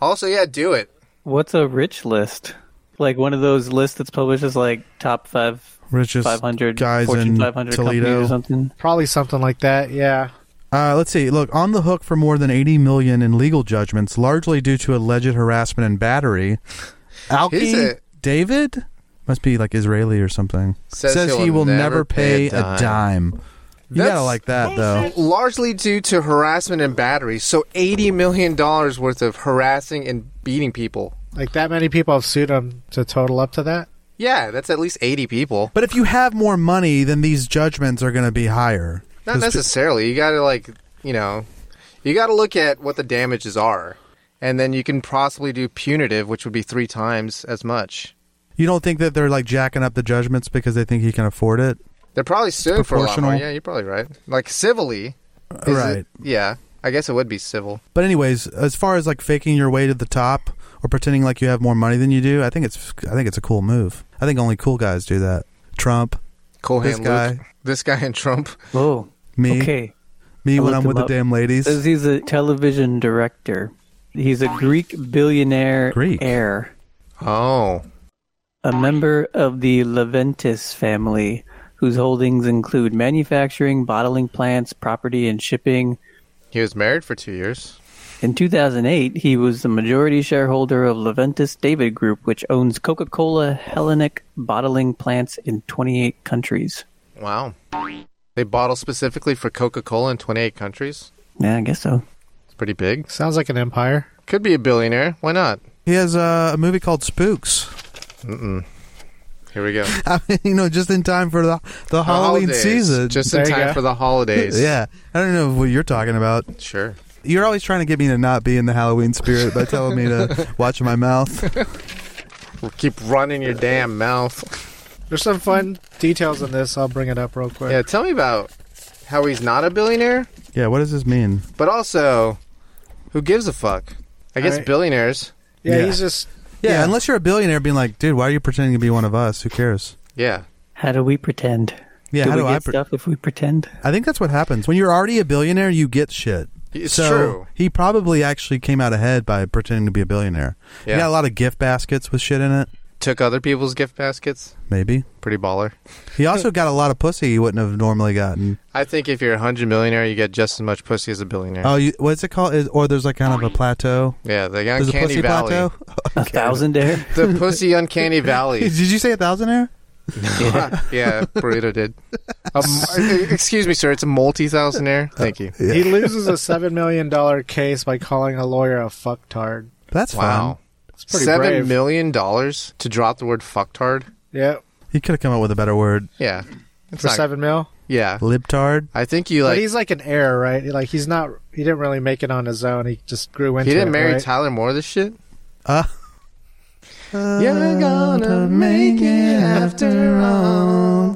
[SPEAKER 1] Also, yeah, do it.
[SPEAKER 4] What's a rich list? Like one of those lists that's published as like top five,
[SPEAKER 2] Richest
[SPEAKER 4] five hundred,
[SPEAKER 2] guys
[SPEAKER 4] Fortune
[SPEAKER 2] in
[SPEAKER 4] five hundred companies or
[SPEAKER 2] Toledo.
[SPEAKER 4] something.
[SPEAKER 3] Probably something like that. Yeah.
[SPEAKER 2] Uh, let's see. Look, on the hook for more than 80 million in legal judgments, largely due to alleged harassment and battery.
[SPEAKER 1] He's
[SPEAKER 2] Alki
[SPEAKER 1] a-
[SPEAKER 2] David must be like Israeli or something.
[SPEAKER 1] Says
[SPEAKER 2] he
[SPEAKER 1] he'll
[SPEAKER 2] will
[SPEAKER 1] never
[SPEAKER 2] never pay, a dime. You gotta
[SPEAKER 1] That's
[SPEAKER 2] like that though.
[SPEAKER 1] Largely due to harassment and battery. So, eighty million dollars worth of harassing and beating people.
[SPEAKER 3] Like that many people have sued him to total up to that.
[SPEAKER 1] Yeah, that's at least eighty people.
[SPEAKER 2] But if you have more money, then these judgments are gonna be higher.
[SPEAKER 1] Not
[SPEAKER 2] 'Cause pe-
[SPEAKER 1] necessarily. You got to like, you know, you got to look at what the damages are, and then you can possibly do punitive, which would be three times as much.
[SPEAKER 2] You don't think that they're like jacking up the judgments because they think he can afford it?
[SPEAKER 1] They're probably suing for a lot more.
[SPEAKER 2] Proportional.
[SPEAKER 1] Yeah, you're probably right. Like civilly, is it-
[SPEAKER 2] right.
[SPEAKER 1] yeah, I guess it would be civil.
[SPEAKER 2] But anyways, as far as like faking your way to the top or pretending like you have more money than you do, I think it's I think it's a cool move. I think only cool guys do that. Trump,
[SPEAKER 1] Cool
[SPEAKER 2] This
[SPEAKER 1] hand Luke,
[SPEAKER 2] guy.
[SPEAKER 1] this guy, and Trump.
[SPEAKER 4] Oh,
[SPEAKER 2] me,
[SPEAKER 4] okay.
[SPEAKER 2] me
[SPEAKER 4] I
[SPEAKER 2] when
[SPEAKER 4] looked
[SPEAKER 2] I'm with
[SPEAKER 4] him
[SPEAKER 2] the
[SPEAKER 4] up.
[SPEAKER 2] damn ladies.
[SPEAKER 4] Says he's a television director. He's a Greek billionaire
[SPEAKER 2] Greek.
[SPEAKER 4] heir,
[SPEAKER 1] Oh,
[SPEAKER 4] a member of the Leventis family, whose holdings include manufacturing, bottling plants, property, and shipping.
[SPEAKER 1] he was married for two years.
[SPEAKER 4] In 2008, he was the majority shareholder of Leventis David Group, which owns Coca Cola Hellenic bottling plants in 28 countries.
[SPEAKER 1] Wow, they bottle specifically for Coca Cola in 28 countries.
[SPEAKER 4] Yeah, I guess so.
[SPEAKER 1] It's pretty big.
[SPEAKER 3] Sounds like an empire.
[SPEAKER 1] Could be a billionaire. Why not?
[SPEAKER 2] He has uh, a movie called Spooks.
[SPEAKER 1] Here we go.
[SPEAKER 2] I mean, you know, just in time for the the Halloween
[SPEAKER 1] Holidays.
[SPEAKER 2] season.
[SPEAKER 1] just in
[SPEAKER 3] There you
[SPEAKER 1] time
[SPEAKER 3] go.
[SPEAKER 1] for the holidays.
[SPEAKER 2] yeah, I don't know what you're talking about.
[SPEAKER 1] sure.
[SPEAKER 2] You're always trying to get me to not be in the Halloween spirit by telling me to watch my mouth.
[SPEAKER 1] We'll keep running your damn mouth.
[SPEAKER 3] There's some fun details in this. I'll bring it up real quick.
[SPEAKER 1] Yeah, tell me about how he's not a billionaire,
[SPEAKER 2] Yeah, what does this mean?
[SPEAKER 1] but also who gives a fuck? I guess
[SPEAKER 3] right.
[SPEAKER 1] billionaires.
[SPEAKER 3] Yeah,
[SPEAKER 2] Yeah.
[SPEAKER 3] he's just
[SPEAKER 2] Yeah,
[SPEAKER 3] Yeah.
[SPEAKER 2] unless you're a billionaire, being like, dude, why are you pretending to be one of us? Who cares?
[SPEAKER 1] Yeah.
[SPEAKER 4] How do we pretend?
[SPEAKER 2] Yeah,
[SPEAKER 4] do
[SPEAKER 2] how
[SPEAKER 4] we
[SPEAKER 2] do
[SPEAKER 4] get
[SPEAKER 2] I pre-
[SPEAKER 4] stuff if we pretend?
[SPEAKER 2] I think that's what happens. When you're already a billionaire, you get shit.
[SPEAKER 1] It's
[SPEAKER 2] so
[SPEAKER 1] true.
[SPEAKER 2] He probably actually came out ahead by pretending to be a billionaire. He
[SPEAKER 1] Yeah.
[SPEAKER 2] got a lot of gift baskets with shit in it,
[SPEAKER 1] Took other people's gift baskets.
[SPEAKER 2] maybe.
[SPEAKER 1] Pretty baller.
[SPEAKER 2] He also got a lot of pussy he wouldn't have normally gotten.
[SPEAKER 1] I think if you're a hundred millionaire, you get just as much pussy as a billionaire.
[SPEAKER 2] Oh, you, what's it called? Is, or there's like kind of a plateau.
[SPEAKER 1] yeah, the
[SPEAKER 2] There's a
[SPEAKER 1] uncanny
[SPEAKER 2] pussy
[SPEAKER 1] valley.
[SPEAKER 2] plateau.
[SPEAKER 4] A thousand there?
[SPEAKER 1] The pussy uncanny
[SPEAKER 2] Did
[SPEAKER 1] valley.
[SPEAKER 2] you say a thousandaire?
[SPEAKER 1] yeah, burrito did. Um, excuse me, sir. It's a multi-thousandaire.
[SPEAKER 3] Uh,
[SPEAKER 1] Thank you.
[SPEAKER 3] He loses a seven million dollar case by calling a lawyer a fucktard.
[SPEAKER 2] That's
[SPEAKER 1] Wow,
[SPEAKER 3] It's pretty
[SPEAKER 1] seven million
[SPEAKER 3] brave.
[SPEAKER 1] dollars to drop the word "fucktard."
[SPEAKER 3] Yeah,
[SPEAKER 2] fine. He could have come up with a better word.
[SPEAKER 1] Yeah, it's
[SPEAKER 3] for
[SPEAKER 1] not-
[SPEAKER 3] seven mil.
[SPEAKER 1] Yeah,
[SPEAKER 2] Libtard.
[SPEAKER 1] I think you
[SPEAKER 3] But
[SPEAKER 1] like.
[SPEAKER 3] he's like an heir, right? Like he's not. He didn't really make it on his own. He just grew into.
[SPEAKER 1] He didn't
[SPEAKER 3] it,
[SPEAKER 1] marry
[SPEAKER 3] right?
[SPEAKER 1] Tyler Moore. This shit.
[SPEAKER 2] Uh,
[SPEAKER 1] You're
[SPEAKER 3] Uh,
[SPEAKER 1] gonna make it after all.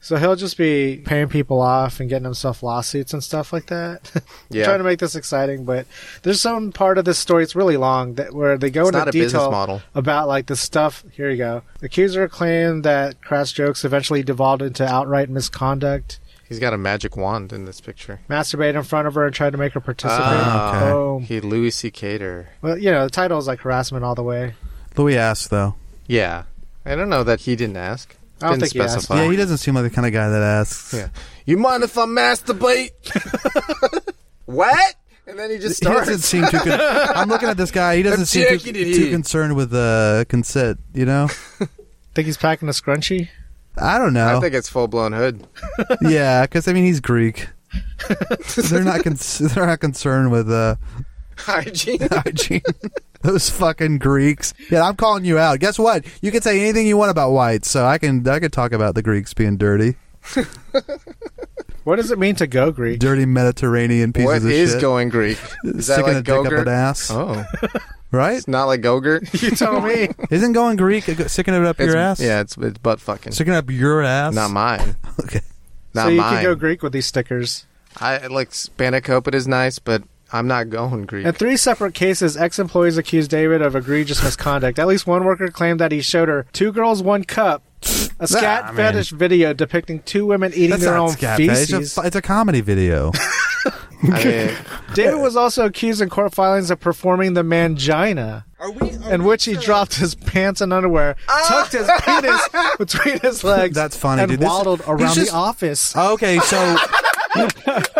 [SPEAKER 3] So he'll just be paying people off and getting himself lawsuits and stuff like that. I'm
[SPEAKER 1] Yeah.
[SPEAKER 3] trying to make this exciting, but there's some part of this story. It's really long that where they go
[SPEAKER 1] It's
[SPEAKER 3] into
[SPEAKER 1] not a
[SPEAKER 3] detail
[SPEAKER 1] business model.
[SPEAKER 3] about like the stuff. Here you go. Accuser claimed that crass jokes eventually devolved into outright misconduct.
[SPEAKER 1] He's got a magic wand in this picture. Uh,
[SPEAKER 3] Masturbate in front of her and tried to make her participate.
[SPEAKER 2] Ah, okay.
[SPEAKER 3] Boom.
[SPEAKER 1] He Louis C. Cater.
[SPEAKER 3] Well, you know, the title is like harassment all the way.
[SPEAKER 2] Louis asked though.
[SPEAKER 1] Yeah, I don't know that he didn't ask.
[SPEAKER 3] I don't
[SPEAKER 1] didn't
[SPEAKER 3] think he asked.
[SPEAKER 1] specify.
[SPEAKER 2] Yeah, he doesn't seem like the kind of guy that asks.
[SPEAKER 1] Yeah. You mind if I masturbate? what? And then he just
[SPEAKER 2] He doesn't
[SPEAKER 1] starts.
[SPEAKER 2] seem too. Con- I'm looking at this guy. He doesn't
[SPEAKER 1] I'm
[SPEAKER 2] seem too,
[SPEAKER 1] checking it
[SPEAKER 2] too
[SPEAKER 1] here.
[SPEAKER 2] concerned with uh, consent. You know,
[SPEAKER 3] Think he's packing a scrunchie?
[SPEAKER 2] I don't know.
[SPEAKER 1] I think it's full blown hood.
[SPEAKER 2] yeah, because I mean, he's Greek. they're not. Con- they're not concerned with uh,
[SPEAKER 1] Hygiene.
[SPEAKER 2] hygiene. Those fucking Greeks. Yeah, I'm calling you out. Guess what? You can say anything you want about whites, so I can I can talk about the Greeks being dirty,
[SPEAKER 3] What does it mean to go Greek?
[SPEAKER 2] dirty Mediterranean pieces
[SPEAKER 1] What
[SPEAKER 2] of
[SPEAKER 1] is
[SPEAKER 2] shit.
[SPEAKER 1] going Greek? Is that
[SPEAKER 2] Sticking a
[SPEAKER 1] like
[SPEAKER 2] dick up an
[SPEAKER 1] Gogurt?
[SPEAKER 2] ass,
[SPEAKER 1] Oh,
[SPEAKER 2] right?
[SPEAKER 1] it's not like Gogurt.
[SPEAKER 3] You tell me.
[SPEAKER 2] Isn't going Greek a go- sticking it up
[SPEAKER 1] It's-
[SPEAKER 2] your ass?
[SPEAKER 1] Yeah, it's, it's butt fucking.
[SPEAKER 2] sticking up your ass.
[SPEAKER 1] Not mine.
[SPEAKER 2] Okay.
[SPEAKER 1] Not
[SPEAKER 3] so you
[SPEAKER 1] mine.
[SPEAKER 3] can go Greek with these stickers.
[SPEAKER 1] I like spanakopita is nice, but I'm not going Greek.
[SPEAKER 3] In three separate cases, ex employees accused David of egregious misconduct. At least one worker claimed that he showed her two girls, one cup, a scat
[SPEAKER 2] I mean-
[SPEAKER 3] fetish video depicting two women eating
[SPEAKER 2] That's
[SPEAKER 3] their
[SPEAKER 2] not
[SPEAKER 3] own
[SPEAKER 2] scat fetish. It's
[SPEAKER 3] feces.
[SPEAKER 2] a, it's a comedy video.
[SPEAKER 1] I mean,
[SPEAKER 3] David was also accused in court filings of performing the mangina. in which he dropped his pants and underwear, tucked his penis between his legs,
[SPEAKER 2] That's funny,
[SPEAKER 3] and
[SPEAKER 2] dude. This-
[SPEAKER 3] waddled
[SPEAKER 2] he's
[SPEAKER 3] around
[SPEAKER 2] just- Oh,
[SPEAKER 3] the office.
[SPEAKER 2] okay, so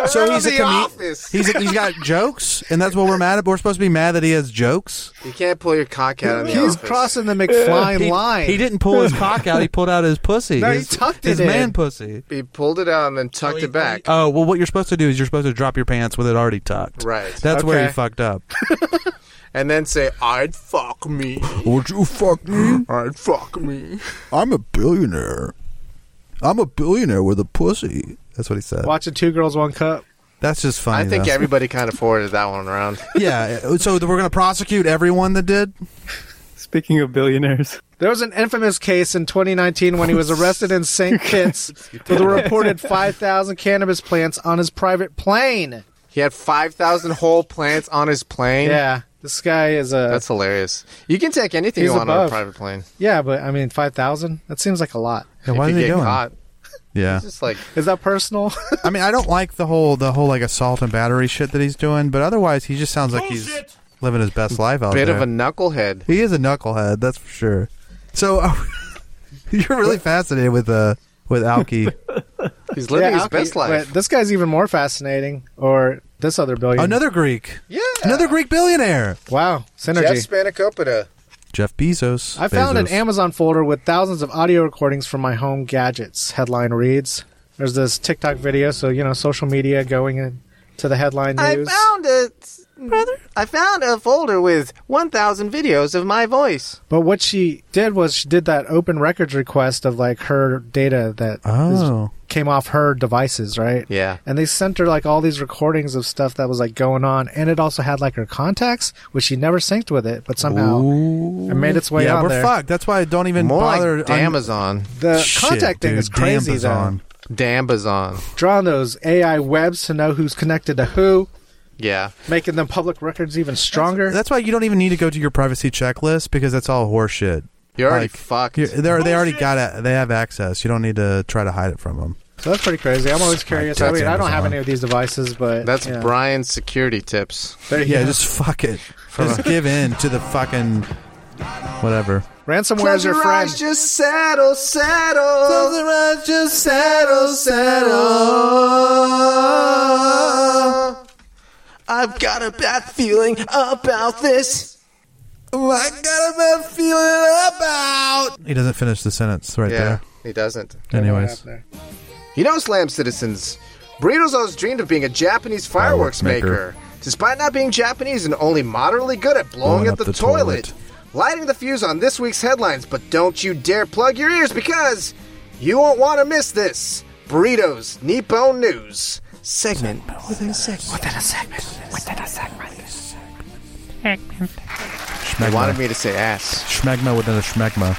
[SPEAKER 2] so he's a
[SPEAKER 1] the
[SPEAKER 2] comedian.
[SPEAKER 1] office.
[SPEAKER 2] He's a, he's got jokes, and that's what we're mad at. We're supposed to be mad that he has jokes.
[SPEAKER 1] you can't pull your cock out of the
[SPEAKER 3] He's
[SPEAKER 1] office.
[SPEAKER 3] crossing the McFly
[SPEAKER 2] He-
[SPEAKER 3] line.
[SPEAKER 2] He didn't pull his cock out. He pulled out his pussy.
[SPEAKER 3] No, he
[SPEAKER 2] his,
[SPEAKER 3] tucked it
[SPEAKER 2] his
[SPEAKER 3] in.
[SPEAKER 2] man pussy.
[SPEAKER 1] He pulled it out and then tucked it back.
[SPEAKER 2] Oh well, what you're supposed to do is you're supposed to drop your pants with it already tucked.
[SPEAKER 1] Right.
[SPEAKER 2] That's where he
[SPEAKER 3] Okay.
[SPEAKER 2] fucked up.
[SPEAKER 1] and then say, I'd fuck me.
[SPEAKER 2] Would you fuck me?
[SPEAKER 1] I'd fuck me.
[SPEAKER 2] I'm a billionaire. I'm a billionaire with a pussy. That's what he said.
[SPEAKER 3] Watching two girls, one cup.
[SPEAKER 2] That's just funny.
[SPEAKER 1] I think
[SPEAKER 2] though.
[SPEAKER 1] everybody kind of forwarded that one around.
[SPEAKER 2] yeah. So we're gonna prosecute everyone that did.
[SPEAKER 4] Speaking of billionaires,
[SPEAKER 3] There was an infamous case in 2019 when he was arrested in St. Kitts with a reported 5,000 cannabis plants on his private plane.
[SPEAKER 1] He had 5,000 whole plants on his plane.
[SPEAKER 3] Yeah, this guy is a.
[SPEAKER 1] That's hilarious. You can take anything
[SPEAKER 3] He's
[SPEAKER 1] you want on a
[SPEAKER 3] above.
[SPEAKER 1] private plane.
[SPEAKER 3] yeah, but I mean, 5,000? That seems like a lot.
[SPEAKER 2] Yeah,
[SPEAKER 1] if
[SPEAKER 2] why are
[SPEAKER 1] you
[SPEAKER 2] they
[SPEAKER 1] get
[SPEAKER 2] doing?
[SPEAKER 1] caught.
[SPEAKER 2] Yeah.
[SPEAKER 1] Just like,
[SPEAKER 3] Is that personal?
[SPEAKER 2] I mean, I don't like the whole the whole like assault and battery shit that he's doing, but otherwise, he just sounds like he's living his best life out
[SPEAKER 1] bit
[SPEAKER 2] there.
[SPEAKER 1] of a knucklehead.
[SPEAKER 2] he is a knucklehead, that's for sure. So uh, you're really fascinated with uh with Alki.
[SPEAKER 1] He's living his
[SPEAKER 3] I'll
[SPEAKER 1] best
[SPEAKER 3] keep-
[SPEAKER 1] life.
[SPEAKER 3] but this guy's even more fascinating, or this other billion.
[SPEAKER 2] Another Greek.
[SPEAKER 1] yeah.
[SPEAKER 2] Another Greek billionaire.
[SPEAKER 3] Wow,
[SPEAKER 1] Jeff
[SPEAKER 3] synergy.
[SPEAKER 1] Spanakopita.
[SPEAKER 2] Jeff Bezos.
[SPEAKER 3] I found an
[SPEAKER 2] Bezos.
[SPEAKER 3] Amazon folder with thousands of audio recordings from my home gadgets. Headline reads There's this TikTok video, so, you know, social media going in to the headline news.
[SPEAKER 1] a brother. I found a folder with 1,000 videos of my voice.
[SPEAKER 3] But what she did was she did that open records request of like her data that
[SPEAKER 2] Oh.
[SPEAKER 3] is- came off her devices, right?
[SPEAKER 1] Yeah.
[SPEAKER 3] And they sent her like all these recordings of stuff that was like going on, and it also had like her contacts, which she never synced with it, but somehow it made its way
[SPEAKER 2] yeah,
[SPEAKER 3] on
[SPEAKER 2] we're
[SPEAKER 3] there.
[SPEAKER 2] fucked. That's why I don't even
[SPEAKER 1] More
[SPEAKER 2] bother.
[SPEAKER 1] like Amazon.
[SPEAKER 3] The
[SPEAKER 2] Shit,
[SPEAKER 3] contact thing
[SPEAKER 2] dude,
[SPEAKER 3] is crazy
[SPEAKER 2] Dambazon.
[SPEAKER 3] though.
[SPEAKER 1] Dambazon.
[SPEAKER 3] Drawing those AI webs to know who's connected to who,
[SPEAKER 1] Yeah.
[SPEAKER 3] making them public records even stronger.
[SPEAKER 2] That's why you don't even need to go to your privacy checklist because that's all horseshit.
[SPEAKER 1] You're already
[SPEAKER 2] Like,
[SPEAKER 1] fucked.
[SPEAKER 2] You're, they're, they already got a, they have access. You don't need to try to hide it from them.
[SPEAKER 3] so that's pretty crazy. I'm always curious. I
[SPEAKER 2] That's
[SPEAKER 3] mean, I don't have
[SPEAKER 2] Amazon.
[SPEAKER 3] any of these devices, but
[SPEAKER 1] That's
[SPEAKER 3] yeah.
[SPEAKER 1] Brian's security tips.
[SPEAKER 3] There you
[SPEAKER 2] Yeah,
[SPEAKER 3] go.
[SPEAKER 2] just fuck it. Just give in to the fucking whatever.
[SPEAKER 3] ransomware is your friend.
[SPEAKER 1] just saddle, saddle.
[SPEAKER 2] Just settle,
[SPEAKER 1] I've got a bad feeling about this.
[SPEAKER 2] Oh, I got a bad feeling about. He doesn't finish the sentence right
[SPEAKER 1] yeah,
[SPEAKER 2] there.
[SPEAKER 1] he doesn't.
[SPEAKER 2] Anyways,
[SPEAKER 1] You know, slam citizens, Burrito's always dreamed of being a Japanese fireworks
[SPEAKER 2] Fireworks maker.
[SPEAKER 1] maker. Despite not being Japanese and only moderately good at blowing,
[SPEAKER 2] Blowing
[SPEAKER 1] up
[SPEAKER 2] up
[SPEAKER 1] the,
[SPEAKER 2] the
[SPEAKER 1] toilet.
[SPEAKER 2] toilet.
[SPEAKER 1] Lighting the fuse on this week's headlines, but don't you dare plug your ears because you won't want to miss this. Burritos Nippon News segment within a segment. Within a segment. They wanted
[SPEAKER 2] schmegma,
[SPEAKER 1] me to say ass.
[SPEAKER 2] schmegma within a schmegma.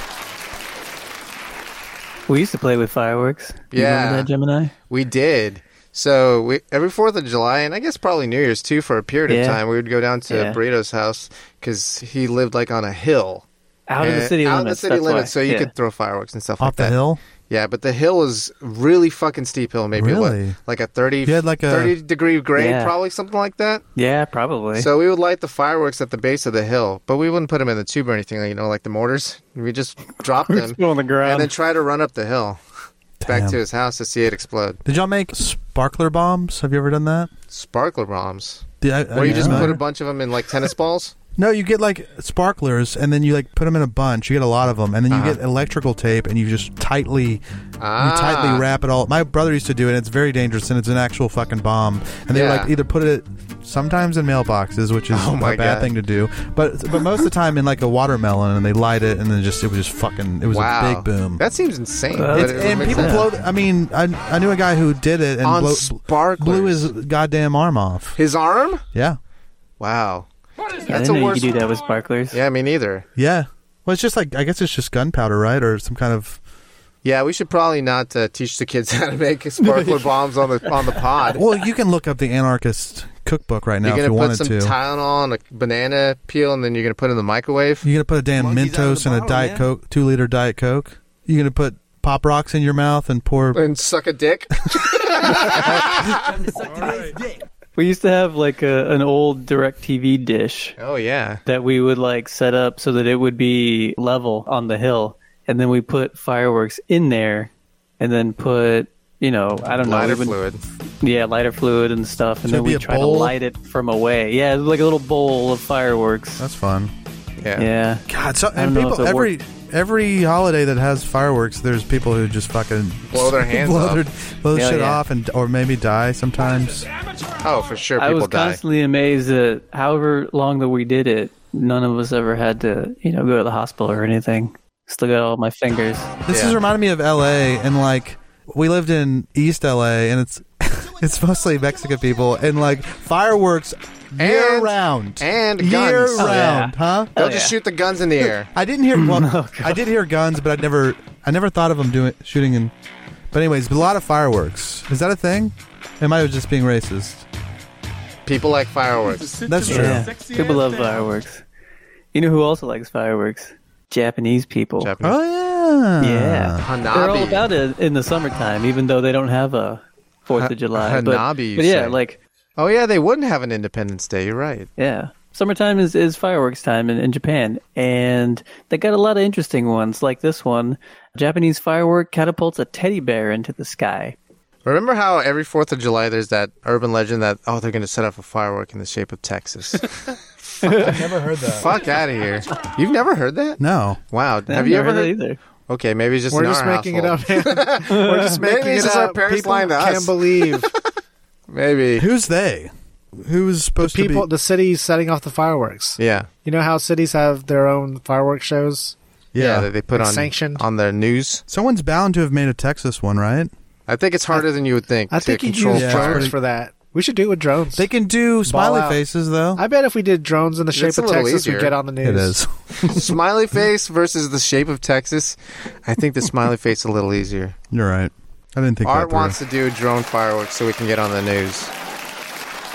[SPEAKER 4] We used to play with fireworks. You
[SPEAKER 1] Yeah.
[SPEAKER 4] remember that, Gemini?
[SPEAKER 1] We did. So we, every Fourth of July, and I guess probably New Year's too, for a period
[SPEAKER 4] Yeah.
[SPEAKER 1] of time, we would go down to
[SPEAKER 4] Yeah.
[SPEAKER 1] Burrito's house because he lived like on a hill.
[SPEAKER 4] Out of the
[SPEAKER 1] Uh,
[SPEAKER 4] city
[SPEAKER 1] out of
[SPEAKER 4] limits.
[SPEAKER 1] the city
[SPEAKER 4] that's
[SPEAKER 1] limits,
[SPEAKER 4] why.
[SPEAKER 1] so you
[SPEAKER 4] Yeah.
[SPEAKER 1] could throw fireworks and stuff
[SPEAKER 2] Off
[SPEAKER 1] like
[SPEAKER 2] the
[SPEAKER 1] that.
[SPEAKER 2] hill.
[SPEAKER 1] Yeah, but the hill was really fucking steep hill. Maybe
[SPEAKER 2] Really?
[SPEAKER 1] what, like a thirty,
[SPEAKER 2] You had like a-
[SPEAKER 1] 30 degree grade,
[SPEAKER 4] Yeah.
[SPEAKER 1] probably something like that.
[SPEAKER 4] Yeah, probably.
[SPEAKER 1] So we would light the fireworks at the base of the hill, but we wouldn't put them in the tube or anything. You know, like the mortars, we just dropped them
[SPEAKER 4] on the ground.
[SPEAKER 1] and then try to run up the hill back
[SPEAKER 2] Damn.
[SPEAKER 1] to his house to see it explode.
[SPEAKER 2] Did y'all make sparkler bombs? Have you ever done that?
[SPEAKER 1] Sparkler bombs.
[SPEAKER 2] Did I,
[SPEAKER 1] Where you just
[SPEAKER 2] no.
[SPEAKER 1] put a bunch of them in like tennis balls?
[SPEAKER 2] No, you get like sparklers, and then you like put them in a bunch. You get a lot of them, and then you
[SPEAKER 1] Uh-huh.
[SPEAKER 2] get electrical tape, and you just tightly,
[SPEAKER 1] Ah.
[SPEAKER 2] you tightly wrap it all. My brother used to do it. and It's very dangerous, and it's an actual fucking bomb. And they
[SPEAKER 1] Yeah.
[SPEAKER 2] like either put it sometimes in mailboxes, which is
[SPEAKER 1] Oh my
[SPEAKER 2] a bad
[SPEAKER 1] God.
[SPEAKER 2] thing to do, but but most of the time in like a watermelon, and they light it, and then just it was just fucking. It was
[SPEAKER 1] wow,
[SPEAKER 2] a big boom.
[SPEAKER 1] That seems insane.
[SPEAKER 4] Well,
[SPEAKER 1] but
[SPEAKER 4] it's-
[SPEAKER 1] it
[SPEAKER 2] and
[SPEAKER 1] makes
[SPEAKER 2] people
[SPEAKER 1] sense.
[SPEAKER 2] blow. I mean, I, I knew a guy who did it and
[SPEAKER 1] On
[SPEAKER 2] blow,
[SPEAKER 1] sparklers.
[SPEAKER 2] blew his goddamn arm off.
[SPEAKER 1] his arm.
[SPEAKER 2] Yeah,
[SPEAKER 1] Wow.
[SPEAKER 4] Yeah, I
[SPEAKER 1] That's
[SPEAKER 4] didn't
[SPEAKER 1] a
[SPEAKER 4] know you
[SPEAKER 1] worse-
[SPEAKER 4] could do that with sparklers.
[SPEAKER 1] Yeah, me neither.
[SPEAKER 2] yeah. Well, it's just like I guess it's just gunpowder, right, or some kind of
[SPEAKER 1] Yeah, we should probably not uh, teach the kids how to make sparkler bombs on the on the pod.
[SPEAKER 2] Well, you can look up the anarchist cookbook right now
[SPEAKER 1] you're
[SPEAKER 2] if
[SPEAKER 1] gonna
[SPEAKER 2] you
[SPEAKER 1] put
[SPEAKER 2] wanted
[SPEAKER 1] some
[SPEAKER 2] to.
[SPEAKER 1] Tylenol and a banana peel, and then you're gonna put it in the microwave.
[SPEAKER 2] You're gonna put a damn
[SPEAKER 5] Monkey's out of
[SPEAKER 2] Mentos
[SPEAKER 5] the
[SPEAKER 2] and a
[SPEAKER 5] bottle,
[SPEAKER 2] diet
[SPEAKER 5] man.
[SPEAKER 2] coke, two liter diet coke. You're gonna put pop rocks in your mouth and pour.
[SPEAKER 1] And suck a dick.
[SPEAKER 4] We used to have like a, an old direct TV dish
[SPEAKER 1] oh yeah.
[SPEAKER 4] that we would like set up so that it would be level on the hill. And then we put fireworks in there and then put, you know, I don't know.
[SPEAKER 1] Lighter
[SPEAKER 4] we would-
[SPEAKER 1] fluid.
[SPEAKER 4] Yeah, lighter fluid and stuff. And
[SPEAKER 2] So it'd
[SPEAKER 4] then
[SPEAKER 2] be
[SPEAKER 4] we
[SPEAKER 2] a
[SPEAKER 4] try
[SPEAKER 2] bowl?
[SPEAKER 4] to light it from away. Yeah, it was like a little bowl of fireworks.
[SPEAKER 2] That's fun.
[SPEAKER 1] Yeah.
[SPEAKER 4] yeah.
[SPEAKER 2] God, so
[SPEAKER 4] don't
[SPEAKER 2] and
[SPEAKER 4] know
[SPEAKER 2] people
[SPEAKER 4] if it
[SPEAKER 2] every every holiday that has fireworks, there's people who just fucking
[SPEAKER 1] Blow their hands
[SPEAKER 2] blow
[SPEAKER 1] off.
[SPEAKER 2] their, blow their
[SPEAKER 4] Hell
[SPEAKER 2] shit
[SPEAKER 4] yeah.
[SPEAKER 2] off, and or maybe die sometimes.
[SPEAKER 1] Oh, for sure.
[SPEAKER 4] I
[SPEAKER 1] People
[SPEAKER 4] was
[SPEAKER 1] die.
[SPEAKER 4] constantly amazed that however long that we did it, none of us ever had to, you know, go to the hospital or anything. Still got all my fingers.
[SPEAKER 2] This
[SPEAKER 1] Yeah.
[SPEAKER 2] is reminding me of L.A. and like we lived in East L.A. and it's it's mostly Mexican people and like fireworks year
[SPEAKER 1] And-
[SPEAKER 2] round
[SPEAKER 1] and
[SPEAKER 2] year
[SPEAKER 1] guns. Oh,
[SPEAKER 2] round,
[SPEAKER 4] yeah.
[SPEAKER 2] huh?
[SPEAKER 1] They'll
[SPEAKER 4] Hell
[SPEAKER 1] just
[SPEAKER 4] yeah. Oh,
[SPEAKER 1] shoot the guns in the air.
[SPEAKER 2] I didn't hear well, I did hear guns, but I never I never thought of them doing shooting in. But anyways, a lot of fireworks. Is that a thing? Am I just being racist?
[SPEAKER 1] People like fireworks.
[SPEAKER 2] That's true.
[SPEAKER 4] Yeah. People love fireworks. You know who also likes fireworks? Japanese people.
[SPEAKER 1] Japanese.
[SPEAKER 2] Oh yeah,
[SPEAKER 4] Yeah. They're all
[SPEAKER 1] Ah. Hanabi.
[SPEAKER 4] about it in the summertime, even though they don't have a Fourth of July. but-
[SPEAKER 1] Hanabi, you
[SPEAKER 4] but yeah,
[SPEAKER 1] say.
[SPEAKER 4] like
[SPEAKER 1] Oh yeah, they wouldn't have an Independence Day. You're right.
[SPEAKER 4] Yeah. Summertime is, is fireworks time in, in Japan, and they got a lot of interesting ones like this one. Japanese firework catapults a teddy bear into the sky.
[SPEAKER 1] Remember how every Fourth of July there's that urban legend that oh they're going to set off a firework in the shape of Texas.
[SPEAKER 2] Never heard that.
[SPEAKER 1] Fuck out of here! You've never heard that?
[SPEAKER 2] No,
[SPEAKER 1] Wow.
[SPEAKER 4] I've
[SPEAKER 1] Have you
[SPEAKER 4] never
[SPEAKER 1] ever heard?
[SPEAKER 4] heard either?
[SPEAKER 1] Okay, maybe it's just
[SPEAKER 3] We're
[SPEAKER 1] in
[SPEAKER 3] just
[SPEAKER 1] our
[SPEAKER 3] making
[SPEAKER 1] household.
[SPEAKER 3] it up, man. We're just
[SPEAKER 1] Maybe
[SPEAKER 3] making
[SPEAKER 1] it's
[SPEAKER 3] it
[SPEAKER 1] just
[SPEAKER 3] up.
[SPEAKER 1] our parents
[SPEAKER 3] people
[SPEAKER 1] lying to
[SPEAKER 3] can't
[SPEAKER 1] us.
[SPEAKER 3] believe
[SPEAKER 1] Maybe.
[SPEAKER 2] who's they? Who is supposed
[SPEAKER 3] people.
[SPEAKER 2] to be?
[SPEAKER 3] The city setting off the fireworks.
[SPEAKER 1] Yeah.
[SPEAKER 3] You know how cities have their own fireworks shows.
[SPEAKER 1] yeah, That they put
[SPEAKER 3] Like
[SPEAKER 1] on
[SPEAKER 3] sanctioned.
[SPEAKER 1] on their news.
[SPEAKER 2] Someone's bound to have made a Texas one, right?
[SPEAKER 1] I think it's harder than you would think.
[SPEAKER 3] I
[SPEAKER 1] to
[SPEAKER 3] think you
[SPEAKER 1] control
[SPEAKER 3] use
[SPEAKER 2] Yeah,
[SPEAKER 1] fire.
[SPEAKER 3] drones
[SPEAKER 2] pretty-
[SPEAKER 3] for that. We should do it with drones.
[SPEAKER 2] They can do smiley
[SPEAKER 3] out.
[SPEAKER 2] faces though.
[SPEAKER 3] I bet if we did drones in the shape
[SPEAKER 1] a
[SPEAKER 3] of
[SPEAKER 1] little
[SPEAKER 3] Texas,
[SPEAKER 1] easier.
[SPEAKER 3] we'd get on the news.
[SPEAKER 2] it is.
[SPEAKER 1] smiley face versus the shape of Texas. I think the smiley face a little easier.
[SPEAKER 2] You're right. I didn't think
[SPEAKER 1] Art
[SPEAKER 2] that
[SPEAKER 1] wants to do drone fireworks so we can get on the news.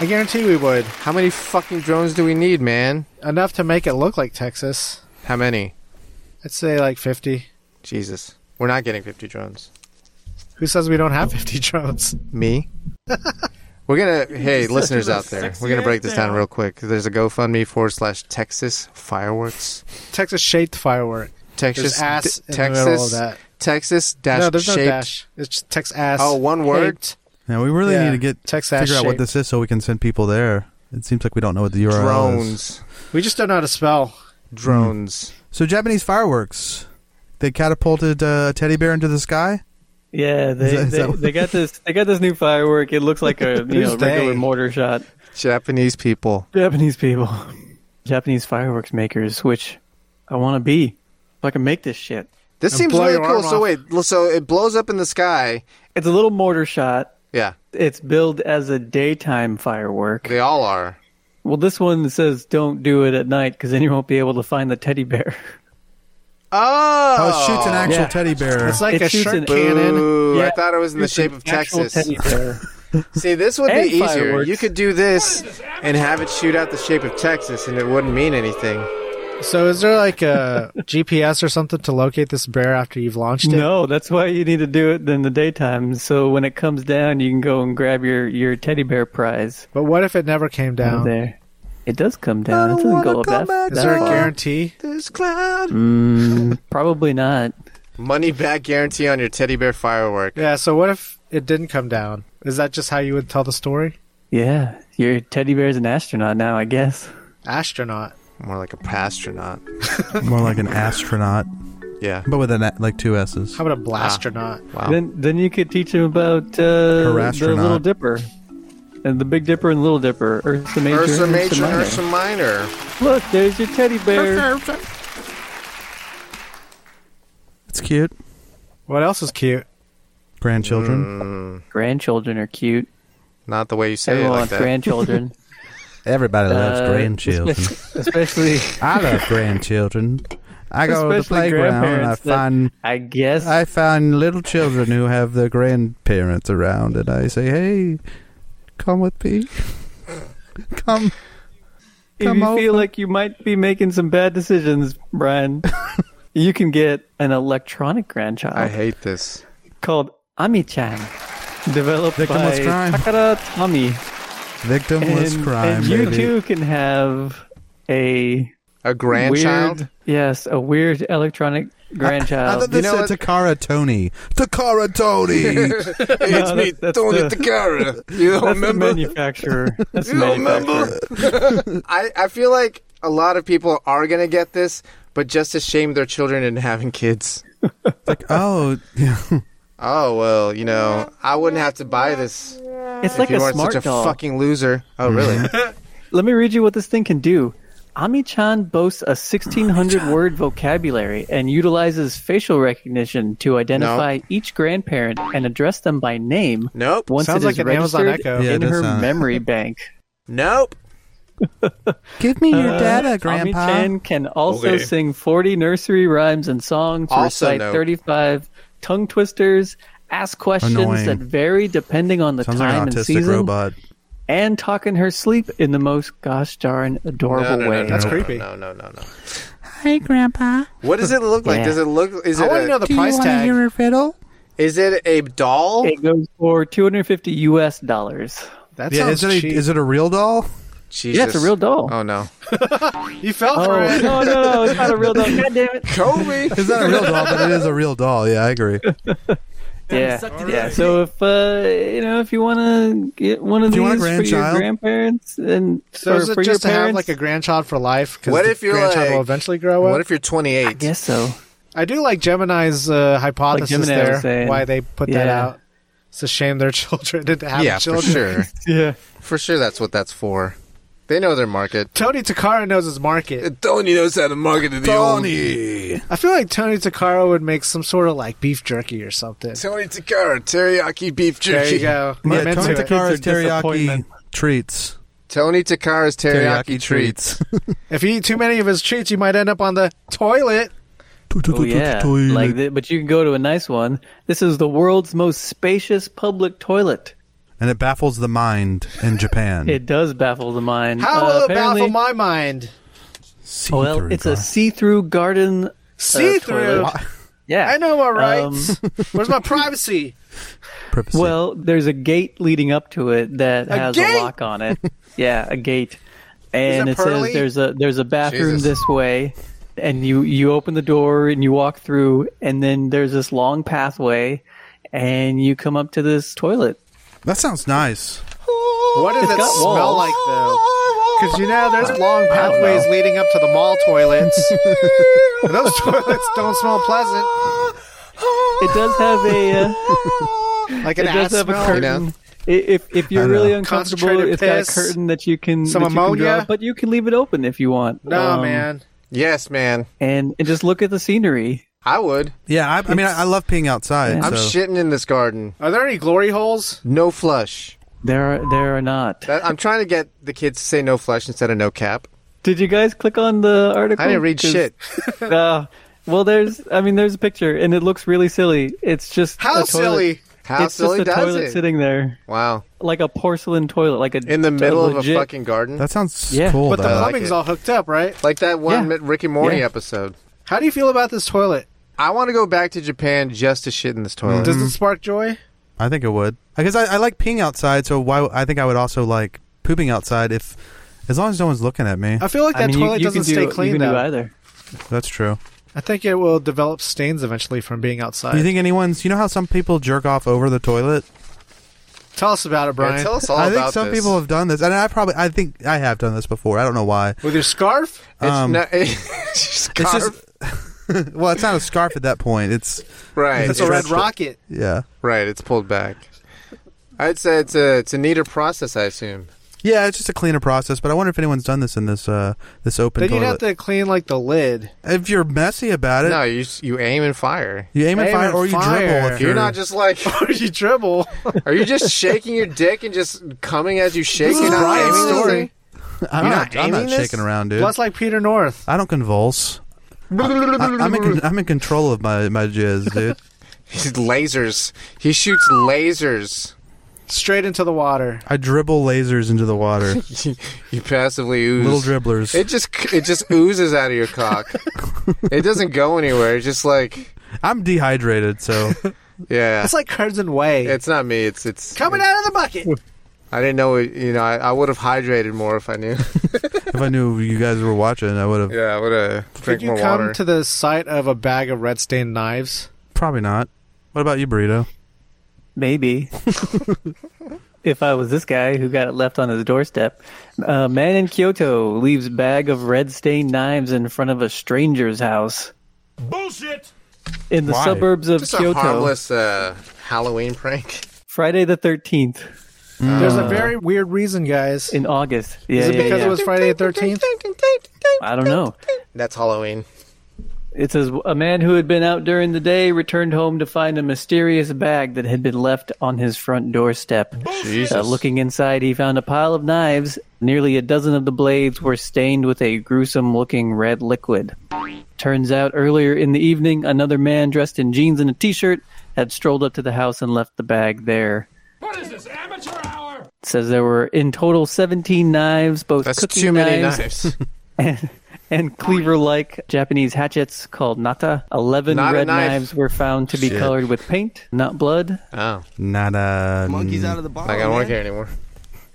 [SPEAKER 3] I guarantee we would
[SPEAKER 1] How many fucking drones do we need, man?
[SPEAKER 3] enough to make it look like Texas.
[SPEAKER 1] How many?
[SPEAKER 3] I'd say like fifty.
[SPEAKER 1] Jesus. We're not getting 50 drones.
[SPEAKER 3] Who says we don't have fifty drones?
[SPEAKER 1] Me? We're gonna. Hey, listeners out there, we're gonna break this down real quick. There's a GoFundMe forward slash Texas fireworks.
[SPEAKER 3] Texas shaped firework.
[SPEAKER 1] Texas
[SPEAKER 3] ass
[SPEAKER 1] d-
[SPEAKER 3] in the middle
[SPEAKER 1] Texas
[SPEAKER 3] of that.
[SPEAKER 1] Texas dash
[SPEAKER 3] no, there's
[SPEAKER 1] shaped.
[SPEAKER 3] no dash. It's just Texas ass.
[SPEAKER 1] Oh, one word?
[SPEAKER 3] Shaped.
[SPEAKER 2] Now we really
[SPEAKER 3] Yeah.
[SPEAKER 2] need to get
[SPEAKER 3] Texas
[SPEAKER 2] figure out what
[SPEAKER 3] shape.
[SPEAKER 2] this is so we can send people there. It seems like we don't know what the URL is.
[SPEAKER 1] Drones.
[SPEAKER 3] We just don't know how to spell.
[SPEAKER 1] drones.
[SPEAKER 2] So Japanese fireworks. They catapulted uh, a teddy bear into the sky.
[SPEAKER 4] Yeah, they,
[SPEAKER 2] that- is
[SPEAKER 4] they,
[SPEAKER 2] that what-
[SPEAKER 4] they got this they got this new firework. It looks like a you know
[SPEAKER 1] Who's they?
[SPEAKER 4] regular mortar shot.
[SPEAKER 1] Mm. Japanese people.
[SPEAKER 4] Japanese people, Japanese fireworks makers, which I want to be. If I can make this shit,
[SPEAKER 1] This
[SPEAKER 3] And
[SPEAKER 1] seems
[SPEAKER 3] blow
[SPEAKER 1] really
[SPEAKER 3] your
[SPEAKER 1] cool.
[SPEAKER 3] arm
[SPEAKER 1] So
[SPEAKER 3] off.
[SPEAKER 1] wait, so it blows up in the sky.
[SPEAKER 4] it's a little mortar shot.
[SPEAKER 1] Yeah,
[SPEAKER 4] It's billed as a daytime firework.
[SPEAKER 1] they all are.
[SPEAKER 4] Well, this one says don't do it at night because then you won't be able to find the teddy bear.
[SPEAKER 1] Oh,
[SPEAKER 2] Oh, it shoots an actual
[SPEAKER 4] Yeah.
[SPEAKER 2] teddy bear.
[SPEAKER 3] It's like
[SPEAKER 4] It
[SPEAKER 3] a
[SPEAKER 4] shoots
[SPEAKER 3] shark
[SPEAKER 4] an-
[SPEAKER 3] cannon.
[SPEAKER 1] Ooh, I
[SPEAKER 4] Yeah,
[SPEAKER 1] thought it was in the
[SPEAKER 4] it's an
[SPEAKER 1] shape of
[SPEAKER 4] actual
[SPEAKER 1] Texas.
[SPEAKER 4] teddy bear.
[SPEAKER 1] See, this would
[SPEAKER 4] And
[SPEAKER 1] be easier.
[SPEAKER 4] fireworks.
[SPEAKER 1] You could do this and have it shoot out the shape of Texas, and it wouldn't mean anything.
[SPEAKER 3] So is there like a GPS or something to locate this bear after you've launched it?
[SPEAKER 4] No, that's why you need to do it in the daytime. So when it comes down, you can go and grab your, your teddy bear prize
[SPEAKER 3] But what if it never came
[SPEAKER 4] over
[SPEAKER 3] down?
[SPEAKER 4] there. It does come down. It doesn't go up that,
[SPEAKER 3] Is
[SPEAKER 4] that
[SPEAKER 3] there a
[SPEAKER 4] far.
[SPEAKER 3] guarantee?
[SPEAKER 1] This cloud.
[SPEAKER 4] Mm, probably not.
[SPEAKER 1] Money back guarantee on your teddy bear firework.
[SPEAKER 3] Yeah, so what if it didn't come down? Is that just how you would tell the story?
[SPEAKER 4] Yeah, your teddy bear's an astronaut now, I guess.
[SPEAKER 3] Astronaut.
[SPEAKER 1] More like a pastronaut.
[SPEAKER 2] More like an astronaut,
[SPEAKER 1] Yeah.
[SPEAKER 2] but with an a- like two S's.
[SPEAKER 3] How about a blastronaut?
[SPEAKER 1] Wow.
[SPEAKER 4] Then then you could teach him about uh, the
[SPEAKER 2] astronaut.
[SPEAKER 4] Little Dipper. And the Big Dipper and Little Dipper. Ursa Major.
[SPEAKER 1] Ursa Major,
[SPEAKER 4] Minor.
[SPEAKER 1] Ursa Minor.
[SPEAKER 4] Look, there's your teddy bear.
[SPEAKER 2] It's cute.
[SPEAKER 3] What else is cute?
[SPEAKER 2] Grandchildren.
[SPEAKER 4] grandchildren are cute.
[SPEAKER 1] Not the way you say it
[SPEAKER 4] Everyone
[SPEAKER 1] like
[SPEAKER 4] wants
[SPEAKER 1] that.
[SPEAKER 4] grandchildren.
[SPEAKER 2] Everybody loves
[SPEAKER 4] Uh,
[SPEAKER 2] grandchildren.
[SPEAKER 4] Especially,
[SPEAKER 2] I love grandchildren. I go to the
[SPEAKER 4] especially
[SPEAKER 2] playground and I
[SPEAKER 4] grandparents. that-
[SPEAKER 2] find
[SPEAKER 4] I guess
[SPEAKER 2] I find little children who have their grandparents around, and I say, "Hey, come with me. Come."
[SPEAKER 4] if
[SPEAKER 2] Come
[SPEAKER 4] you
[SPEAKER 2] over.
[SPEAKER 4] feel like you might be making some bad decisions, Brian, you can get an electronic grandchild
[SPEAKER 1] I hate this.
[SPEAKER 4] called Ami-chan, developed by
[SPEAKER 2] Victimless crime.
[SPEAKER 4] Takara Tami.
[SPEAKER 2] Victimless
[SPEAKER 4] And,
[SPEAKER 2] crime.
[SPEAKER 4] and you
[SPEAKER 2] baby.
[SPEAKER 4] too can have a
[SPEAKER 1] A grandchild?
[SPEAKER 4] weird, yes, a weird electronic
[SPEAKER 2] I
[SPEAKER 4] grandchild.
[SPEAKER 2] thought they
[SPEAKER 1] You know
[SPEAKER 2] said
[SPEAKER 1] what?
[SPEAKER 2] Takara Tony. Takara Tony.
[SPEAKER 8] it's me,
[SPEAKER 4] that's- that's
[SPEAKER 8] Tony
[SPEAKER 4] the-
[SPEAKER 8] Takara. You don't
[SPEAKER 4] That's
[SPEAKER 8] remember?
[SPEAKER 4] the manufacturer. That's
[SPEAKER 8] You
[SPEAKER 4] the
[SPEAKER 8] don't
[SPEAKER 4] manufacturer.
[SPEAKER 8] remember?
[SPEAKER 1] I, I feel like a lot of people are going to get this, but just to shame their children in having kids.
[SPEAKER 2] oh, yeah.
[SPEAKER 1] Oh, well, you know, I wouldn't have to buy this
[SPEAKER 4] It's
[SPEAKER 1] if
[SPEAKER 4] like
[SPEAKER 1] you
[SPEAKER 4] a
[SPEAKER 1] weren't
[SPEAKER 4] smart
[SPEAKER 1] such a
[SPEAKER 4] doll.
[SPEAKER 1] fucking loser. Oh, really?
[SPEAKER 4] Let me read you what this thing can do. Ami-chan boasts a 1600 word vocabulary and utilizes facial recognition to identify each grandparent and address them by name
[SPEAKER 1] nope.
[SPEAKER 4] once
[SPEAKER 3] Sounds
[SPEAKER 4] it
[SPEAKER 3] like
[SPEAKER 4] is
[SPEAKER 3] an Amazon
[SPEAKER 4] registered
[SPEAKER 3] Echo.
[SPEAKER 2] Yeah, it
[SPEAKER 4] in
[SPEAKER 2] does
[SPEAKER 4] her
[SPEAKER 2] sound-
[SPEAKER 4] memory bank.
[SPEAKER 1] Nope.
[SPEAKER 2] give me your
[SPEAKER 4] Uh,
[SPEAKER 2] data, Grandpa.
[SPEAKER 4] Ami-chan can also
[SPEAKER 8] Okay.
[SPEAKER 4] sing 40 nursery rhymes and songs,
[SPEAKER 1] Also
[SPEAKER 4] recite
[SPEAKER 1] no.
[SPEAKER 4] 35 tongue twisters, ask questions
[SPEAKER 2] Annoying.
[SPEAKER 4] that vary depending on the
[SPEAKER 2] Sounds like
[SPEAKER 4] time
[SPEAKER 2] an
[SPEAKER 4] and
[SPEAKER 2] autistic
[SPEAKER 4] season,
[SPEAKER 2] robot.
[SPEAKER 4] and talk in her sleep in the most gosh darn adorable
[SPEAKER 1] No, no,
[SPEAKER 4] way.
[SPEAKER 1] no, no,
[SPEAKER 3] That's
[SPEAKER 1] no,
[SPEAKER 3] creepy.
[SPEAKER 1] No, no, no, no.
[SPEAKER 2] Hey, Grandpa.
[SPEAKER 1] What does it look like?
[SPEAKER 4] Yeah.
[SPEAKER 1] Does it look? Is
[SPEAKER 3] I
[SPEAKER 1] it?
[SPEAKER 3] want to
[SPEAKER 1] a-
[SPEAKER 3] know the price tag.
[SPEAKER 2] a riddle?
[SPEAKER 1] Is it a doll?
[SPEAKER 4] It goes for 250 US dollars.
[SPEAKER 3] That
[SPEAKER 2] Yeah, is
[SPEAKER 3] sounds
[SPEAKER 2] it, a,
[SPEAKER 3] cheap.
[SPEAKER 2] is it a real doll?
[SPEAKER 1] Jesus.
[SPEAKER 4] Yeah, it's a real doll.
[SPEAKER 1] Oh no,
[SPEAKER 3] you fell
[SPEAKER 4] Oh,
[SPEAKER 3] for it.
[SPEAKER 4] no, no, no, it's not a real doll. God damn it.
[SPEAKER 1] Kobe.
[SPEAKER 2] It's not a real doll, but it is a real doll. Yeah, I agree.
[SPEAKER 4] Yeah. Yeah. So if uh, you know, if you want to get one of
[SPEAKER 2] If you want a
[SPEAKER 4] these for your
[SPEAKER 2] grandchild?
[SPEAKER 4] grandparents and
[SPEAKER 3] So
[SPEAKER 4] or
[SPEAKER 3] is it
[SPEAKER 4] for
[SPEAKER 3] just to
[SPEAKER 4] your
[SPEAKER 3] have
[SPEAKER 4] parents,
[SPEAKER 3] like a grandchild for life? Because
[SPEAKER 1] What
[SPEAKER 3] the
[SPEAKER 1] if you're
[SPEAKER 3] grandchild
[SPEAKER 1] like-
[SPEAKER 3] will eventually grow up?
[SPEAKER 1] What if you're 28?
[SPEAKER 4] I guess so.
[SPEAKER 3] I do like Gemini's uh, hypothesis
[SPEAKER 4] Gemini was
[SPEAKER 3] there.
[SPEAKER 4] saying.
[SPEAKER 3] Why they put that
[SPEAKER 4] Yeah.
[SPEAKER 3] out? It's to shame their children into having
[SPEAKER 1] yeah,
[SPEAKER 3] children.
[SPEAKER 1] for sure.
[SPEAKER 4] Yeah.
[SPEAKER 1] For sure, that's what that's for. They know their market.
[SPEAKER 3] Tony Takara knows his market.
[SPEAKER 8] Tony knows how to market to the old.
[SPEAKER 2] Tony.
[SPEAKER 3] I feel like Tony Takara would make some sort of like beef jerky or something.
[SPEAKER 8] Tony Takara, teriyaki beef
[SPEAKER 3] There
[SPEAKER 8] jerky.
[SPEAKER 3] you go.
[SPEAKER 2] Yeah,
[SPEAKER 3] I'm into
[SPEAKER 2] Tony
[SPEAKER 3] it.
[SPEAKER 2] Takara's
[SPEAKER 4] Kids are
[SPEAKER 2] teriyaki
[SPEAKER 4] disappointment.
[SPEAKER 2] treats.
[SPEAKER 1] Tony Takara's teriyaki, treats.
[SPEAKER 3] If you eat too many of his treats, you might end up on the toilet.
[SPEAKER 4] Oh, yeah. Like, th- but you can go to a nice one. This is the world's most spacious public toilet.
[SPEAKER 2] and it baffles the mind in Japan.
[SPEAKER 4] It does baffle the mind.
[SPEAKER 3] How
[SPEAKER 4] Uh,
[SPEAKER 3] will it
[SPEAKER 4] apparently-
[SPEAKER 3] baffle my mind?
[SPEAKER 2] See-through
[SPEAKER 4] Well, it's a
[SPEAKER 2] glass.
[SPEAKER 4] see-through garden. uh,
[SPEAKER 3] See through.
[SPEAKER 4] toilet. Yeah.
[SPEAKER 3] I know my
[SPEAKER 4] Um,
[SPEAKER 3] rights. Where's my privacy?
[SPEAKER 2] Privacy.
[SPEAKER 4] Well, there's a gate leading up to it that has
[SPEAKER 3] gate?
[SPEAKER 4] a lock on it. yeah, a gate, and
[SPEAKER 1] that
[SPEAKER 4] it
[SPEAKER 1] pearly?
[SPEAKER 4] says there's a there's a bathroom
[SPEAKER 1] Jesus.
[SPEAKER 4] this way, and you you open the door and you walk through, and then there's this long pathway, and you come up to this toilet.
[SPEAKER 2] that sounds nice.
[SPEAKER 3] What does
[SPEAKER 4] It's
[SPEAKER 3] it
[SPEAKER 4] got
[SPEAKER 3] smell
[SPEAKER 4] walls.
[SPEAKER 3] like though? because you know there's long pathways leading up to the mall toilets. And those toilets don't smell pleasant,
[SPEAKER 4] It does have a. Uh,
[SPEAKER 1] Like
[SPEAKER 4] it
[SPEAKER 1] an
[SPEAKER 4] does
[SPEAKER 1] ass
[SPEAKER 4] have a
[SPEAKER 1] smell, you know?
[SPEAKER 4] curtain. I- If if you're really uncomfortable,
[SPEAKER 3] Concentrated
[SPEAKER 4] it's got a
[SPEAKER 3] piss.
[SPEAKER 4] curtain that you can
[SPEAKER 3] Some
[SPEAKER 4] that you can
[SPEAKER 3] ammonia.
[SPEAKER 4] draw, but you can leave it open if you want.
[SPEAKER 3] no
[SPEAKER 4] Um,
[SPEAKER 3] man.
[SPEAKER 1] Yes, man.
[SPEAKER 4] and and just look at the scenery.
[SPEAKER 1] I would.
[SPEAKER 2] Yeah, I, I mean, I, I love peeing outside.
[SPEAKER 1] I'm
[SPEAKER 2] so-
[SPEAKER 1] shitting in this garden.
[SPEAKER 3] Are there any glory holes?
[SPEAKER 1] No flush.
[SPEAKER 4] There are there are not.
[SPEAKER 1] That, I'm trying to get the kids to say no flush instead of no cap.
[SPEAKER 4] Did you guys click on the article?
[SPEAKER 1] I didn't read
[SPEAKER 4] Oh, 'Cause,
[SPEAKER 1] shit.
[SPEAKER 4] uh, well, there's I mean there's a picture and it looks really silly. It's just
[SPEAKER 3] How
[SPEAKER 4] a toilet-
[SPEAKER 3] silly?
[SPEAKER 1] How
[SPEAKER 4] it's
[SPEAKER 1] silly
[SPEAKER 4] just a
[SPEAKER 1] does
[SPEAKER 4] toilet
[SPEAKER 1] it?
[SPEAKER 4] sitting there
[SPEAKER 1] Wow.
[SPEAKER 4] like a porcelain toilet, like a
[SPEAKER 1] In the middle of a
[SPEAKER 4] legit-
[SPEAKER 1] fucking garden.
[SPEAKER 2] That sounds
[SPEAKER 4] Yeah.
[SPEAKER 2] cool.
[SPEAKER 3] But the
[SPEAKER 2] though.
[SPEAKER 1] like
[SPEAKER 3] plumbing's
[SPEAKER 1] it.
[SPEAKER 3] all hooked up, right?
[SPEAKER 1] like that one
[SPEAKER 4] Yeah.
[SPEAKER 1] Rick and Morty
[SPEAKER 4] Yeah.
[SPEAKER 1] episode.
[SPEAKER 3] How do you feel about this toilet?
[SPEAKER 1] I want to go back to Japan just to shit in this toilet.
[SPEAKER 3] Mm-hmm.
[SPEAKER 4] Mm-hmm.
[SPEAKER 3] Does it spark joy?
[SPEAKER 2] I think it would. Because I, I like peeing outside, so why? I think I would also like pooping outside if, as long as no one's looking at me.
[SPEAKER 3] I feel like that
[SPEAKER 4] I mean, you-
[SPEAKER 3] toilet
[SPEAKER 4] you,
[SPEAKER 3] doesn't
[SPEAKER 4] can
[SPEAKER 3] stay
[SPEAKER 4] do, You
[SPEAKER 3] clean
[SPEAKER 4] can do
[SPEAKER 3] though.
[SPEAKER 4] either.
[SPEAKER 2] That's true.
[SPEAKER 3] I think it will develop stains eventually from being outside.
[SPEAKER 2] Do you think anyone's? You know how some people jerk off over the toilet?
[SPEAKER 3] tell us about it,
[SPEAKER 1] Yeah,
[SPEAKER 3] Brian.
[SPEAKER 1] tell us all
[SPEAKER 2] I
[SPEAKER 1] about
[SPEAKER 2] think some
[SPEAKER 1] this.
[SPEAKER 2] people have done this, and I probably, I think I have done this before. I don't know why.
[SPEAKER 3] With your scarf?
[SPEAKER 1] It's
[SPEAKER 2] um,
[SPEAKER 1] not- it's
[SPEAKER 2] It's
[SPEAKER 1] just
[SPEAKER 2] just. well, it's not a scarf at that point. It's
[SPEAKER 1] right.
[SPEAKER 3] It's a red rocket.
[SPEAKER 2] yeah,
[SPEAKER 1] Right, it's pulled back. I'd say it's a it's a neater process, I assume.
[SPEAKER 2] yeah. It's just a cleaner process. But I wonder if anyone's done this in this uh this open
[SPEAKER 3] Then you'd
[SPEAKER 2] toilet.
[SPEAKER 3] have to clean like the lid.
[SPEAKER 2] if you're messy about it,
[SPEAKER 1] No, you s- you aim and fire.
[SPEAKER 2] you aim and
[SPEAKER 3] Aim
[SPEAKER 2] fire,
[SPEAKER 3] and
[SPEAKER 2] or you
[SPEAKER 3] fire.
[SPEAKER 2] dribble. If
[SPEAKER 1] You're not just like
[SPEAKER 3] Or you dribble.
[SPEAKER 1] are you just shaking your dick and just coming as you shake
[SPEAKER 3] This is
[SPEAKER 1] and not
[SPEAKER 3] Brian's
[SPEAKER 1] aiming
[SPEAKER 3] story.
[SPEAKER 1] anything?
[SPEAKER 2] I'm
[SPEAKER 1] you're
[SPEAKER 2] not,
[SPEAKER 1] not
[SPEAKER 2] I'm not
[SPEAKER 1] aiming this?
[SPEAKER 2] shaking around, dude.
[SPEAKER 3] Plus like Peter North.
[SPEAKER 2] I don't convulse. I, I'm, in, con- I'm in control of my, my jizz, dude.
[SPEAKER 1] He's lasers. He shoots lasers.
[SPEAKER 3] Straight into the water.
[SPEAKER 2] I dribble lasers into the water.
[SPEAKER 1] You passively ooze.
[SPEAKER 2] Little dribblers.
[SPEAKER 1] It just it just oozes out of your cock. it doesn't go anywhere. It's just like
[SPEAKER 2] I'm dehydrated, so
[SPEAKER 1] yeah.
[SPEAKER 3] It's like curds and whey.
[SPEAKER 1] It's not me. It's it's
[SPEAKER 3] coming out of the bucket.
[SPEAKER 1] I didn't know. it- You know, I, I would have hydrated more if I knew.
[SPEAKER 2] if I knew you guys were watching, I would have
[SPEAKER 1] yeah, I would have
[SPEAKER 3] Could
[SPEAKER 1] drank
[SPEAKER 3] you
[SPEAKER 1] more
[SPEAKER 3] come
[SPEAKER 1] water.
[SPEAKER 3] to the sight of a bag of red stained knives?
[SPEAKER 2] probably not. What about you, burrito?
[SPEAKER 4] Maybe. if I was this guy who got it left on his doorstep, a man in Kyoto leaves bag of red stained knives in front of a stranger's house
[SPEAKER 7] Bullshit!
[SPEAKER 4] in the
[SPEAKER 2] Why?
[SPEAKER 4] suburbs of
[SPEAKER 1] Just a
[SPEAKER 4] Kyoto.
[SPEAKER 1] harmless uh, Halloween prank.
[SPEAKER 4] Friday the 13th
[SPEAKER 3] There's
[SPEAKER 2] Uh.
[SPEAKER 3] a very weird reason, guys.
[SPEAKER 4] in August. Yeah,
[SPEAKER 3] Is it
[SPEAKER 4] yeah,
[SPEAKER 3] because
[SPEAKER 4] yeah.
[SPEAKER 3] it was Friday the 13th?
[SPEAKER 4] I don't know.
[SPEAKER 1] That's Halloween.
[SPEAKER 4] It says a man who had been out during the day returned home to find a mysterious bag that had been left on his front doorstep. Uh, looking inside, he found a pile of knives. Nearly a dozen of the blades were stained with a gruesome looking red liquid. Turns out earlier in the evening, another man dressed in jeans and a t shirt had strolled up to the house and left the bag there.
[SPEAKER 7] What is this, amateur hour?
[SPEAKER 4] It says there were in total 17 knives, both
[SPEAKER 1] That's
[SPEAKER 4] cooking
[SPEAKER 1] too many
[SPEAKER 4] knives,
[SPEAKER 1] knives.
[SPEAKER 4] and cleaver like Japanese hatchets called nata. 11
[SPEAKER 1] Not a
[SPEAKER 4] red
[SPEAKER 1] knife.
[SPEAKER 4] knives were found to be
[SPEAKER 2] Shit.
[SPEAKER 4] colored with paint, not blood.
[SPEAKER 1] oh,
[SPEAKER 2] Not a
[SPEAKER 10] Monkeys out of the bottle.
[SPEAKER 1] like I don't want to
[SPEAKER 10] man.
[SPEAKER 1] hear anymore.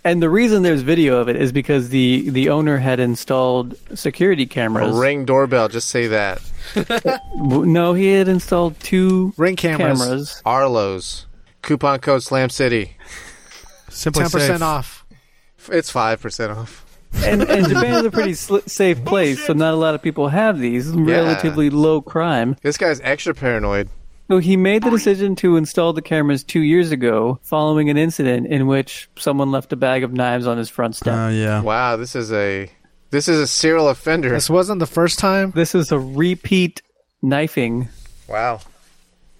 [SPEAKER 4] And the reason there's video of it is because the, the owner had installed security
[SPEAKER 1] A
[SPEAKER 4] cameras.
[SPEAKER 1] ring doorbell. Just say that.
[SPEAKER 4] W- No, he had installed two
[SPEAKER 3] Ring cameras.
[SPEAKER 4] cameras.
[SPEAKER 1] Arlo's coupon code Slam City.
[SPEAKER 2] simply
[SPEAKER 3] 10%
[SPEAKER 2] safe.
[SPEAKER 3] off.
[SPEAKER 1] It's five percent off.
[SPEAKER 4] And, and Japan's a pretty sl- safe place, so not a lot of people have these. Relatively low crime.
[SPEAKER 1] This guy's extra paranoid.
[SPEAKER 4] So he made the decision to install the cameras two years ago following an incident in which someone left a bag of knives on his front step.
[SPEAKER 2] Oh yeah.
[SPEAKER 1] Wow, this is a this is a serial offender.
[SPEAKER 3] This wasn't the first time.
[SPEAKER 4] This is a repeat knifing.
[SPEAKER 1] Wow.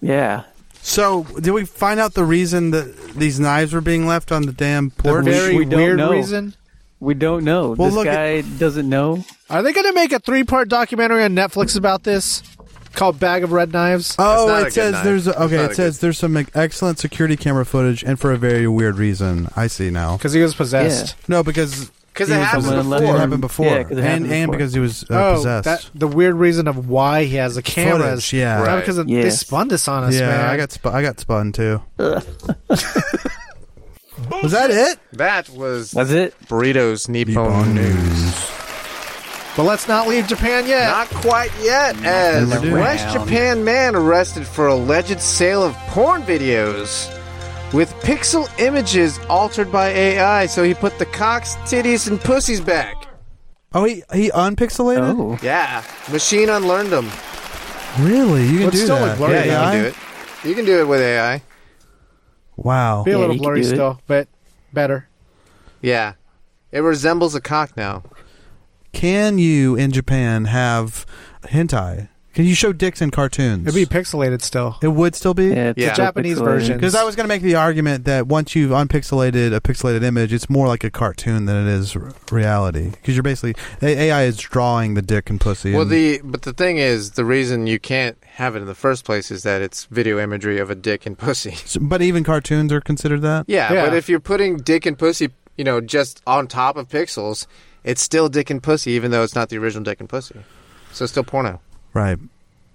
[SPEAKER 4] Yeah.
[SPEAKER 2] So, did we find out the reason that these knives were being left on the damn porch?
[SPEAKER 3] Very
[SPEAKER 4] we don't
[SPEAKER 3] weird
[SPEAKER 4] know.
[SPEAKER 3] reason.
[SPEAKER 4] We don't know.
[SPEAKER 2] Well,
[SPEAKER 4] this
[SPEAKER 2] look
[SPEAKER 4] guy
[SPEAKER 2] at-
[SPEAKER 4] doesn't know.
[SPEAKER 3] Are they going to make a three part documentary on Netflix about this called Bag of Red Knives?
[SPEAKER 2] Oh,
[SPEAKER 1] That's not a
[SPEAKER 2] it
[SPEAKER 1] good
[SPEAKER 2] says
[SPEAKER 1] knife.
[SPEAKER 2] there's
[SPEAKER 1] That's
[SPEAKER 2] okay.
[SPEAKER 1] not
[SPEAKER 2] It
[SPEAKER 1] a
[SPEAKER 2] says there's some excellent security camera footage, and for a very weird reason. I see now.
[SPEAKER 3] Because he was possessed.
[SPEAKER 2] No, because
[SPEAKER 1] 'Cause
[SPEAKER 2] he
[SPEAKER 1] it
[SPEAKER 2] was
[SPEAKER 1] happened
[SPEAKER 2] the-
[SPEAKER 4] before.
[SPEAKER 2] It happened before,
[SPEAKER 4] Yeah, 'cause it
[SPEAKER 2] and
[SPEAKER 4] happened
[SPEAKER 2] and
[SPEAKER 4] before.
[SPEAKER 2] because he was uh,
[SPEAKER 3] Oh,
[SPEAKER 2] possessed.
[SPEAKER 3] that, the weird reason of why he has the cameras.
[SPEAKER 2] Footage, yeah.
[SPEAKER 3] Not
[SPEAKER 1] Right.
[SPEAKER 3] because they
[SPEAKER 4] Yes.
[SPEAKER 3] spun this on us,
[SPEAKER 2] yeah,
[SPEAKER 3] man.
[SPEAKER 2] I got sp- I got spun too. was that it?
[SPEAKER 1] That was
[SPEAKER 4] Was it?
[SPEAKER 1] burritos Nippon news.
[SPEAKER 3] but let's not leave Japan yet.
[SPEAKER 1] Not quite yet, as
[SPEAKER 2] Never do.
[SPEAKER 1] West Japan man arrested for alleged sale of porn videos with pixel images altered by AI, so he put the cocks, titties, and pussies back.
[SPEAKER 2] Oh, he he unpixelated.
[SPEAKER 4] Oh,
[SPEAKER 1] Yeah, machine unlearned them.
[SPEAKER 2] Really? You can
[SPEAKER 1] But
[SPEAKER 2] do
[SPEAKER 1] still,
[SPEAKER 2] that?
[SPEAKER 1] like blurry. you
[SPEAKER 2] AI?
[SPEAKER 1] can do it. You can do it with AI.
[SPEAKER 2] Wow.
[SPEAKER 3] Be a
[SPEAKER 4] Yeah,
[SPEAKER 3] little
[SPEAKER 4] you can
[SPEAKER 3] blurry
[SPEAKER 4] do it.
[SPEAKER 3] still, but better.
[SPEAKER 1] Yeah, it resembles a cock now.
[SPEAKER 2] Can you in Japan have hentai? Can you show dicks in cartoons?
[SPEAKER 3] It'd be pixelated still.
[SPEAKER 2] It would still be.
[SPEAKER 4] yeah, it's
[SPEAKER 1] Yeah.
[SPEAKER 4] a
[SPEAKER 3] Japanese
[SPEAKER 4] pixelated.
[SPEAKER 3] version.
[SPEAKER 2] Because I was going to make the argument that once you've unpixelated a pixelated image, it's more like a cartoon than it is r- reality. Because you're basically the AI is drawing the dick and pussy.
[SPEAKER 1] Well,
[SPEAKER 2] and-
[SPEAKER 1] the but the thing is, the reason you can't have it in the first place is that it's video imagery of a dick and pussy.
[SPEAKER 2] S- but even cartoons are considered that.
[SPEAKER 1] Yeah,
[SPEAKER 3] Yeah.
[SPEAKER 1] but if you're putting dick and pussy, you know, just on top of pixels, it's still dick and pussy, even though it's not the original dick and pussy. So it's still porno.
[SPEAKER 2] Right.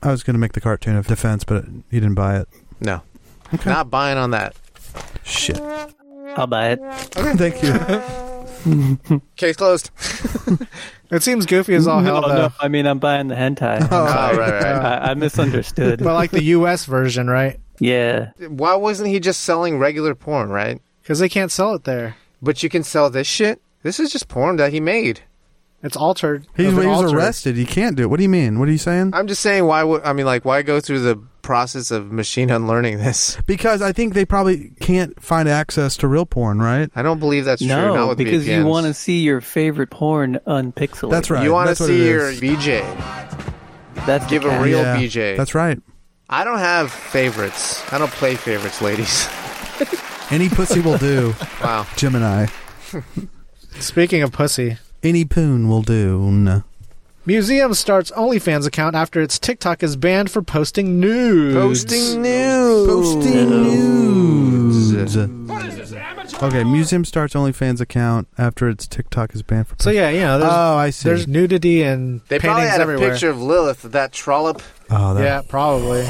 [SPEAKER 2] I was going to make the cartoon of defense, but you didn't buy it.
[SPEAKER 1] No, not buying on that.
[SPEAKER 2] Shit.
[SPEAKER 4] I'll buy it.
[SPEAKER 2] Thank you.
[SPEAKER 1] Case closed.
[SPEAKER 3] It seems goofy as all
[SPEAKER 4] no,
[SPEAKER 3] hell though.
[SPEAKER 4] no, I mean I'm buying the hentai. I'm
[SPEAKER 1] Oh,
[SPEAKER 4] sorry.
[SPEAKER 1] right, right.
[SPEAKER 4] I, I misunderstood.
[SPEAKER 3] But like the U.S. version, right?
[SPEAKER 4] yeah,
[SPEAKER 1] Why wasn't he just selling regular porn, right?
[SPEAKER 3] Because they can't sell it there.
[SPEAKER 1] But you can sell this shit. This is just porn that he made.
[SPEAKER 3] It's altered.
[SPEAKER 2] He,
[SPEAKER 3] It's
[SPEAKER 2] he
[SPEAKER 3] been
[SPEAKER 2] was
[SPEAKER 3] altered.
[SPEAKER 2] arrested. You can't do it. What do you mean? What are you saying?
[SPEAKER 1] I'm just saying, why would I mean, like, why go through the process of machine unlearning this?
[SPEAKER 2] Because I think they probably can't find access to real porn, right?
[SPEAKER 1] I don't believe that's true. Not
[SPEAKER 4] no,
[SPEAKER 1] with
[SPEAKER 4] because you
[SPEAKER 1] VPNs.
[SPEAKER 4] want to see your favorite porn unpixelated.
[SPEAKER 2] That's right.
[SPEAKER 1] You want to
[SPEAKER 2] That's what it
[SPEAKER 1] see your
[SPEAKER 2] is.
[SPEAKER 1] BJ.
[SPEAKER 4] That's the
[SPEAKER 1] Give a
[SPEAKER 4] catch.
[SPEAKER 1] real- BJ.
[SPEAKER 2] That's right.
[SPEAKER 1] I don't have favorites. I don't play favorites, ladies.
[SPEAKER 2] Any pussy will do,
[SPEAKER 1] Wow.
[SPEAKER 2] Gemini.
[SPEAKER 3] Speaking of pussy,
[SPEAKER 2] Any poon will do. No.
[SPEAKER 3] museum starts OnlyFans account after its TikTok is banned for posting nudes.
[SPEAKER 1] Posting news.
[SPEAKER 2] Posting nudes. Okay, museum starts OnlyFans account after its TikTok is banned from.
[SPEAKER 3] So yeah, you know, there's,
[SPEAKER 2] oh, I see.
[SPEAKER 3] there's nudity and
[SPEAKER 1] They probably
[SPEAKER 3] paintings
[SPEAKER 1] had a
[SPEAKER 3] everywhere.
[SPEAKER 1] picture of Lilith, that trollop.
[SPEAKER 2] oh, that,
[SPEAKER 3] Yeah, probably.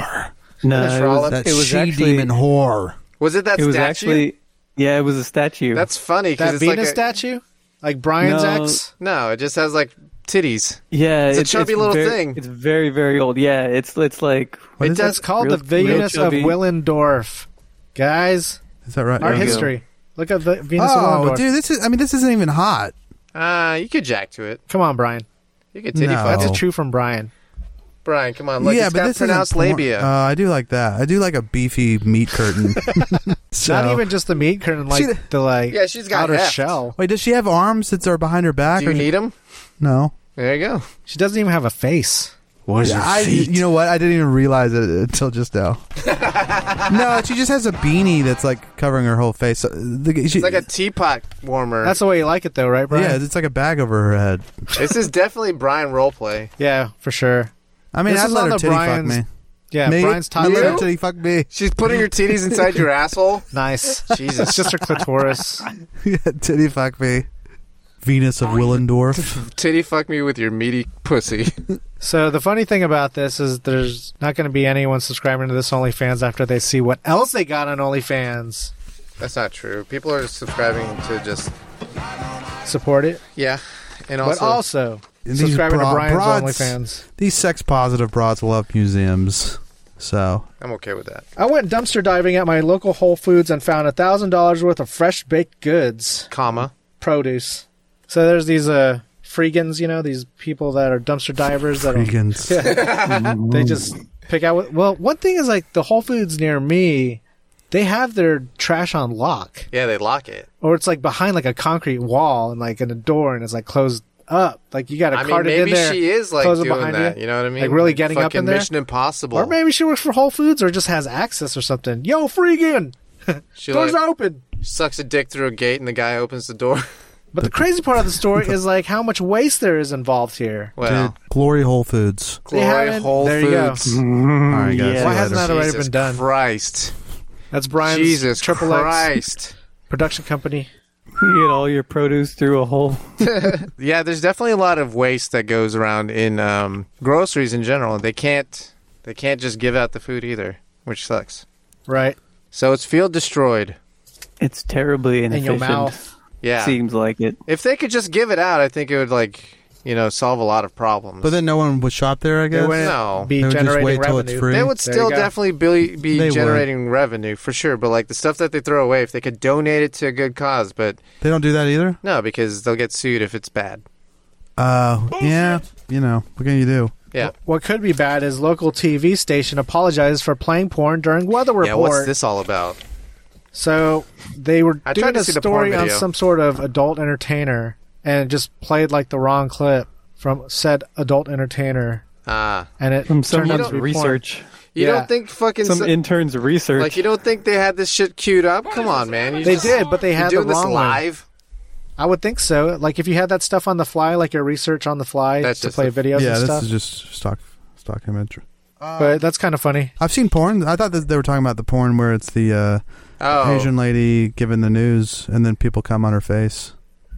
[SPEAKER 4] No,
[SPEAKER 1] That's
[SPEAKER 4] it
[SPEAKER 1] right.
[SPEAKER 4] was,
[SPEAKER 2] that
[SPEAKER 4] it was
[SPEAKER 2] she
[SPEAKER 4] actually
[SPEAKER 2] demon whore.
[SPEAKER 1] Was it that
[SPEAKER 4] it was
[SPEAKER 1] statue?
[SPEAKER 4] actually yeah, it was a statue.
[SPEAKER 1] That's funny because
[SPEAKER 3] That
[SPEAKER 1] it's
[SPEAKER 3] Venus
[SPEAKER 1] like a,
[SPEAKER 3] statue, like Brian's
[SPEAKER 4] No.
[SPEAKER 3] ex.
[SPEAKER 1] No, it just has like titties.
[SPEAKER 4] yeah,
[SPEAKER 1] it's a chubby little
[SPEAKER 4] very-
[SPEAKER 1] thing.
[SPEAKER 4] It's very very old. Yeah, it's it's like
[SPEAKER 2] What
[SPEAKER 1] It
[SPEAKER 2] is
[SPEAKER 1] does-
[SPEAKER 2] that?
[SPEAKER 3] It's called
[SPEAKER 4] Real-
[SPEAKER 3] the Venus
[SPEAKER 4] real
[SPEAKER 3] of
[SPEAKER 4] chubby.
[SPEAKER 3] Willendorf. Guys,
[SPEAKER 2] Is that right?
[SPEAKER 3] art
[SPEAKER 4] you go.
[SPEAKER 3] history. Look at the Venus of
[SPEAKER 2] Oh,
[SPEAKER 3] Willendorf.
[SPEAKER 2] dude, this is. I mean, this isn't even hot.
[SPEAKER 1] Uh, you could jack to it.
[SPEAKER 3] Come on, Brian.
[SPEAKER 1] You could titty
[SPEAKER 2] No.
[SPEAKER 1] fuck.
[SPEAKER 3] That's
[SPEAKER 1] it.
[SPEAKER 3] a true from Brian.
[SPEAKER 1] Brian, come on. Look,
[SPEAKER 2] yeah,
[SPEAKER 1] it's
[SPEAKER 2] but
[SPEAKER 1] got
[SPEAKER 2] this
[SPEAKER 1] pronounced
[SPEAKER 2] isn't porn.
[SPEAKER 1] labia.
[SPEAKER 2] Uh, I do like that. I do like a beefy meat curtain. so,
[SPEAKER 3] Not even just the meat curtain, like
[SPEAKER 2] She-
[SPEAKER 3] the like
[SPEAKER 1] Yeah, she's got
[SPEAKER 3] outer
[SPEAKER 1] heft.
[SPEAKER 3] shell.
[SPEAKER 2] Wait, does she have arms that are behind her back?
[SPEAKER 1] Do you
[SPEAKER 2] or-
[SPEAKER 1] need them?
[SPEAKER 2] no.
[SPEAKER 1] There you go.
[SPEAKER 3] She doesn't even have a face.
[SPEAKER 5] Where's your
[SPEAKER 2] I,
[SPEAKER 5] feet?
[SPEAKER 2] you know what? I didn't even realize it until just now. no, she just has a beanie that's like covering her whole face. So, the, she,
[SPEAKER 1] It's like a teapot warmer.
[SPEAKER 3] That's the way you like it, though, right, Brian?
[SPEAKER 2] yeah, it's like a bag over her head.
[SPEAKER 1] this is definitely Brian roleplay.
[SPEAKER 3] Yeah, for sure.
[SPEAKER 2] I mean,
[SPEAKER 3] This
[SPEAKER 2] I'd
[SPEAKER 3] is
[SPEAKER 2] let
[SPEAKER 3] on
[SPEAKER 2] her
[SPEAKER 3] the
[SPEAKER 2] titty fuck
[SPEAKER 3] Brian's-
[SPEAKER 2] me.
[SPEAKER 3] Yeah,
[SPEAKER 2] me?
[SPEAKER 3] Brian's top
[SPEAKER 2] I'd let her
[SPEAKER 3] tip.
[SPEAKER 2] titty fuck me.
[SPEAKER 1] She's putting her titties inside your asshole.
[SPEAKER 3] Nice.
[SPEAKER 1] Jesus.
[SPEAKER 3] It's just her clitoris.
[SPEAKER 2] Yeah, titty fuck me. Venus of Willendorf.
[SPEAKER 1] Titty fuck me with your meaty pussy.
[SPEAKER 3] So the funny thing about this is there's not going to be anyone subscribing to this OnlyFans after they see what else they got on OnlyFans.
[SPEAKER 1] That's not true. People are subscribing to just
[SPEAKER 3] Support it,
[SPEAKER 1] yeah, and
[SPEAKER 3] but
[SPEAKER 1] also,
[SPEAKER 3] also
[SPEAKER 2] These
[SPEAKER 3] subscribing
[SPEAKER 2] bra-
[SPEAKER 3] to Brian's
[SPEAKER 2] broads.
[SPEAKER 3] OnlyFans.
[SPEAKER 2] These sex positive broads love museums. So
[SPEAKER 1] I'm okay with that.
[SPEAKER 3] I went dumpster diving at my local Whole Foods and found thousand dollars worth of fresh baked goods,
[SPEAKER 1] Comma.
[SPEAKER 3] produce. So there's these uh freegans, you know, these people that are dumpster divers that are
[SPEAKER 2] freakins.
[SPEAKER 3] they just pick out. What, well, one thing is like the Whole Foods near me, they have their trash on lock,
[SPEAKER 1] Yeah, they lock it.
[SPEAKER 3] or it's like behind like a concrete wall and like in a door, and it's like closed up. Like you got to
[SPEAKER 1] I mean,
[SPEAKER 3] cart it in
[SPEAKER 1] maybe
[SPEAKER 3] there.
[SPEAKER 1] she is like
[SPEAKER 3] close it
[SPEAKER 1] doing
[SPEAKER 3] behind
[SPEAKER 1] that.
[SPEAKER 3] you.
[SPEAKER 1] You. know what I mean?
[SPEAKER 3] Like, really getting up
[SPEAKER 1] Fucking
[SPEAKER 3] in there?
[SPEAKER 1] Mission Impossible.
[SPEAKER 3] or maybe she works for Whole Foods, or just has access or something. Yo, freegan,
[SPEAKER 1] she
[SPEAKER 3] doors
[SPEAKER 1] like,
[SPEAKER 3] open.
[SPEAKER 1] sucks a dick through a gate and the guy opens the door.
[SPEAKER 3] But the crazy part of the story is like how much waste there is involved here.
[SPEAKER 1] well,
[SPEAKER 2] Glory Whole Foods.
[SPEAKER 3] They
[SPEAKER 1] glory
[SPEAKER 3] haven't-
[SPEAKER 1] Whole
[SPEAKER 3] there you go.
[SPEAKER 1] Foods.
[SPEAKER 3] Mm,
[SPEAKER 2] All right, guys.
[SPEAKER 4] yeah.
[SPEAKER 2] see
[SPEAKER 3] Why
[SPEAKER 2] you
[SPEAKER 3] hasn't
[SPEAKER 2] later.
[SPEAKER 3] that already
[SPEAKER 1] Jesus
[SPEAKER 3] been done?
[SPEAKER 1] Christ,
[SPEAKER 3] That's Brian's
[SPEAKER 1] Jesus
[SPEAKER 3] Triple X
[SPEAKER 1] Christ.
[SPEAKER 3] production company.
[SPEAKER 4] you get all your produce through a hole.
[SPEAKER 1] Yeah, there's definitely a lot of waste that goes around in um, groceries in general. They can't they can't just give out the food either, which sucks.
[SPEAKER 3] Right.
[SPEAKER 1] So it's field destroyed.
[SPEAKER 4] It's terribly
[SPEAKER 3] In your
[SPEAKER 4] inefficient.
[SPEAKER 3] mouth.
[SPEAKER 1] Yeah.
[SPEAKER 4] Seems like it.
[SPEAKER 1] If they could just give it out, I think it would like you know solve a lot of problems.
[SPEAKER 2] But then no one would shop there, I guess.
[SPEAKER 3] wouldn't
[SPEAKER 1] no,
[SPEAKER 3] Be
[SPEAKER 2] They would just
[SPEAKER 3] generating
[SPEAKER 2] wait till
[SPEAKER 3] revenue.
[SPEAKER 2] it's free.
[SPEAKER 1] they would
[SPEAKER 3] There you
[SPEAKER 1] still
[SPEAKER 3] go.
[SPEAKER 1] definitely be, be
[SPEAKER 2] They would.
[SPEAKER 1] generating revenue for sure. But like the stuff that they throw away, if they could donate it to a good cause, but
[SPEAKER 2] They don't do that either.
[SPEAKER 1] no, because they'll get sued if it's bad.
[SPEAKER 2] Uh, yeah, you know, what can you do?
[SPEAKER 1] Yeah.
[SPEAKER 3] What could be bad is local TV station apologized for playing porn during weather report.
[SPEAKER 1] Yeah, what's this all about?
[SPEAKER 3] So they were
[SPEAKER 1] I tried
[SPEAKER 3] doing
[SPEAKER 1] to
[SPEAKER 3] a
[SPEAKER 1] see the porn
[SPEAKER 3] story on
[SPEAKER 1] video.
[SPEAKER 3] some sort of adult entertainer, and it just played like the wrong clip from said adult entertainer,
[SPEAKER 1] Ah.
[SPEAKER 3] and it
[SPEAKER 4] From
[SPEAKER 3] turned out
[SPEAKER 4] someone's
[SPEAKER 3] to be porn.
[SPEAKER 4] research.
[SPEAKER 1] You
[SPEAKER 3] Yeah.
[SPEAKER 1] don't think fucking
[SPEAKER 4] Some
[SPEAKER 1] so-
[SPEAKER 4] intern's research.
[SPEAKER 1] like you don't think they had this shit queued up? Come on, man. You
[SPEAKER 3] They
[SPEAKER 1] just-
[SPEAKER 3] did, but they
[SPEAKER 1] you're
[SPEAKER 3] had the
[SPEAKER 1] doing this
[SPEAKER 3] wrong one.
[SPEAKER 1] live.
[SPEAKER 3] I would think so. Like if you had that stuff on the fly, like your research on the fly
[SPEAKER 1] That's
[SPEAKER 3] to
[SPEAKER 1] just
[SPEAKER 3] play
[SPEAKER 1] the-
[SPEAKER 3] videos
[SPEAKER 2] yeah,
[SPEAKER 3] and
[SPEAKER 2] this
[SPEAKER 3] stuff.
[SPEAKER 2] is just stock stock image.
[SPEAKER 3] but that's kind of funny.
[SPEAKER 2] I've seen porn. I thought that they were talking about the porn where it's the uh,
[SPEAKER 1] Oh,
[SPEAKER 2] Asian lady giving the news and then people come on her face.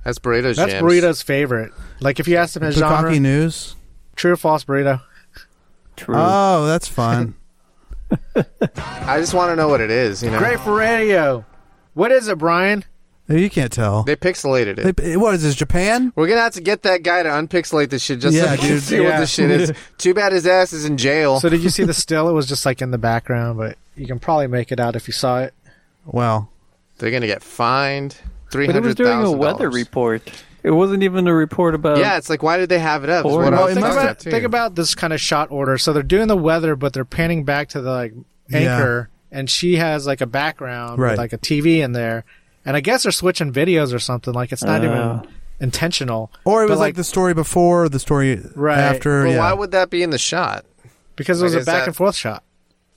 [SPEAKER 1] that's burritos.
[SPEAKER 3] That's
[SPEAKER 1] jams.
[SPEAKER 3] burrito's favorite. Like if you asked him his genre,
[SPEAKER 2] Bukkake news.
[SPEAKER 3] true or false burrito.
[SPEAKER 4] True.
[SPEAKER 2] Oh, that's fun.
[SPEAKER 1] I just want to know what it is. You know,
[SPEAKER 3] Great for radio. What is it, Brian?
[SPEAKER 2] you can't tell.
[SPEAKER 1] they pixelated it.
[SPEAKER 2] They- what is this, Japan?
[SPEAKER 1] We're gonna have to get that guy to unpixelate this shit just so
[SPEAKER 2] Yeah,
[SPEAKER 1] we can
[SPEAKER 2] dude.
[SPEAKER 1] see what
[SPEAKER 3] Yeah.
[SPEAKER 1] this shit is. Too bad his ass is in jail.
[SPEAKER 3] So did you see the still? It was just like in the background, but you can probably make it out if you saw it.
[SPEAKER 2] Well,
[SPEAKER 1] They're gonna get fined three
[SPEAKER 4] but it was
[SPEAKER 1] hundred
[SPEAKER 4] doing a
[SPEAKER 1] thousand
[SPEAKER 4] weather
[SPEAKER 1] dollars.
[SPEAKER 4] report. It wasn't even a report about.
[SPEAKER 1] Yeah, it's like why did they have it up? Is
[SPEAKER 4] Or-
[SPEAKER 1] what I
[SPEAKER 4] Well,
[SPEAKER 1] was
[SPEAKER 2] it
[SPEAKER 3] Think
[SPEAKER 2] must
[SPEAKER 1] talking
[SPEAKER 3] about,
[SPEAKER 1] about, too.
[SPEAKER 3] think about this kind of shot order. So they're doing the weather, but they're panning back to the like
[SPEAKER 2] Yeah.
[SPEAKER 3] anchor, and she has like a background
[SPEAKER 2] Right.
[SPEAKER 3] with like a TV in there, and I guess they're switching videos or something. Like it's not
[SPEAKER 4] Oh.
[SPEAKER 3] even intentional.
[SPEAKER 2] or it
[SPEAKER 3] But,
[SPEAKER 2] was like, the story before, the story
[SPEAKER 3] Right.
[SPEAKER 2] after.
[SPEAKER 1] Well,
[SPEAKER 2] yeah.
[SPEAKER 1] why would that be in the shot?
[SPEAKER 3] because it was
[SPEAKER 1] Like,
[SPEAKER 3] a
[SPEAKER 1] is
[SPEAKER 3] back
[SPEAKER 1] that-
[SPEAKER 3] and forth shot,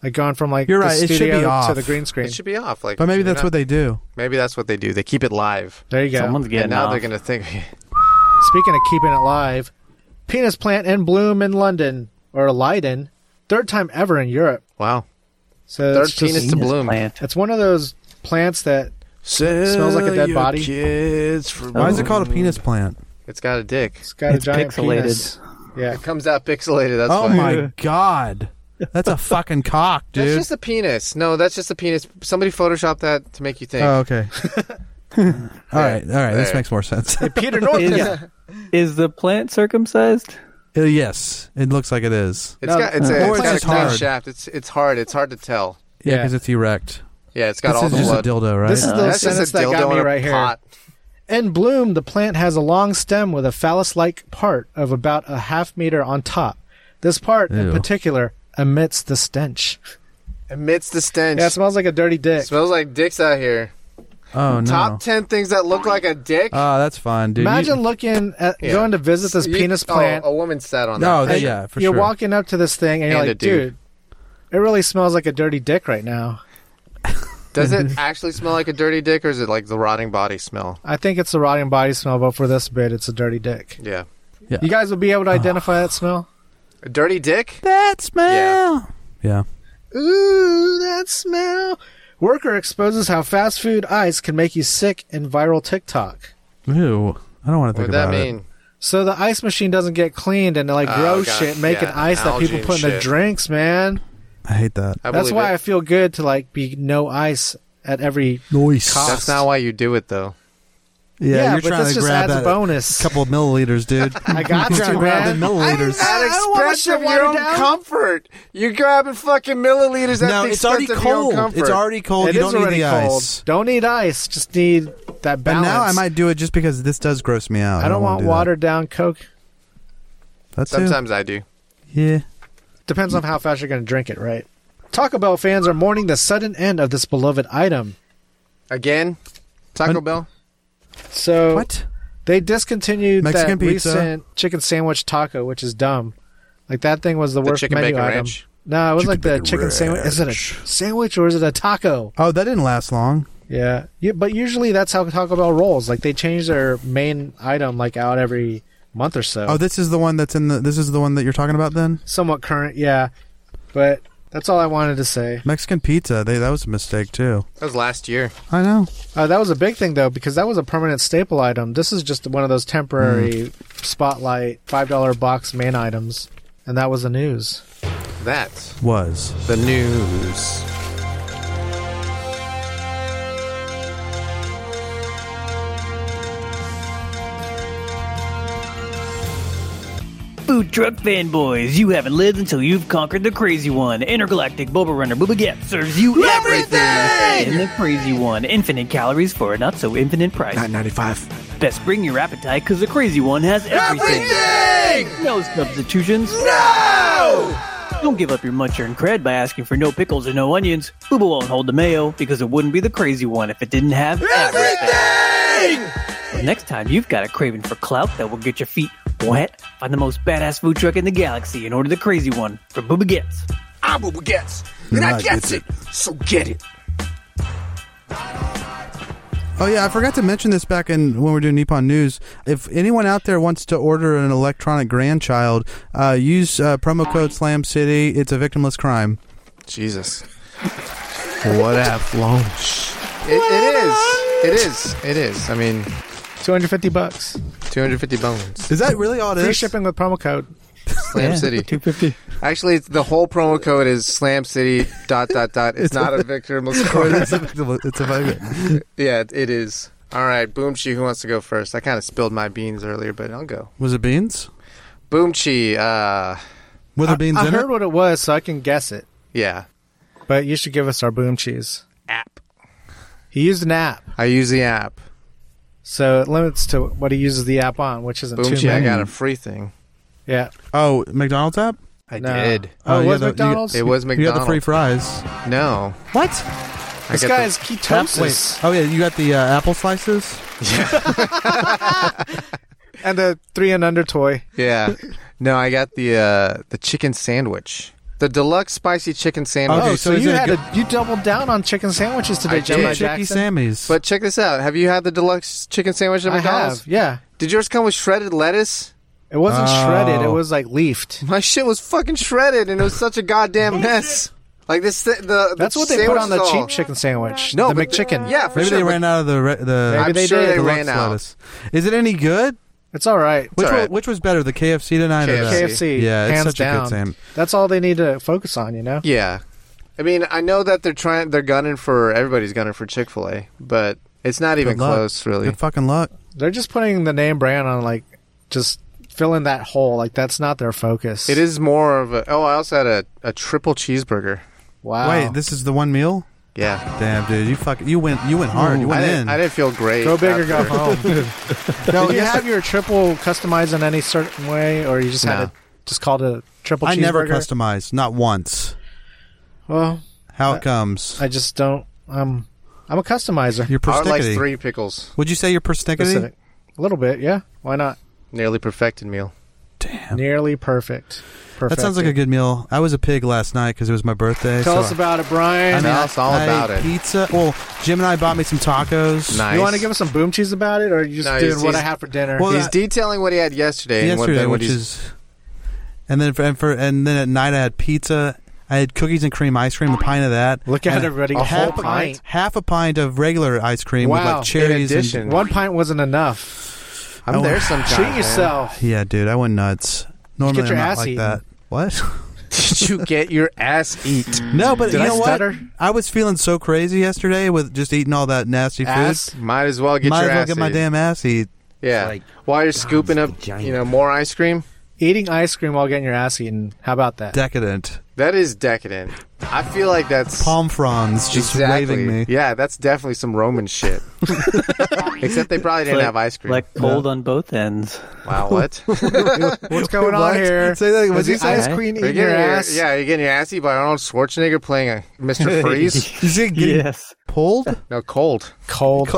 [SPEAKER 3] like going from like
[SPEAKER 2] You're
[SPEAKER 3] the
[SPEAKER 2] right, it should be
[SPEAKER 3] studio to
[SPEAKER 2] off.
[SPEAKER 3] the green screen.
[SPEAKER 1] It should be off. Like,
[SPEAKER 2] but maybe
[SPEAKER 1] you're
[SPEAKER 2] that's
[SPEAKER 1] not-
[SPEAKER 2] what they do.
[SPEAKER 1] Maybe that's what they do. They keep it live.
[SPEAKER 3] There you go.
[SPEAKER 4] Someone's getting
[SPEAKER 1] and now
[SPEAKER 4] off.
[SPEAKER 1] they're gonna think.
[SPEAKER 3] Speaking of keeping it live, penis plant in bloom in London or Leiden, third time ever in Europe.
[SPEAKER 1] Wow.
[SPEAKER 3] So
[SPEAKER 1] Third
[SPEAKER 3] it's just-
[SPEAKER 1] penis to
[SPEAKER 4] Penis
[SPEAKER 1] bloom.
[SPEAKER 4] plant.
[SPEAKER 3] It's one of those plants that
[SPEAKER 5] Smells
[SPEAKER 3] like a dead body.
[SPEAKER 5] Kids for
[SPEAKER 2] Why is it called a penis plant?
[SPEAKER 1] It's got a dick.
[SPEAKER 3] it's got
[SPEAKER 4] Oh, It's
[SPEAKER 3] a giant
[SPEAKER 4] pixelated.
[SPEAKER 3] penis. Yeah,
[SPEAKER 1] It comes out pixelated. That's
[SPEAKER 2] oh
[SPEAKER 1] why.
[SPEAKER 2] my god, that's a fucking cock, dude.
[SPEAKER 1] That's just a penis. No, that's just a penis. Somebody photoshopped that to make you think.
[SPEAKER 2] oh, okay. all right, all right. This
[SPEAKER 1] There.
[SPEAKER 2] makes more sense.
[SPEAKER 3] Peter North.
[SPEAKER 4] Is, is the plant circumcised?
[SPEAKER 2] Uh, yes, it looks like it is.
[SPEAKER 1] It's
[SPEAKER 3] No,
[SPEAKER 1] got it's, a,
[SPEAKER 2] or
[SPEAKER 1] it's got
[SPEAKER 2] it's
[SPEAKER 1] a
[SPEAKER 2] just
[SPEAKER 1] clean
[SPEAKER 2] hard.
[SPEAKER 1] shaft. It's it's hard. It's hard to tell.
[SPEAKER 2] Yeah,
[SPEAKER 3] Yeah.
[SPEAKER 2] because it's erect.
[SPEAKER 1] Yeah, it's got
[SPEAKER 2] this
[SPEAKER 1] all
[SPEAKER 2] is
[SPEAKER 1] the
[SPEAKER 2] just
[SPEAKER 1] blood.
[SPEAKER 2] a dildo, right?
[SPEAKER 3] This is the
[SPEAKER 1] That's
[SPEAKER 3] sentence
[SPEAKER 1] just a
[SPEAKER 3] that
[SPEAKER 1] dildo
[SPEAKER 3] got me
[SPEAKER 1] in a
[SPEAKER 3] right here.
[SPEAKER 1] pot.
[SPEAKER 3] In bloom, the plant has a long stem with a phallus-like part of about a half meter on top. This part, in
[SPEAKER 2] Ew.
[SPEAKER 3] particular, emits the stench.
[SPEAKER 1] Amidst the stench.
[SPEAKER 3] Yeah, it smells like a dirty dick.
[SPEAKER 1] Smells like dicks out here.
[SPEAKER 2] oh no.
[SPEAKER 1] Top ten things that look like a dick.
[SPEAKER 2] Oh, that's fine, dude. You-
[SPEAKER 3] Imagine looking at
[SPEAKER 1] Yeah.
[SPEAKER 3] going to visit this
[SPEAKER 1] You-
[SPEAKER 3] penis
[SPEAKER 1] oh,
[SPEAKER 3] plant.
[SPEAKER 1] a woman sat on
[SPEAKER 2] no,
[SPEAKER 1] that.
[SPEAKER 2] they,
[SPEAKER 3] and
[SPEAKER 2] yeah, for
[SPEAKER 3] you're
[SPEAKER 2] sure.
[SPEAKER 3] walking up to this thing and you're
[SPEAKER 1] And a
[SPEAKER 3] like,
[SPEAKER 1] dude.
[SPEAKER 3] dude, it really smells like a dirty dick right now.
[SPEAKER 1] Does it actually smell like a dirty dick, or is it like the rotting body smell?
[SPEAKER 3] I think it's the rotting body smell, but for this bit, it's a dirty dick.
[SPEAKER 1] Yeah,
[SPEAKER 3] You guys will be able
[SPEAKER 2] Ah.
[SPEAKER 3] to identify that smell.
[SPEAKER 1] a dirty dick.
[SPEAKER 2] that smell. Yeah.
[SPEAKER 3] Ooh, that smell. Worker exposes how fast food ice can make you sick in viral TikTok.
[SPEAKER 2] Ew. I don't want to
[SPEAKER 1] What
[SPEAKER 2] think
[SPEAKER 1] would that
[SPEAKER 2] about it.
[SPEAKER 1] mean?
[SPEAKER 3] So the ice machine doesn't get cleaned and like
[SPEAKER 1] Oh,
[SPEAKER 3] grow
[SPEAKER 1] God.
[SPEAKER 3] shit, making
[SPEAKER 1] Yeah,
[SPEAKER 3] ice that
[SPEAKER 1] algae
[SPEAKER 3] people
[SPEAKER 1] and
[SPEAKER 3] put in their
[SPEAKER 1] shit.
[SPEAKER 3] drinks, man.
[SPEAKER 2] I hate that.
[SPEAKER 1] I
[SPEAKER 3] That's
[SPEAKER 1] believe
[SPEAKER 3] why I
[SPEAKER 1] it.
[SPEAKER 3] feel good to like be no ice at every.
[SPEAKER 2] Noise.
[SPEAKER 3] Cock.
[SPEAKER 1] That's not why you do it though.
[SPEAKER 2] Yeah,
[SPEAKER 3] Yeah,
[SPEAKER 2] you're
[SPEAKER 3] but
[SPEAKER 2] trying
[SPEAKER 3] this
[SPEAKER 2] to
[SPEAKER 3] just
[SPEAKER 2] grab
[SPEAKER 3] adds
[SPEAKER 2] that
[SPEAKER 3] bonus.
[SPEAKER 2] couple of milliliters, dude.
[SPEAKER 3] I got
[SPEAKER 2] you're
[SPEAKER 3] you,
[SPEAKER 2] trying to grab
[SPEAKER 3] man.
[SPEAKER 2] the milliliters.
[SPEAKER 1] At expense of your own comfort, you're grabbing fucking milliliters at
[SPEAKER 2] No,
[SPEAKER 1] the
[SPEAKER 2] it's
[SPEAKER 1] expense
[SPEAKER 2] already
[SPEAKER 1] of your own
[SPEAKER 2] cold.
[SPEAKER 1] comfort.
[SPEAKER 2] It's already cold.
[SPEAKER 3] It
[SPEAKER 2] you
[SPEAKER 3] is
[SPEAKER 2] don't need
[SPEAKER 3] already
[SPEAKER 2] the
[SPEAKER 3] cold.
[SPEAKER 2] ice.
[SPEAKER 3] Don't need ice. Just need that balance.
[SPEAKER 2] But now I might do it just because this does gross me out.
[SPEAKER 3] I don't
[SPEAKER 2] wanna
[SPEAKER 3] want
[SPEAKER 2] do that.
[SPEAKER 3] watered down Coke.
[SPEAKER 2] That's it.
[SPEAKER 1] Sometimes I do.
[SPEAKER 2] Yeah.
[SPEAKER 3] Depends on how fast you're going to drink it, right? Taco Bell fans are mourning the sudden end of this beloved item.
[SPEAKER 1] Again, Taco
[SPEAKER 2] Un-
[SPEAKER 1] Bell.
[SPEAKER 3] So
[SPEAKER 2] What?
[SPEAKER 3] they discontinued
[SPEAKER 2] Mexican
[SPEAKER 3] that
[SPEAKER 2] pizza?
[SPEAKER 3] recent chicken sandwich taco, which is dumb. Like that thing was the, worst
[SPEAKER 1] chicken
[SPEAKER 3] menu
[SPEAKER 1] bacon
[SPEAKER 3] item.
[SPEAKER 1] ranch?
[SPEAKER 3] No, it was
[SPEAKER 2] Chicken
[SPEAKER 3] like the
[SPEAKER 2] bacon
[SPEAKER 3] chicken sandwich. Is it a
[SPEAKER 2] ranch.
[SPEAKER 3] sandwich or is it a taco?
[SPEAKER 2] Oh, that didn't last long.
[SPEAKER 3] Yeah. yeah, but usually that's how Taco Bell rolls. Like they change their main item like out every month or so.
[SPEAKER 2] Oh, this is the one that's in the. This is the one that you're talking about then.
[SPEAKER 3] somewhat current, yeah. But that's all I wanted to say.
[SPEAKER 2] Mexican pizza. They that was a mistake too.
[SPEAKER 1] That was last year.
[SPEAKER 2] I know.
[SPEAKER 3] Uh, that was a big thing though, because that was a permanent staple item. This is just one of those temporary
[SPEAKER 2] Mm.
[SPEAKER 3] spotlight five dollar box main items, and that was the news.
[SPEAKER 1] That's
[SPEAKER 2] Was
[SPEAKER 1] the news.
[SPEAKER 6] Food truck fanboys, you haven't lived until you've conquered the crazy one. Intergalactic Boba Runner Booba Gap serves you everything! in the crazy one. Infinite calories for a not so infinite price.
[SPEAKER 5] Nine ninety five.
[SPEAKER 6] Best bring your appetite because the crazy one has everything. No substitutions.
[SPEAKER 8] No!
[SPEAKER 6] Don't give up your much earned cred by asking for no pickles or no onions. Booba won't hold the mayo because it wouldn't be the crazy one if it didn't have everything.
[SPEAKER 8] Everything!
[SPEAKER 6] The next time you've got a craving for clout that will get your feet wet, find the most badass food truck in the galaxy and order the crazy one from Booba Gets.
[SPEAKER 8] I will gets, and I gets it. So get it.
[SPEAKER 2] Oh yeah, I forgot to mention this back in when we were doing Nippon News. If anyone out there wants to order an electronic grandchild, uh, use uh, promo code Slam City. It's a victimless crime.
[SPEAKER 1] Jesus.
[SPEAKER 2] What a
[SPEAKER 1] It, it is. It is. It is. I mean,
[SPEAKER 3] 250 bucks.
[SPEAKER 1] 250 bones.
[SPEAKER 2] Is that really all it
[SPEAKER 3] Free
[SPEAKER 2] is?
[SPEAKER 3] shipping with promo code.
[SPEAKER 1] Slam City.
[SPEAKER 4] Two fifty.
[SPEAKER 1] Actually, it's, the whole promo code is Slam City dot dot dot. It's, not a victimless crime.
[SPEAKER 2] it's a victimless. It's a victim-
[SPEAKER 1] yeah, it is. All right, Boomchi, who wants to go first? I kind of spilled my beans earlier, but I'll go.
[SPEAKER 2] Was it beans?
[SPEAKER 1] Boomchi, uh,
[SPEAKER 2] Were there beans
[SPEAKER 3] I
[SPEAKER 2] in
[SPEAKER 3] heard
[SPEAKER 2] it?
[SPEAKER 3] what it was, so I can guess it.
[SPEAKER 1] yeah,
[SPEAKER 3] But you should give us our boom cheese.
[SPEAKER 1] app.
[SPEAKER 3] He used an app,
[SPEAKER 1] I use the app.
[SPEAKER 3] so it limits to what he uses the app on, which isn't too
[SPEAKER 1] Boomchi, I
[SPEAKER 3] many.
[SPEAKER 1] got a free thing.
[SPEAKER 3] Yeah.
[SPEAKER 2] Oh, McDonald's app.
[SPEAKER 1] I
[SPEAKER 3] No.
[SPEAKER 1] did.
[SPEAKER 3] Oh,
[SPEAKER 2] Oh,
[SPEAKER 3] it
[SPEAKER 2] yeah,
[SPEAKER 3] was
[SPEAKER 2] the- you-
[SPEAKER 3] McDonald's?
[SPEAKER 1] It was
[SPEAKER 2] You got the
[SPEAKER 1] McDonald's.
[SPEAKER 2] free fries.
[SPEAKER 1] no,
[SPEAKER 2] What?
[SPEAKER 1] I
[SPEAKER 3] this
[SPEAKER 1] got
[SPEAKER 3] guy
[SPEAKER 1] the-
[SPEAKER 3] is ketosis.
[SPEAKER 2] Oh yeah, you got the uh, apple slices.
[SPEAKER 3] And a three and under toy.
[SPEAKER 1] yeah. No, I got the uh, the chicken sandwich, the deluxe spicy chicken sandwich.
[SPEAKER 2] Okay,
[SPEAKER 3] Oh, so,
[SPEAKER 2] so is
[SPEAKER 3] you
[SPEAKER 2] it a
[SPEAKER 3] had
[SPEAKER 2] good-
[SPEAKER 3] a, you doubled down on chicken sandwiches
[SPEAKER 1] I
[SPEAKER 3] today,
[SPEAKER 1] did.
[SPEAKER 3] Gemini
[SPEAKER 2] Chicky
[SPEAKER 3] Jackson.
[SPEAKER 2] Sammy's.
[SPEAKER 1] But check this out. Have you had the deluxe chicken sandwich at
[SPEAKER 3] I
[SPEAKER 1] McDonald's?
[SPEAKER 3] have, yeah.
[SPEAKER 1] Did yours come with shredded lettuce?
[SPEAKER 3] It wasn't
[SPEAKER 2] Oh.
[SPEAKER 3] shredded. It was like leafed.
[SPEAKER 1] My shit was fucking shredded, and it was such a goddamn mess. Like this, the, the
[SPEAKER 3] That's what they put
[SPEAKER 1] sandwich
[SPEAKER 3] on the
[SPEAKER 1] is all-
[SPEAKER 3] cheap chicken sandwich.
[SPEAKER 1] No,
[SPEAKER 3] No, the
[SPEAKER 1] but
[SPEAKER 3] McChicken.
[SPEAKER 1] yeah, for
[SPEAKER 2] Maybe
[SPEAKER 1] sure.
[SPEAKER 2] they
[SPEAKER 1] but
[SPEAKER 2] ran out of the re- the.
[SPEAKER 3] Maybe
[SPEAKER 1] I'm
[SPEAKER 3] they
[SPEAKER 1] sure
[SPEAKER 3] did.
[SPEAKER 1] they
[SPEAKER 2] deluxe
[SPEAKER 1] ran out.
[SPEAKER 2] lettuce. Is it any good?
[SPEAKER 3] it's all right.
[SPEAKER 2] Which,
[SPEAKER 1] all
[SPEAKER 2] one-
[SPEAKER 1] right.
[SPEAKER 2] which was better, the KFC tonight or the
[SPEAKER 3] KFC,
[SPEAKER 2] Yeah, it's
[SPEAKER 3] hands
[SPEAKER 2] such
[SPEAKER 3] down.
[SPEAKER 2] a good sandwich.
[SPEAKER 3] That's all they need to focus on. You know.
[SPEAKER 1] Yeah, I mean, I know that they're trying. They're gunning for everybody's gunning for Chick Fil A, but it's not even
[SPEAKER 2] Good luck.
[SPEAKER 1] close, really.
[SPEAKER 2] Good fucking luck.
[SPEAKER 3] They're just putting the name brand on like just filling that hole. Like that's not their focus.
[SPEAKER 1] It is more of a. Oh, I also had a, a triple cheeseburger.
[SPEAKER 3] Wow.
[SPEAKER 2] Wait, this is the one meal?
[SPEAKER 1] Yeah,
[SPEAKER 2] Damn, dude, you fuck, you went, you went hard. You
[SPEAKER 1] I
[SPEAKER 2] went
[SPEAKER 1] didn't.
[SPEAKER 2] in.
[SPEAKER 1] I didn't feel great.
[SPEAKER 3] go big or go
[SPEAKER 1] after.
[SPEAKER 3] home.
[SPEAKER 2] No,
[SPEAKER 3] Did you
[SPEAKER 2] yeah.
[SPEAKER 3] have your triple customized in any certain way, or you just had
[SPEAKER 1] No.
[SPEAKER 3] it just called a triple?
[SPEAKER 2] I never
[SPEAKER 3] cheeseburger?
[SPEAKER 2] customized, not once.
[SPEAKER 3] Well,
[SPEAKER 2] How it comes?
[SPEAKER 3] Uh, I just don't. Um, I'm a customizer.
[SPEAKER 2] your
[SPEAKER 1] I would like
[SPEAKER 2] persnickety.
[SPEAKER 1] three pickles,
[SPEAKER 2] Would you say your persnickety?
[SPEAKER 3] Specific. A little bit, yeah. Why not?
[SPEAKER 1] nearly perfected meal.
[SPEAKER 3] Nearly perfect. Perfect.
[SPEAKER 2] That sounds like a good meal. I was a pig last night because it was my birthday.
[SPEAKER 3] Tell
[SPEAKER 2] so
[SPEAKER 3] us
[SPEAKER 2] I-
[SPEAKER 3] about it,
[SPEAKER 2] I
[SPEAKER 3] Brian.
[SPEAKER 2] mean,
[SPEAKER 1] Tell us all
[SPEAKER 2] I ate
[SPEAKER 1] about it.
[SPEAKER 2] Pizza. Well, Jim and I bought me some tacos.
[SPEAKER 1] Nice.
[SPEAKER 3] You want to give us some boom cheese about it, or are you just
[SPEAKER 1] No,
[SPEAKER 3] doing
[SPEAKER 1] he's-
[SPEAKER 3] what I
[SPEAKER 1] he's-
[SPEAKER 3] have for dinner?
[SPEAKER 2] Well,
[SPEAKER 1] He's
[SPEAKER 2] that-
[SPEAKER 1] detailing what he had yesterday, and what,
[SPEAKER 2] yesterday,
[SPEAKER 1] then what
[SPEAKER 2] which
[SPEAKER 1] he's
[SPEAKER 2] is, and then for, and for and then at night I had pizza. I had cookies and cream ice cream, a pint of that.
[SPEAKER 3] Look at
[SPEAKER 2] and
[SPEAKER 3] everybody, a
[SPEAKER 2] half
[SPEAKER 3] whole pint.
[SPEAKER 2] half a pint of regular ice cream with
[SPEAKER 3] Wow.
[SPEAKER 2] like cherries.
[SPEAKER 1] In
[SPEAKER 2] and-
[SPEAKER 1] addition-
[SPEAKER 3] One pint wasn't enough.
[SPEAKER 1] I'm
[SPEAKER 2] Oh,
[SPEAKER 1] there sometime.
[SPEAKER 3] Treat
[SPEAKER 1] man.
[SPEAKER 3] yourself.
[SPEAKER 2] yeah, dude, I went nuts. Normally,
[SPEAKER 3] get your
[SPEAKER 2] I'm not
[SPEAKER 3] ass
[SPEAKER 2] like
[SPEAKER 3] eaten.
[SPEAKER 2] that. What?
[SPEAKER 1] Did you get your ass eat?
[SPEAKER 2] no, but
[SPEAKER 3] Did
[SPEAKER 2] you
[SPEAKER 3] I
[SPEAKER 2] know
[SPEAKER 3] stutter?
[SPEAKER 2] what? I was feeling so crazy yesterday with just eating all that nasty
[SPEAKER 3] Ass.
[SPEAKER 1] Might as well
[SPEAKER 2] food.
[SPEAKER 1] get
[SPEAKER 2] Might as
[SPEAKER 1] your
[SPEAKER 2] well
[SPEAKER 1] ass
[SPEAKER 2] get my
[SPEAKER 1] eat.
[SPEAKER 2] damn ass eat.
[SPEAKER 1] Yeah.
[SPEAKER 5] Like,
[SPEAKER 1] While you're scooping up,
[SPEAKER 5] vagina.
[SPEAKER 1] you know, more ice cream,
[SPEAKER 3] Eating ice cream while getting your ass eaten. How about that?
[SPEAKER 2] Decadent
[SPEAKER 1] that is decadent. I feel like that's
[SPEAKER 2] palm fronds just
[SPEAKER 1] exactly.
[SPEAKER 2] waving me.
[SPEAKER 1] Yeah, that's definitely some Roman shit. Except they probably didn't
[SPEAKER 4] Like-
[SPEAKER 1] have ice cream.
[SPEAKER 4] Like cold on both ends.
[SPEAKER 1] wow, what?
[SPEAKER 3] What's going on
[SPEAKER 2] What?
[SPEAKER 3] here?
[SPEAKER 2] Say that.
[SPEAKER 3] Was
[SPEAKER 2] What'd you
[SPEAKER 3] the
[SPEAKER 2] say?
[SPEAKER 3] ice cream
[SPEAKER 1] You're
[SPEAKER 3] eating your
[SPEAKER 1] getting your-
[SPEAKER 3] ass?
[SPEAKER 1] yeah, you're getting your ass eat by Arnold Schwarzenegger playing a Mr. Freeze.
[SPEAKER 2] Is it getting
[SPEAKER 4] Yes,
[SPEAKER 2] pulled?
[SPEAKER 1] no, cold.
[SPEAKER 3] Cold.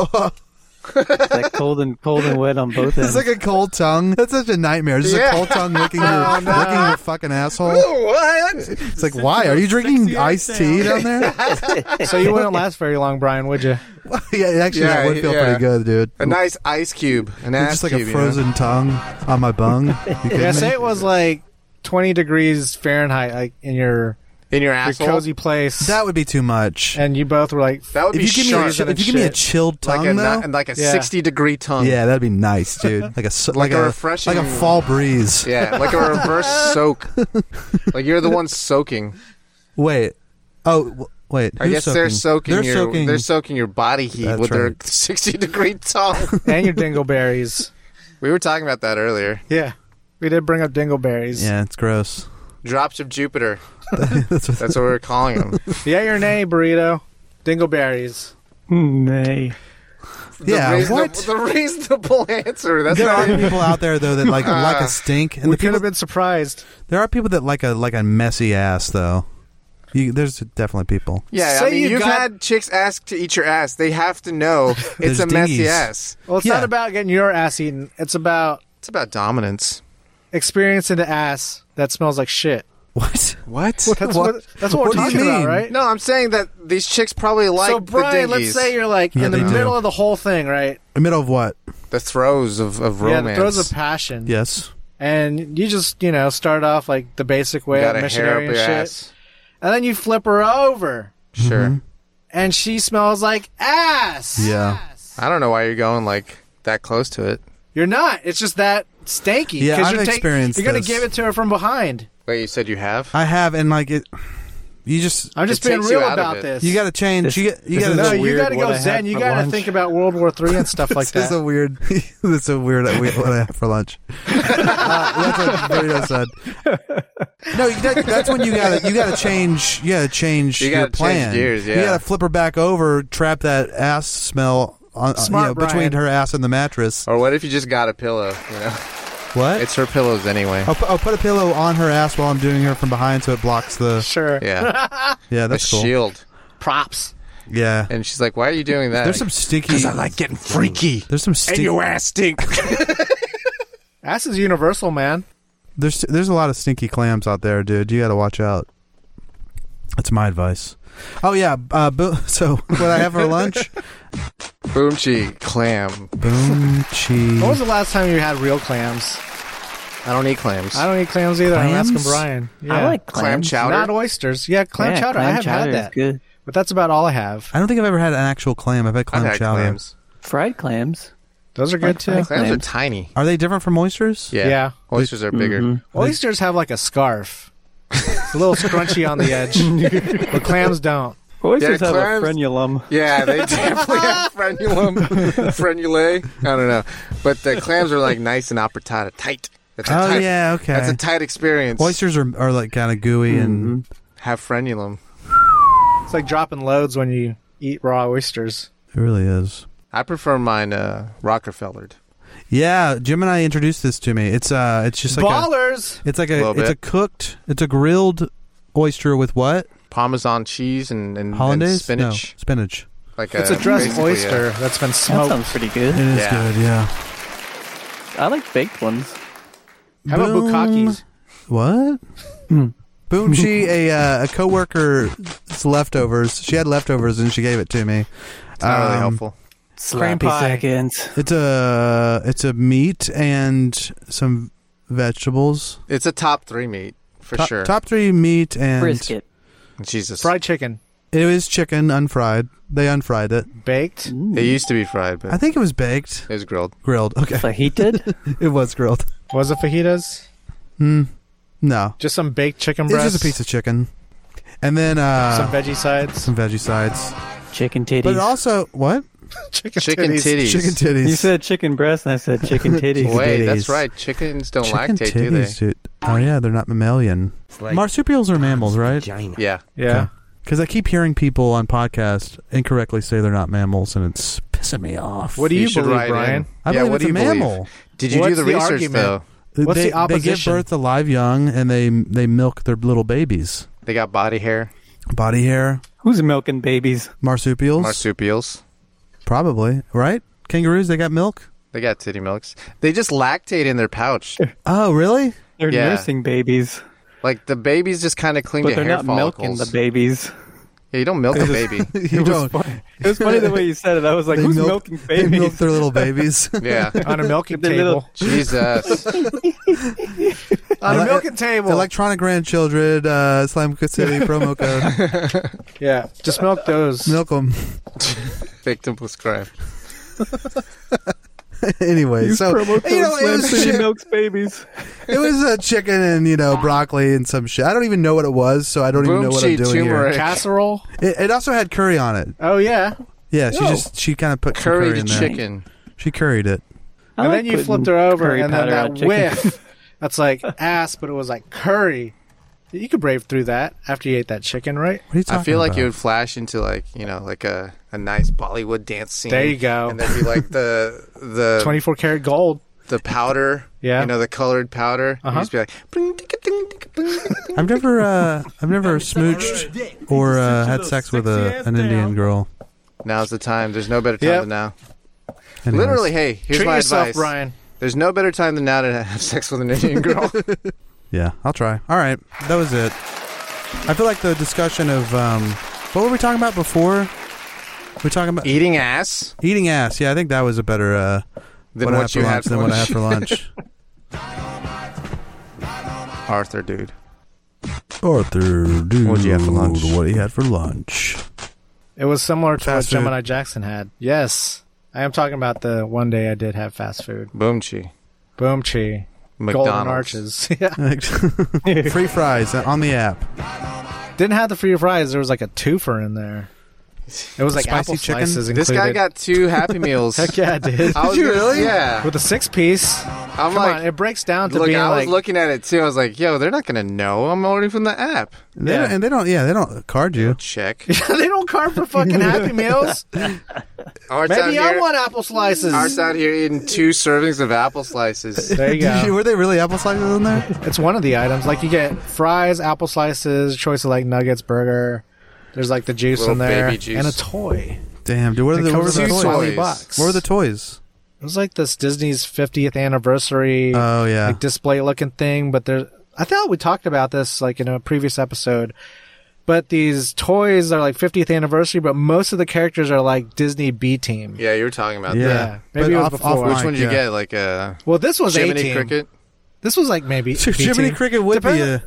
[SPEAKER 4] like cold and cold and wet on both ends.
[SPEAKER 2] It's like a cold tongue. That's such a nightmare. Just
[SPEAKER 1] Yeah.
[SPEAKER 2] a cold tongue licking your, licking your fucking asshole.
[SPEAKER 1] What?
[SPEAKER 2] It's like, why? Are you drinking iced tea down there?
[SPEAKER 3] So you wouldn't last very long, Brian, would you?
[SPEAKER 2] yeah, actually,
[SPEAKER 1] Yeah,
[SPEAKER 2] that would feel
[SPEAKER 1] yeah.
[SPEAKER 2] pretty good, dude.
[SPEAKER 1] A nice ice cube. An
[SPEAKER 2] It's
[SPEAKER 1] ass
[SPEAKER 2] just like
[SPEAKER 1] cube.
[SPEAKER 2] a
[SPEAKER 1] you know?
[SPEAKER 2] frozen tongue on my bung. You kidding
[SPEAKER 3] Yeah,
[SPEAKER 2] me?
[SPEAKER 3] say it was like 20 degrees Fahrenheit, like in your,
[SPEAKER 1] In your
[SPEAKER 3] your
[SPEAKER 1] asshole.
[SPEAKER 3] cozy place,
[SPEAKER 2] that would be too much.
[SPEAKER 3] and you both were like,
[SPEAKER 1] that would
[SPEAKER 2] If
[SPEAKER 1] be
[SPEAKER 2] you, give me a,
[SPEAKER 1] sharp.
[SPEAKER 2] chi- if you give me a
[SPEAKER 3] shit.
[SPEAKER 2] chilled tongue,
[SPEAKER 1] like a,
[SPEAKER 2] though,
[SPEAKER 1] not, like a
[SPEAKER 3] Yeah.
[SPEAKER 1] 60 degree tongue.
[SPEAKER 2] yeah, that'd be nice, dude. Like a s- like,
[SPEAKER 1] a
[SPEAKER 2] a,
[SPEAKER 1] refreshing-
[SPEAKER 2] like a fall breeze.
[SPEAKER 1] Yeah, like a reverse soak. Like you're the one soaking.
[SPEAKER 2] Wait, oh w- wait.
[SPEAKER 1] I guess
[SPEAKER 2] who's
[SPEAKER 1] they're soaking
[SPEAKER 2] They're
[SPEAKER 1] your
[SPEAKER 2] soaking.
[SPEAKER 1] they're soaking your body heat
[SPEAKER 2] That's
[SPEAKER 1] with their
[SPEAKER 2] right.
[SPEAKER 1] 60 degree tongue.
[SPEAKER 3] and your dingleberries.
[SPEAKER 1] we were talking about that earlier.
[SPEAKER 3] Yeah. We did bring up dingleberries.
[SPEAKER 2] yeah, it's gross.
[SPEAKER 1] Drops of Jupiter. That's what we were calling them.
[SPEAKER 3] Yeah, your nay, burrito. Dingleberries.
[SPEAKER 4] Hmm, nay.
[SPEAKER 2] yeah,
[SPEAKER 1] reasonab-
[SPEAKER 2] what?
[SPEAKER 1] The reasonable answer. That's
[SPEAKER 2] there
[SPEAKER 1] not
[SPEAKER 2] are people out there though that like like a stink, and
[SPEAKER 3] we
[SPEAKER 2] the
[SPEAKER 3] could
[SPEAKER 2] people,
[SPEAKER 3] have been surprised.
[SPEAKER 2] there are people that like a like a messy ass though. You, there's definitely people.
[SPEAKER 1] Yeah,
[SPEAKER 3] Say
[SPEAKER 1] I mean,
[SPEAKER 3] you
[SPEAKER 1] you have
[SPEAKER 3] got-
[SPEAKER 1] had chicks ask to eat your ass. They have to know
[SPEAKER 2] There's
[SPEAKER 1] it's a messy
[SPEAKER 2] dingies.
[SPEAKER 1] ass.
[SPEAKER 3] Well, it's
[SPEAKER 2] Yeah.
[SPEAKER 3] not about getting your ass eaten. It's about
[SPEAKER 1] It's about dominance.
[SPEAKER 3] experiencing the ass that smells like shit.
[SPEAKER 2] What?
[SPEAKER 1] What?
[SPEAKER 3] That's
[SPEAKER 2] What?
[SPEAKER 3] what, that's what,
[SPEAKER 2] What do
[SPEAKER 3] we're
[SPEAKER 2] you
[SPEAKER 3] talking about,
[SPEAKER 2] mean?
[SPEAKER 3] right?
[SPEAKER 1] No, I'm saying that these chicks probably like
[SPEAKER 3] so Brian,
[SPEAKER 1] the dingies.
[SPEAKER 3] let's say you're like
[SPEAKER 2] Yeah,
[SPEAKER 3] in the
[SPEAKER 2] they do.
[SPEAKER 3] middle of the whole thing, right?
[SPEAKER 2] The middle of what?
[SPEAKER 1] the throes of, of romance.
[SPEAKER 3] Yeah, the throes of passion.
[SPEAKER 2] Yes.
[SPEAKER 3] And you just, you know, start off like the basic way
[SPEAKER 1] Got
[SPEAKER 3] of
[SPEAKER 1] a hair up
[SPEAKER 3] missionary
[SPEAKER 1] your
[SPEAKER 3] and shit.
[SPEAKER 1] ass.
[SPEAKER 3] And then you flip her over
[SPEAKER 1] Sure.
[SPEAKER 3] Mm-hmm. and she smells like ass.
[SPEAKER 2] Yeah.
[SPEAKER 1] I don't know why you're going like that close to it.
[SPEAKER 3] You're not. It's just that stanky.
[SPEAKER 2] Yeah,
[SPEAKER 3] 'cause
[SPEAKER 2] I've
[SPEAKER 3] you're
[SPEAKER 2] experienced
[SPEAKER 3] You're gonna
[SPEAKER 2] this.
[SPEAKER 3] give it to her from behind.
[SPEAKER 1] Wait, you said you have?
[SPEAKER 2] I have, and like it. You just
[SPEAKER 3] I'm just
[SPEAKER 1] It
[SPEAKER 3] being
[SPEAKER 1] takes you
[SPEAKER 3] real
[SPEAKER 1] out of
[SPEAKER 3] about
[SPEAKER 1] it.
[SPEAKER 3] this.
[SPEAKER 2] you got to change. you get you
[SPEAKER 4] this
[SPEAKER 2] got to
[SPEAKER 4] is
[SPEAKER 3] no.
[SPEAKER 4] It's
[SPEAKER 3] You
[SPEAKER 4] weird
[SPEAKER 3] got to
[SPEAKER 4] what
[SPEAKER 3] go
[SPEAKER 4] I had
[SPEAKER 3] zen. You
[SPEAKER 4] for
[SPEAKER 3] got to
[SPEAKER 4] lunch.
[SPEAKER 3] think about World War Three and stuff like
[SPEAKER 2] This
[SPEAKER 3] that.
[SPEAKER 2] is a weird. That's a weird. We what I have for lunch. Uh, that's what Burrito said. No, that, that's when you gotta you gotta change. You gotta change
[SPEAKER 1] You
[SPEAKER 2] your
[SPEAKER 1] gotta change
[SPEAKER 2] plan.
[SPEAKER 1] gears,
[SPEAKER 2] You
[SPEAKER 1] yeah.
[SPEAKER 2] gotta flip her back over. Trap that ass smell on, on- you
[SPEAKER 3] Smart,
[SPEAKER 2] know, between
[SPEAKER 3] Brian.
[SPEAKER 2] her ass and the mattress.
[SPEAKER 1] Or what if you just got a pillow? You know,
[SPEAKER 2] What?
[SPEAKER 1] Oh, it's her pillows anyway.
[SPEAKER 3] Oh,
[SPEAKER 2] I'll, pu- I'll put a pillow on her ass while I'm doing her from behind, so it blocks the.
[SPEAKER 3] sure.
[SPEAKER 1] Yeah,
[SPEAKER 2] Yeah,
[SPEAKER 1] a
[SPEAKER 2] that's cool.
[SPEAKER 1] shield.
[SPEAKER 3] Props.
[SPEAKER 2] Yeah,
[SPEAKER 1] And uh, she's like, "Why are you doing that?"
[SPEAKER 2] there's some sticky.
[SPEAKER 8] I like getting
[SPEAKER 1] Mm.
[SPEAKER 8] freaky.
[SPEAKER 2] There's some
[SPEAKER 8] And
[SPEAKER 2] sticky.
[SPEAKER 8] your ass stink.
[SPEAKER 3] Ass is universal, man.
[SPEAKER 2] There's there's a lot of stinky clams out there, dude. You got to watch out. That's my advice. Oh yeah, uh, bo- so what I have for lunch?
[SPEAKER 1] boom cheek clam.
[SPEAKER 2] Boom
[SPEAKER 3] When was
[SPEAKER 1] Oh.
[SPEAKER 2] cheese.
[SPEAKER 3] the last time you had real clams?
[SPEAKER 1] I don't eat clams.
[SPEAKER 3] I don't eat clams either. I'm
[SPEAKER 2] Clams?
[SPEAKER 3] asking Brian.
[SPEAKER 4] I
[SPEAKER 3] Yeah.
[SPEAKER 4] like
[SPEAKER 1] clam
[SPEAKER 4] clams.
[SPEAKER 1] chowder.
[SPEAKER 3] Not oysters. Yeah, clam
[SPEAKER 4] Yeah,
[SPEAKER 3] chowder. I
[SPEAKER 4] clam
[SPEAKER 3] have
[SPEAKER 4] chowder
[SPEAKER 3] had
[SPEAKER 4] is
[SPEAKER 3] that.
[SPEAKER 4] Good.
[SPEAKER 3] But that's about all I have.
[SPEAKER 2] I don't think I've ever had an actual clam. I've had
[SPEAKER 1] I've
[SPEAKER 2] clam
[SPEAKER 1] had
[SPEAKER 2] chowder.
[SPEAKER 1] clams.
[SPEAKER 4] Fried clams.
[SPEAKER 3] Those are good too.
[SPEAKER 4] like
[SPEAKER 1] Clams are
[SPEAKER 4] Clams.
[SPEAKER 1] tiny.
[SPEAKER 2] Are they different from oysters?
[SPEAKER 1] Yeah.
[SPEAKER 3] Yeah. Mm-hmm.
[SPEAKER 1] Oysters are bigger.
[SPEAKER 3] Oysters have like a scarf. It's a little scrunchy on the edge. but clams don't.
[SPEAKER 4] Oysters
[SPEAKER 1] Yeah,
[SPEAKER 4] have
[SPEAKER 1] clams.
[SPEAKER 4] a frenulum.
[SPEAKER 1] Yeah, they definitely have frenulum, frenulae. I don't know, but the clams are like nice and opportata, tight. That's a
[SPEAKER 2] Oh,
[SPEAKER 1] tight,
[SPEAKER 2] yeah, okay.
[SPEAKER 1] That's a tight experience.
[SPEAKER 2] Oysters are, are like kind of gooey and
[SPEAKER 1] have frenulum.
[SPEAKER 3] It's like dropping loads when you eat raw oysters.
[SPEAKER 1] Mm-hmm.
[SPEAKER 2] it really is.
[SPEAKER 1] I prefer mine uh, Rockefellered.
[SPEAKER 2] Yeah, Jim and I introduced this to me. It's uh, it's just like a,
[SPEAKER 3] Ballers.
[SPEAKER 2] it's like a,
[SPEAKER 1] Little
[SPEAKER 2] it's
[SPEAKER 1] bit.
[SPEAKER 2] a cooked, it's a grilled oyster with what?
[SPEAKER 1] Parmesan cheese and, and, and
[SPEAKER 2] Hollandaise?
[SPEAKER 1] spinach.
[SPEAKER 2] No, spinach.
[SPEAKER 1] Like
[SPEAKER 3] it's a dressed
[SPEAKER 1] basically,
[SPEAKER 3] oyster
[SPEAKER 1] yeah.
[SPEAKER 3] that's been
[SPEAKER 4] That
[SPEAKER 3] smoked.
[SPEAKER 4] sounds pretty good.
[SPEAKER 2] It is
[SPEAKER 1] Yeah.
[SPEAKER 2] good. Yeah.
[SPEAKER 4] I like baked ones.
[SPEAKER 3] How about
[SPEAKER 2] Boom.
[SPEAKER 3] bukakis?
[SPEAKER 2] What? Hmm. Boom! She a uh, a coworker's leftovers. She had leftovers and she gave it to me.
[SPEAKER 1] It's not really
[SPEAKER 2] Um,
[SPEAKER 1] helpful.
[SPEAKER 4] Sloppy
[SPEAKER 3] pie.
[SPEAKER 4] seconds.
[SPEAKER 2] It's a it's a meat and some vegetables.
[SPEAKER 1] It's a top three meat for
[SPEAKER 2] top,
[SPEAKER 1] sure.
[SPEAKER 2] top three meat and
[SPEAKER 4] Brisket.
[SPEAKER 1] Jesus,
[SPEAKER 3] Fried chicken.
[SPEAKER 2] It was chicken unfried. They unfried it.
[SPEAKER 3] Baked.
[SPEAKER 1] It
[SPEAKER 4] Mm.
[SPEAKER 1] used to be fried, but
[SPEAKER 2] I think it was baked,
[SPEAKER 1] it was grilled.
[SPEAKER 2] grilled. Okay,
[SPEAKER 4] Fajitas.
[SPEAKER 2] it was grilled.
[SPEAKER 3] Was it fajitas?
[SPEAKER 2] Hmm. No,
[SPEAKER 3] Just some baked chicken
[SPEAKER 2] it's
[SPEAKER 3] breast.
[SPEAKER 2] just a piece of chicken, and then uh,
[SPEAKER 3] some veggie sides.
[SPEAKER 2] some veggie sides.
[SPEAKER 4] chicken titties.
[SPEAKER 2] But also what
[SPEAKER 3] chicken,
[SPEAKER 1] Chicken titties.
[SPEAKER 2] chicken titties?
[SPEAKER 4] you said chicken breast, and I said chicken titties.
[SPEAKER 1] Wait,
[SPEAKER 2] titties.
[SPEAKER 1] that's right. Chickens don't
[SPEAKER 2] Chicken
[SPEAKER 1] lactate, do they?
[SPEAKER 2] titties, dude. Oh yeah, they're not mammalian. Marsupials are mammals, right?
[SPEAKER 1] Yeah.
[SPEAKER 3] Yeah.
[SPEAKER 2] Because I keep hearing people on podcasts incorrectly say they're not mammals, and it's pissing me off.
[SPEAKER 3] What do you,
[SPEAKER 1] should
[SPEAKER 3] believe,
[SPEAKER 1] write
[SPEAKER 3] Brian?
[SPEAKER 1] in.
[SPEAKER 2] I
[SPEAKER 1] yeah,
[SPEAKER 2] believe
[SPEAKER 1] what
[SPEAKER 2] it's
[SPEAKER 1] do you
[SPEAKER 2] a
[SPEAKER 1] believe?
[SPEAKER 2] mammal.
[SPEAKER 1] Did you
[SPEAKER 3] What's
[SPEAKER 1] do the,
[SPEAKER 3] the
[SPEAKER 1] research
[SPEAKER 3] argument?
[SPEAKER 1] though?
[SPEAKER 3] What's
[SPEAKER 2] they, They
[SPEAKER 3] the
[SPEAKER 2] give
[SPEAKER 3] opposition?
[SPEAKER 2] birth to live young, and they they milk their little babies.
[SPEAKER 1] They got body hair,
[SPEAKER 2] Body hair,
[SPEAKER 4] Who's milking babies?
[SPEAKER 2] marsupials,
[SPEAKER 1] marsupials.
[SPEAKER 2] probably right. Kangaroos, they got milk.
[SPEAKER 1] They got titty milks. They just lactate in their pouch.
[SPEAKER 2] Oh, really?
[SPEAKER 4] They're
[SPEAKER 1] Yeah.
[SPEAKER 4] nursing babies,
[SPEAKER 1] Like the babies just kind of cling
[SPEAKER 4] but
[SPEAKER 1] to
[SPEAKER 4] they're
[SPEAKER 1] hair
[SPEAKER 4] not milking
[SPEAKER 1] follicles.
[SPEAKER 4] the babies.
[SPEAKER 1] yeah, you don't milk a baby.
[SPEAKER 2] you don't.
[SPEAKER 4] It was funny the way you said it. I was like,
[SPEAKER 2] They
[SPEAKER 4] "Who's
[SPEAKER 2] milk-
[SPEAKER 4] milking
[SPEAKER 2] They milk
[SPEAKER 4] babies?"
[SPEAKER 2] their little babies.
[SPEAKER 1] yeah.
[SPEAKER 3] On a milking
[SPEAKER 4] The
[SPEAKER 3] table.
[SPEAKER 4] little-
[SPEAKER 1] Jesus.
[SPEAKER 3] On a
[SPEAKER 2] Ele-
[SPEAKER 3] milking table.
[SPEAKER 2] Electronic grandchildren, uh, Slime City promo code.
[SPEAKER 3] yeah. Just milk those.
[SPEAKER 2] Milk them.
[SPEAKER 1] Victimless crime.
[SPEAKER 2] anyway, so you know, it was,
[SPEAKER 4] she milks babies.
[SPEAKER 2] it was a chicken and you know broccoli and some shit. I don't even know what it was, so I don't even
[SPEAKER 1] Boom
[SPEAKER 2] know what I'm
[SPEAKER 1] cheek
[SPEAKER 2] doing
[SPEAKER 1] turmeric.
[SPEAKER 3] Casserole.
[SPEAKER 2] here. It, it also had curry on it.
[SPEAKER 3] Oh yeah.
[SPEAKER 2] Yeah, she just she kind of put some curry in
[SPEAKER 1] Curried
[SPEAKER 2] there.
[SPEAKER 1] chicken.
[SPEAKER 2] She curried it.
[SPEAKER 4] I
[SPEAKER 3] and
[SPEAKER 4] like
[SPEAKER 3] then you
[SPEAKER 4] putting
[SPEAKER 3] flipped her over,
[SPEAKER 4] curry
[SPEAKER 3] and then
[SPEAKER 4] powder
[SPEAKER 3] that
[SPEAKER 4] on chicken.
[SPEAKER 3] whiff. That's like ass, but it was like curry. You could brave through that after you ate that chicken, right?
[SPEAKER 2] What are you talking
[SPEAKER 1] I feel like
[SPEAKER 2] about?
[SPEAKER 1] you would flash into like you know like a, a nice Bollywood dance scene.
[SPEAKER 3] There you go.
[SPEAKER 1] And there'd be like the the
[SPEAKER 3] 24 karat gold.
[SPEAKER 1] the powder.
[SPEAKER 3] Yeah.
[SPEAKER 1] You know the colored powder.
[SPEAKER 3] Uh-huh.
[SPEAKER 1] You just be like. "Bing, ding, ding, ding, bing, ding."
[SPEAKER 2] I've never, uh, I've never smooched or uh, had sex with a, an Indian girl.
[SPEAKER 1] Now's the time. There's no better time
[SPEAKER 3] Yep.
[SPEAKER 1] than now.
[SPEAKER 2] Anyways.
[SPEAKER 1] Literally, hey, here's
[SPEAKER 3] Treat
[SPEAKER 1] my
[SPEAKER 3] yourself,
[SPEAKER 1] advice.
[SPEAKER 3] Ryan.
[SPEAKER 1] There's no better time than now to have sex with an Indian girl.
[SPEAKER 2] Yeah, I'll try. All right, that was it. I feel like the discussion of um, what were we talking about before? We're talking about
[SPEAKER 1] Eating ass.
[SPEAKER 2] eating ass. Yeah, I think that was a better uh,
[SPEAKER 1] Than
[SPEAKER 2] what I
[SPEAKER 1] what
[SPEAKER 2] had for
[SPEAKER 1] you
[SPEAKER 2] lunch
[SPEAKER 1] had for
[SPEAKER 2] than what I had
[SPEAKER 1] lunch.
[SPEAKER 2] for lunch.
[SPEAKER 1] Arthur, dude.
[SPEAKER 2] Arthur, dude,
[SPEAKER 1] What'd you have for lunch?
[SPEAKER 2] What he had for lunch?
[SPEAKER 3] It was similar to
[SPEAKER 2] Fast
[SPEAKER 3] what
[SPEAKER 2] food.
[SPEAKER 3] Gemini Jackson had. Yes. I am talking about the one day I did have fast food.
[SPEAKER 1] Boomchi.
[SPEAKER 3] Boom chi.
[SPEAKER 1] McDonald's.
[SPEAKER 3] Golden arches. yeah.
[SPEAKER 2] Free fries on the app.
[SPEAKER 3] Didn't have the free fries. There was like a twofer in there. It was like
[SPEAKER 2] Spicy
[SPEAKER 3] apple
[SPEAKER 2] chicken?
[SPEAKER 3] slices
[SPEAKER 1] This
[SPEAKER 3] included.
[SPEAKER 1] guy got two Happy Meals.
[SPEAKER 3] Heck yeah, dude.
[SPEAKER 1] I was gonna- Yeah.
[SPEAKER 3] With a six piece.
[SPEAKER 1] I'm
[SPEAKER 3] Come
[SPEAKER 1] like,
[SPEAKER 3] on, it breaks down to
[SPEAKER 1] look,
[SPEAKER 3] being
[SPEAKER 1] I was
[SPEAKER 3] like
[SPEAKER 1] looking at it too. I was like, yo, they're not gonna know I'm ordering from the app.
[SPEAKER 2] They
[SPEAKER 3] Yeah.
[SPEAKER 2] don't- and they don't. Yeah, they don't card you.
[SPEAKER 1] Check.
[SPEAKER 3] they don't carve for fucking Happy Meals.
[SPEAKER 1] Art's out
[SPEAKER 3] Maybe I
[SPEAKER 1] here-
[SPEAKER 3] want apple
[SPEAKER 1] Art's
[SPEAKER 3] slices.
[SPEAKER 1] out here eating two servings of apple slices.
[SPEAKER 3] There you
[SPEAKER 2] Did you-
[SPEAKER 3] go.
[SPEAKER 2] were they really apple slices in there?
[SPEAKER 3] It's one of the items. Like you get fries, apple slices, choice of like nuggets, burger. There's like the juice
[SPEAKER 1] Little
[SPEAKER 3] in there
[SPEAKER 1] baby juice.
[SPEAKER 3] and a toy.
[SPEAKER 2] Damn, dude, what are
[SPEAKER 3] It
[SPEAKER 2] the, what were
[SPEAKER 3] comes
[SPEAKER 2] the
[SPEAKER 3] in a
[SPEAKER 1] with
[SPEAKER 2] toys?
[SPEAKER 1] toy.
[SPEAKER 3] tiny
[SPEAKER 1] toys?
[SPEAKER 3] box.
[SPEAKER 2] What were the toys?
[SPEAKER 3] It was like this Disney's 50th anniversary
[SPEAKER 2] Oh yeah,
[SPEAKER 3] like display looking thing, but there I thought we talked about this like in a previous episode. But these toys are like 50th anniversary, but most of the characters are like Disney B team.
[SPEAKER 1] Yeah, you were talking about
[SPEAKER 2] yeah. Oh
[SPEAKER 1] that.
[SPEAKER 3] yeah. Maybe it was before.
[SPEAKER 2] offline,
[SPEAKER 1] Which one did you
[SPEAKER 2] yeah.
[SPEAKER 1] get? Like a
[SPEAKER 3] Well, this was A
[SPEAKER 1] Jiminy
[SPEAKER 3] team.
[SPEAKER 1] Cricket?
[SPEAKER 3] This was like maybe B-team.
[SPEAKER 2] Jiminy Cricket would be
[SPEAKER 3] Depend-
[SPEAKER 2] a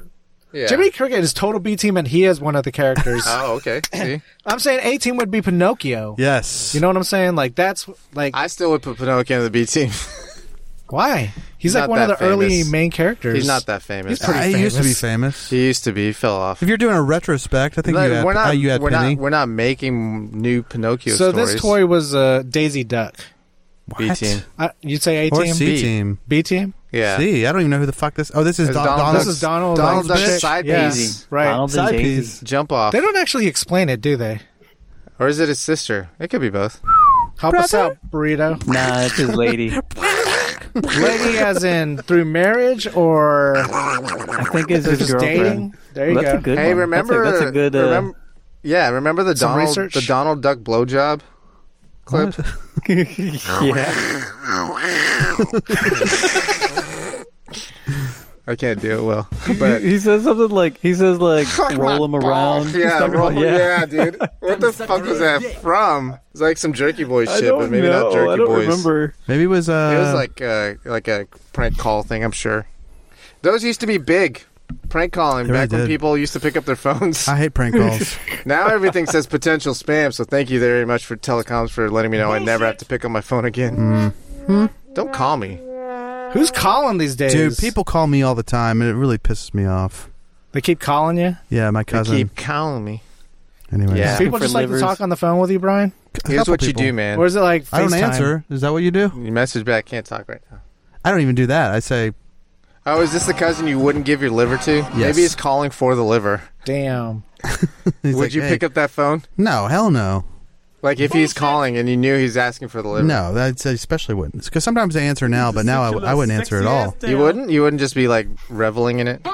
[SPEAKER 1] Yeah.
[SPEAKER 3] Jiminy Cricket is total B team, and he is one of the characters.
[SPEAKER 1] Oh, okay. See,
[SPEAKER 3] I'm saying A team would be Pinocchio.
[SPEAKER 2] yes.
[SPEAKER 3] You know what I'm saying? Like that's like
[SPEAKER 1] I still would put Pinocchio in the B team.
[SPEAKER 3] why he's
[SPEAKER 1] Not
[SPEAKER 3] like one of the
[SPEAKER 1] that
[SPEAKER 3] early
[SPEAKER 1] famous.
[SPEAKER 3] main characters.
[SPEAKER 1] He's not that famous.
[SPEAKER 3] He's pretty
[SPEAKER 2] I used to be
[SPEAKER 3] famous.
[SPEAKER 2] famous.
[SPEAKER 1] he used to be. He fell off.
[SPEAKER 2] If you're doing a retrospect, I think
[SPEAKER 1] Like,
[SPEAKER 2] you had,
[SPEAKER 1] we're not.
[SPEAKER 2] uh, you had
[SPEAKER 1] we're
[SPEAKER 2] Penny.
[SPEAKER 1] not. We're not making new Pinocchio
[SPEAKER 3] So
[SPEAKER 1] stories.
[SPEAKER 3] this toy was uh, Daisy Duck.
[SPEAKER 1] B
[SPEAKER 2] What?
[SPEAKER 1] team.
[SPEAKER 3] Uh, you'd say A
[SPEAKER 2] Or
[SPEAKER 3] team,
[SPEAKER 2] C team.
[SPEAKER 3] B team.
[SPEAKER 1] Yeah.
[SPEAKER 2] C. I don't even know who the fuck this. Oh, this is
[SPEAKER 1] It's
[SPEAKER 2] Don-
[SPEAKER 1] Donald-
[SPEAKER 2] Donald's
[SPEAKER 3] This is Donald.
[SPEAKER 1] Donald
[SPEAKER 3] like,
[SPEAKER 1] Duck's
[SPEAKER 3] chick.
[SPEAKER 1] side
[SPEAKER 3] Yeah.
[SPEAKER 1] piece.
[SPEAKER 3] right?
[SPEAKER 4] Donald and
[SPEAKER 2] side
[SPEAKER 4] Daisy.
[SPEAKER 2] piece.
[SPEAKER 1] Jump off,
[SPEAKER 3] They don't actually explain it, do they?
[SPEAKER 1] or is it his sister? It could be both.
[SPEAKER 3] Help us out, burrito.
[SPEAKER 4] Nah, it's his lady.
[SPEAKER 3] Lady, as in through marriage or
[SPEAKER 4] I think it's his
[SPEAKER 3] just
[SPEAKER 4] girlfriend.
[SPEAKER 3] dating. There you
[SPEAKER 4] Well, that's
[SPEAKER 3] go.
[SPEAKER 4] a good
[SPEAKER 1] Hey,
[SPEAKER 4] one.
[SPEAKER 1] remember?
[SPEAKER 4] That's a, that's a good. Uh,
[SPEAKER 1] remem- yeah, remember the
[SPEAKER 3] Some
[SPEAKER 1] Donald
[SPEAKER 3] research?
[SPEAKER 1] the Donald Duck blowjob clip.
[SPEAKER 4] yeah.
[SPEAKER 1] I can't do it well, but
[SPEAKER 4] He says something like he says like roll him around. He's
[SPEAKER 1] Oh, Yeah,
[SPEAKER 4] talking
[SPEAKER 1] roll,
[SPEAKER 4] about-
[SPEAKER 1] yeah. dude. What the fuck was that from? It's like some Jerky Boys
[SPEAKER 4] I
[SPEAKER 1] shit,
[SPEAKER 4] don't
[SPEAKER 1] but maybe
[SPEAKER 4] know.
[SPEAKER 1] not Jerky
[SPEAKER 4] I don't
[SPEAKER 1] Boys.
[SPEAKER 4] remember.
[SPEAKER 2] Maybe it was. Uh,
[SPEAKER 1] It was like a, like a prank call thing, I'm sure. Those used to be big. Prank calling
[SPEAKER 2] They really
[SPEAKER 1] back when
[SPEAKER 2] did.
[SPEAKER 1] people used to pick up their phones.
[SPEAKER 2] I hate prank calls.
[SPEAKER 1] now everything says potential spam, so thank you very much for telecoms for letting me know I never have to pick up my phone again.
[SPEAKER 4] Hmm.
[SPEAKER 1] Don't call me.
[SPEAKER 3] Who's calling these days?
[SPEAKER 2] Dude, people call me all the time, and it really pisses me off.
[SPEAKER 3] they keep calling you.
[SPEAKER 2] Yeah, my
[SPEAKER 1] You
[SPEAKER 2] cousin.
[SPEAKER 1] keep calling me.
[SPEAKER 2] Anyway,
[SPEAKER 1] Yeah.
[SPEAKER 3] People
[SPEAKER 4] For
[SPEAKER 3] just like
[SPEAKER 4] livers.
[SPEAKER 3] to talk on the phone with you, Brian.
[SPEAKER 1] Here's what you do, man.
[SPEAKER 3] Or is it like FaceTime?
[SPEAKER 2] I don't answer. Is that what you do?
[SPEAKER 1] You message back, can't talk right now.
[SPEAKER 2] I don't even do that. I say
[SPEAKER 1] Oh, is this the cousin you wouldn't give your liver to? Maybe he's calling for the liver.
[SPEAKER 3] Damn.
[SPEAKER 2] he's
[SPEAKER 1] Would
[SPEAKER 2] like,
[SPEAKER 1] you
[SPEAKER 2] "Hey."
[SPEAKER 1] pick up that phone?
[SPEAKER 2] No, hell no,
[SPEAKER 1] Like if he's calling and you knew he's asking for the liver.
[SPEAKER 2] no. That's I especially wouldn't because sometimes I answer now, but now I, w- I wouldn't answer at all.
[SPEAKER 1] You wouldn't? You wouldn't just be like reveling in it?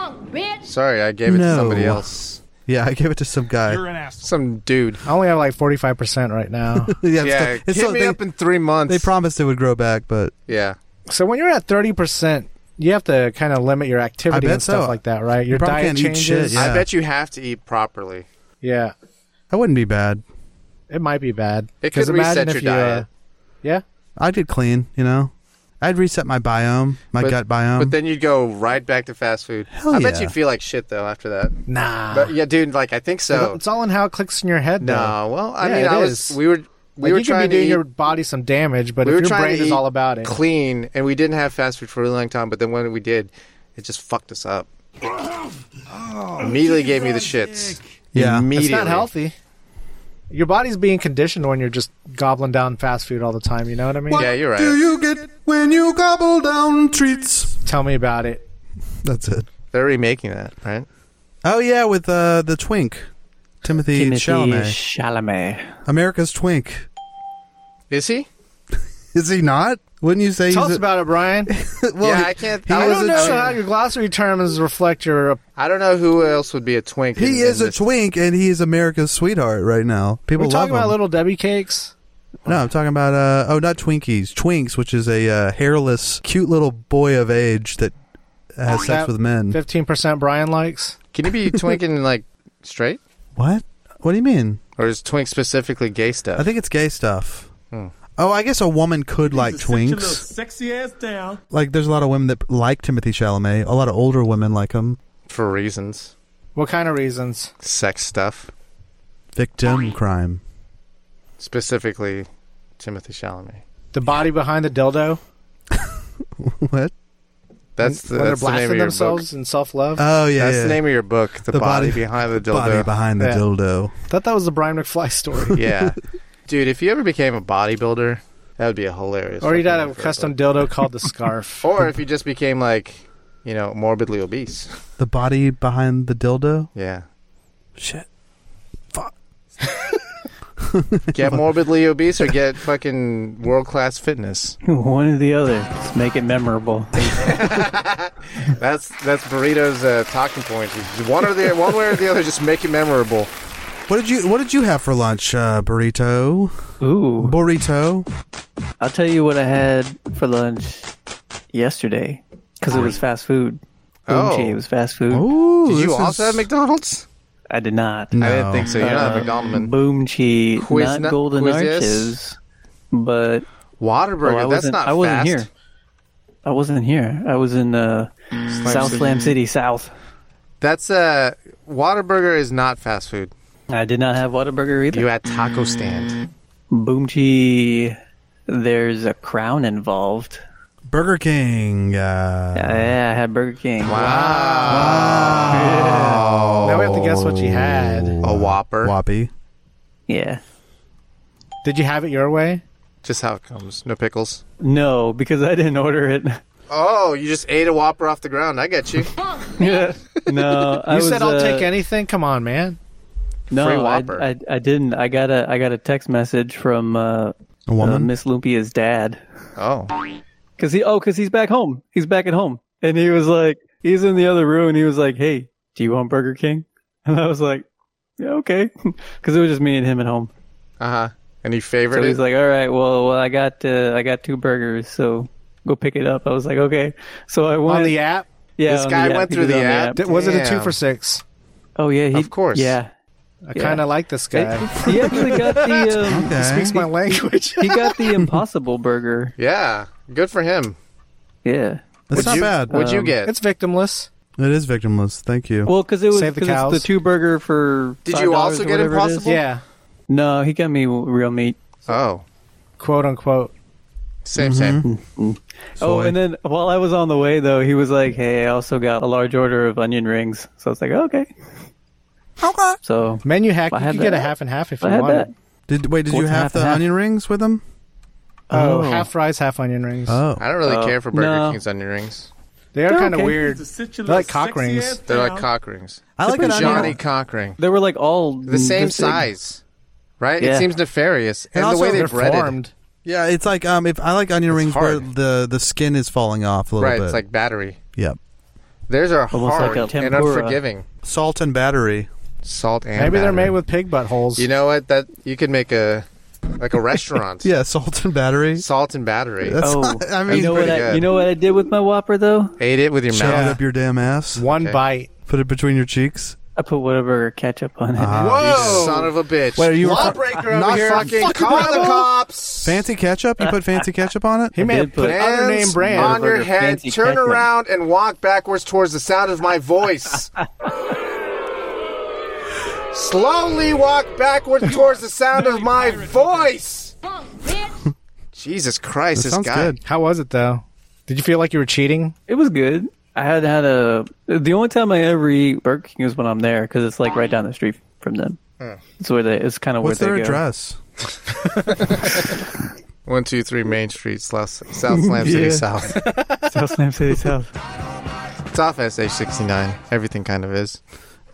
[SPEAKER 1] Sorry, I gave it to
[SPEAKER 2] No.
[SPEAKER 1] somebody else.
[SPEAKER 2] Yeah, I give it to some guy.
[SPEAKER 1] Some dude.
[SPEAKER 3] I only have like forty five percent right now.
[SPEAKER 2] yeah, it's
[SPEAKER 1] Yeah,
[SPEAKER 2] still- it's
[SPEAKER 1] hit
[SPEAKER 2] still-
[SPEAKER 1] me
[SPEAKER 2] they,
[SPEAKER 1] up in three months.
[SPEAKER 2] they promised it would grow back, but
[SPEAKER 1] yeah.
[SPEAKER 3] so when you're at thirty percent, you have to kind of limit your activity
[SPEAKER 2] I bet
[SPEAKER 3] and stuff
[SPEAKER 2] so.
[SPEAKER 3] like that, right? Your
[SPEAKER 2] probably
[SPEAKER 3] diet
[SPEAKER 2] can't eat
[SPEAKER 3] changes.
[SPEAKER 2] shit, yeah.
[SPEAKER 1] I bet you have to eat properly.
[SPEAKER 3] Yeah.
[SPEAKER 2] that wouldn't be bad.
[SPEAKER 3] it might be bad.
[SPEAKER 1] It
[SPEAKER 3] 'Cause
[SPEAKER 1] could reset
[SPEAKER 3] imagine
[SPEAKER 1] your
[SPEAKER 3] if you, uh,
[SPEAKER 1] diet.
[SPEAKER 3] yeah,
[SPEAKER 2] I did clean, you know. I'd reset my biome, my
[SPEAKER 1] But-
[SPEAKER 2] gut biome.
[SPEAKER 1] but then you'd go right back to fast food.
[SPEAKER 2] Hell
[SPEAKER 1] I bet
[SPEAKER 2] yeah.
[SPEAKER 1] you'd feel like shit though after that.
[SPEAKER 3] nah.
[SPEAKER 1] But yeah, dude, like I think so.
[SPEAKER 3] Ah. it's all in how it clicks in your head.
[SPEAKER 1] No,
[SPEAKER 3] though.
[SPEAKER 1] well, I
[SPEAKER 3] Yeah,
[SPEAKER 1] mean,
[SPEAKER 3] it
[SPEAKER 1] I
[SPEAKER 3] is.
[SPEAKER 1] was we were we
[SPEAKER 3] Like,
[SPEAKER 1] were
[SPEAKER 3] you
[SPEAKER 1] trying
[SPEAKER 3] could be doing
[SPEAKER 1] to eat
[SPEAKER 3] your body some damage, but
[SPEAKER 1] we were
[SPEAKER 3] if your
[SPEAKER 1] trying
[SPEAKER 3] brain
[SPEAKER 1] to
[SPEAKER 3] is
[SPEAKER 1] eat
[SPEAKER 3] all about it,
[SPEAKER 1] clean, and we didn't have fast food for a really long time. But then when we did, it just fucked us up.
[SPEAKER 2] Oh,
[SPEAKER 1] Immediately gave me the shits.
[SPEAKER 2] Yeah.
[SPEAKER 1] immediately.
[SPEAKER 3] it's not healthy. Your body's being conditioned when you're just gobbling down fast food all the time. You know what I mean?
[SPEAKER 1] Yeah, you're right.
[SPEAKER 2] do you get when you gobble down treats?
[SPEAKER 3] Tell me about it.
[SPEAKER 2] That's it.
[SPEAKER 1] They're remaking that, right?
[SPEAKER 2] Oh yeah, with uh, the twink, Timothy,
[SPEAKER 4] Timothy
[SPEAKER 2] Chalamet,
[SPEAKER 4] Chalamet.
[SPEAKER 2] America's twink.
[SPEAKER 1] Is he?
[SPEAKER 2] Is he not? Wouldn't you say
[SPEAKER 3] Tell us
[SPEAKER 2] he's?
[SPEAKER 3] about it, Brian.
[SPEAKER 2] A, well,
[SPEAKER 1] yeah, I
[SPEAKER 2] he-
[SPEAKER 1] can't.
[SPEAKER 2] He
[SPEAKER 1] I,
[SPEAKER 3] I
[SPEAKER 2] was
[SPEAKER 1] don't
[SPEAKER 3] don't
[SPEAKER 1] know.
[SPEAKER 3] know how your glossary terms reflect your.
[SPEAKER 1] I don't know who else would be a twink. in-
[SPEAKER 2] He
[SPEAKER 1] in
[SPEAKER 2] is a
[SPEAKER 1] this.
[SPEAKER 2] twink, and he is America's sweetheart right now. People
[SPEAKER 3] We're
[SPEAKER 2] love
[SPEAKER 3] talking
[SPEAKER 2] him.
[SPEAKER 3] about little Debbie cakes.
[SPEAKER 2] no, I'm talking about uh oh, not Twinkies, Twinks, which is a uh, hairless, cute little boy of age that has sex
[SPEAKER 3] That
[SPEAKER 2] with men.
[SPEAKER 3] Fifteen percent Brian likes.
[SPEAKER 1] Can you be twinking like straight,
[SPEAKER 2] What? What do you mean?
[SPEAKER 1] or is twink specifically gay stuff?
[SPEAKER 2] I think it's gay stuff.
[SPEAKER 3] Hmm.
[SPEAKER 2] Oh, I guess a woman could like twinks.
[SPEAKER 7] sexy ass down.
[SPEAKER 2] Like, there's a lot of women that like Timothy Chalamet. A lot of older women like him.
[SPEAKER 1] for reasons,
[SPEAKER 3] What kind of reasons?
[SPEAKER 1] sex stuff,
[SPEAKER 2] Victim crime.
[SPEAKER 1] specifically Timothy Chalamet.
[SPEAKER 3] The body behind the dildo.
[SPEAKER 2] what?
[SPEAKER 1] That's the, that's the
[SPEAKER 3] when they're
[SPEAKER 1] name of
[SPEAKER 3] blasting
[SPEAKER 1] your
[SPEAKER 3] themselves
[SPEAKER 1] book. Uh,
[SPEAKER 3] in self-love.
[SPEAKER 2] Oh yeah,
[SPEAKER 1] That's
[SPEAKER 2] yeah.
[SPEAKER 1] the name of your book. The,
[SPEAKER 2] The
[SPEAKER 1] body,
[SPEAKER 2] Body-
[SPEAKER 1] behind the dildo.
[SPEAKER 2] Body behind the
[SPEAKER 3] Yeah.
[SPEAKER 2] dildo.
[SPEAKER 3] Thought that was the Brian McFly story.
[SPEAKER 1] yeah, dude. If you ever became a bodybuilder, that would be a hilarious.
[SPEAKER 3] or you'd
[SPEAKER 1] fucking
[SPEAKER 3] have
[SPEAKER 1] name
[SPEAKER 3] a
[SPEAKER 1] for
[SPEAKER 3] custom
[SPEAKER 1] book.
[SPEAKER 3] dildo called the scarf.
[SPEAKER 1] Or if you just became like, you know, morbidly obese.
[SPEAKER 2] The body behind the dildo.
[SPEAKER 1] Yeah.
[SPEAKER 2] Shit. Fuck.
[SPEAKER 1] Get morbidly obese or get fucking world class fitness.
[SPEAKER 4] One or the other. Let's make it memorable.
[SPEAKER 1] That's that's burritos uh, talking point. One or the one way or the other, just make it memorable.
[SPEAKER 2] What did you What did you have for lunch, uh, burrito?
[SPEAKER 4] Ooh.
[SPEAKER 2] Burrito.
[SPEAKER 4] I'll tell you what I had for lunch yesterday because it was fast food.
[SPEAKER 1] Oh.
[SPEAKER 4] OMG, it was fast food.
[SPEAKER 2] Ooh.
[SPEAKER 1] Did
[SPEAKER 2] this
[SPEAKER 1] you
[SPEAKER 2] is-
[SPEAKER 1] also have McDonald's?
[SPEAKER 4] I did not.
[SPEAKER 2] No. Uh,
[SPEAKER 1] I didn't think so. You're not a McDonald's man.
[SPEAKER 4] Boom cheese,
[SPEAKER 1] Quiz-
[SPEAKER 4] not
[SPEAKER 1] not-
[SPEAKER 4] golden
[SPEAKER 1] quiz yes?
[SPEAKER 4] arches, but
[SPEAKER 1] Waterburger.
[SPEAKER 2] Oh,
[SPEAKER 4] well, Oh, I
[SPEAKER 1] that's
[SPEAKER 4] wasn't.
[SPEAKER 1] not
[SPEAKER 4] I wasn't
[SPEAKER 1] fast.
[SPEAKER 4] here. I wasn't here. I was in uh, South Slam City South.
[SPEAKER 1] That's uh, Waterburger is not fast food.
[SPEAKER 4] I did not have Whataburger either.
[SPEAKER 1] You at taco stand.
[SPEAKER 4] Boom cheese. There's a crown involved.
[SPEAKER 2] Burger King. Uh,
[SPEAKER 4] Yeah, I had Burger King.
[SPEAKER 3] Now we have to guess what you had.
[SPEAKER 1] A Whopper.
[SPEAKER 2] Whoppy.
[SPEAKER 4] Yeah.
[SPEAKER 3] Did you have it your way?
[SPEAKER 1] Just how it comes. No pickles.
[SPEAKER 4] No, because I didn't order it.
[SPEAKER 1] Oh, you just ate a Whopper off the ground. I get you.
[SPEAKER 4] Yeah. No, I
[SPEAKER 3] You
[SPEAKER 4] was,
[SPEAKER 3] said I'll
[SPEAKER 4] uh,
[SPEAKER 3] take anything. Come on, man.
[SPEAKER 4] No,
[SPEAKER 1] Free
[SPEAKER 4] I-
[SPEAKER 1] Whopper.
[SPEAKER 4] I, I, didn't. I got a I got a text message from uh,
[SPEAKER 2] A
[SPEAKER 4] uh,
[SPEAKER 2] woman.
[SPEAKER 4] Miss Lumpia's dad
[SPEAKER 1] Oh.
[SPEAKER 4] because he oh because he's back home. He's back at home, and he was like he's in the other room, and he was like, "Hey, do you want Burger King?" And I was like, "Yeah, okay," because it was just me and him at home.
[SPEAKER 1] Uh huh. Any favorite?
[SPEAKER 4] So he's like, "All right, well, well I got uh, I got two burgers, so go pick it up." I was like, "Okay." So I went.
[SPEAKER 3] On the app,
[SPEAKER 4] yeah,
[SPEAKER 1] this
[SPEAKER 4] on
[SPEAKER 1] guy
[SPEAKER 4] the
[SPEAKER 1] went
[SPEAKER 4] He
[SPEAKER 1] through
[SPEAKER 4] was
[SPEAKER 1] the
[SPEAKER 4] on
[SPEAKER 1] app.
[SPEAKER 3] Did- was it a two
[SPEAKER 1] Damn.
[SPEAKER 3] for six?
[SPEAKER 4] Oh yeah, he,
[SPEAKER 1] Of course.
[SPEAKER 4] Yeah,
[SPEAKER 3] I
[SPEAKER 4] Yeah.
[SPEAKER 3] kind of like this guy.
[SPEAKER 4] he actually got the um,
[SPEAKER 2] Okay.
[SPEAKER 3] Speaks my language.
[SPEAKER 4] he got the Impossible Burger.
[SPEAKER 1] yeah. Good for him.
[SPEAKER 4] Yeah.
[SPEAKER 2] That's not
[SPEAKER 1] you,
[SPEAKER 2] bad.
[SPEAKER 1] What'd you
[SPEAKER 4] Um,
[SPEAKER 1] get?
[SPEAKER 3] it's victimless.
[SPEAKER 2] it is victimless. Thank you.
[SPEAKER 4] Well, because it was
[SPEAKER 3] Save the
[SPEAKER 4] 'cause it's
[SPEAKER 3] cows.
[SPEAKER 4] the two burger for.
[SPEAKER 1] Did you
[SPEAKER 4] $5
[SPEAKER 1] also
[SPEAKER 4] or
[SPEAKER 1] get
[SPEAKER 4] whatever it is.
[SPEAKER 1] Impossible?
[SPEAKER 3] Yeah,
[SPEAKER 4] No, he got me real meat.
[SPEAKER 1] Oh,
[SPEAKER 3] quote unquote.
[SPEAKER 1] same, same.
[SPEAKER 4] Oh,
[SPEAKER 2] Soy.
[SPEAKER 4] and then while I was on the way though, he was like, "Hey, I also got a large order of onion rings." So I was like, "Okay." Okay. So
[SPEAKER 3] Menu hack.
[SPEAKER 4] I
[SPEAKER 3] you
[SPEAKER 4] had
[SPEAKER 3] could get a
[SPEAKER 4] that.
[SPEAKER 3] half and half if
[SPEAKER 4] I
[SPEAKER 3] you
[SPEAKER 4] had
[SPEAKER 3] wanted.
[SPEAKER 4] that.
[SPEAKER 2] did wait? Did you
[SPEAKER 4] What's
[SPEAKER 2] have
[SPEAKER 4] half
[SPEAKER 2] the
[SPEAKER 4] and half?
[SPEAKER 2] onion rings with them?
[SPEAKER 3] Oh,
[SPEAKER 4] Oh.
[SPEAKER 3] half fries, half onion rings.
[SPEAKER 2] Oh,
[SPEAKER 1] I don't really
[SPEAKER 4] Oh,
[SPEAKER 1] care for Burger
[SPEAKER 4] no.
[SPEAKER 1] King's onion rings.
[SPEAKER 3] they are
[SPEAKER 4] They're
[SPEAKER 3] kind of
[SPEAKER 4] okay.
[SPEAKER 3] weird. They're like cock rings.
[SPEAKER 1] They're like cock rings.
[SPEAKER 2] I like an onion.
[SPEAKER 1] Johnny
[SPEAKER 2] ring.
[SPEAKER 1] cock ring.
[SPEAKER 4] They were like all
[SPEAKER 1] The same
[SPEAKER 4] this Mm, big.
[SPEAKER 1] size, right? It
[SPEAKER 4] Yeah.
[SPEAKER 1] seems nefarious. And, the
[SPEAKER 2] also
[SPEAKER 1] way they
[SPEAKER 3] They're
[SPEAKER 1] bread it.
[SPEAKER 3] formed.
[SPEAKER 2] Yeah, it's like um, if I like onion rings where
[SPEAKER 1] hard.
[SPEAKER 2] the the skin is falling off a little
[SPEAKER 1] Right,
[SPEAKER 2] bit.
[SPEAKER 1] it's like battery.
[SPEAKER 2] yep,
[SPEAKER 1] Theirs are
[SPEAKER 4] Almost like
[SPEAKER 1] hard
[SPEAKER 4] a
[SPEAKER 1] and
[SPEAKER 4] tempura.
[SPEAKER 1] unforgiving.
[SPEAKER 2] salt and battery.
[SPEAKER 1] Salt and
[SPEAKER 3] Maybe they're
[SPEAKER 1] battery.
[SPEAKER 3] made with pig buttholes.
[SPEAKER 1] You know what? That you could make a like a restaurant.
[SPEAKER 2] Yeah, salt and battery.
[SPEAKER 1] Salt and battery.
[SPEAKER 2] That's
[SPEAKER 4] Oh,
[SPEAKER 2] not- I
[SPEAKER 4] you
[SPEAKER 2] mean,
[SPEAKER 4] know
[SPEAKER 1] pretty
[SPEAKER 4] what? I,
[SPEAKER 1] good.
[SPEAKER 4] you know what I did with my Whopper though?
[SPEAKER 1] Ate it with your
[SPEAKER 2] shove it
[SPEAKER 1] mouth.
[SPEAKER 2] up your damn ass.
[SPEAKER 3] One
[SPEAKER 1] Okay.
[SPEAKER 3] bite.
[SPEAKER 2] Put it between your cheeks.
[SPEAKER 4] I put whatever ketchup on it.
[SPEAKER 1] Ah. Whoa! Son of a bitch.
[SPEAKER 2] Wait, are you
[SPEAKER 1] Lawbreaker over
[SPEAKER 2] not
[SPEAKER 1] here.
[SPEAKER 2] fucking
[SPEAKER 1] Fucking call the cops.
[SPEAKER 2] Fancy ketchup? You put fancy ketchup on it?
[SPEAKER 3] He may
[SPEAKER 4] did
[SPEAKER 3] have put
[SPEAKER 4] put-
[SPEAKER 3] other name
[SPEAKER 1] Hands
[SPEAKER 3] brand.
[SPEAKER 1] on your
[SPEAKER 4] Whataburger
[SPEAKER 1] head.
[SPEAKER 4] fancy
[SPEAKER 1] Turn
[SPEAKER 4] ketchup.
[SPEAKER 1] around and walk backwards towards the sound of my voice. Slowly walk backwards towards the sound of my voice. Jesus Christ,
[SPEAKER 2] That
[SPEAKER 1] this
[SPEAKER 2] sounds
[SPEAKER 1] guy.
[SPEAKER 2] good.
[SPEAKER 3] How was it though? Did you feel like you were cheating?
[SPEAKER 4] It was good. I had had a. The only time I ever eat Burger King is when I'm there because it's like right down the street from them.
[SPEAKER 1] Hmm.
[SPEAKER 4] It's where they. It's kind of where
[SPEAKER 2] What's
[SPEAKER 4] they
[SPEAKER 2] their
[SPEAKER 4] go.
[SPEAKER 2] address?
[SPEAKER 1] One, two, three Main Street, South, South Slam City
[SPEAKER 4] Yeah.
[SPEAKER 1] South.
[SPEAKER 4] South Slam City South.
[SPEAKER 1] It's off SH69. Everything kind of is.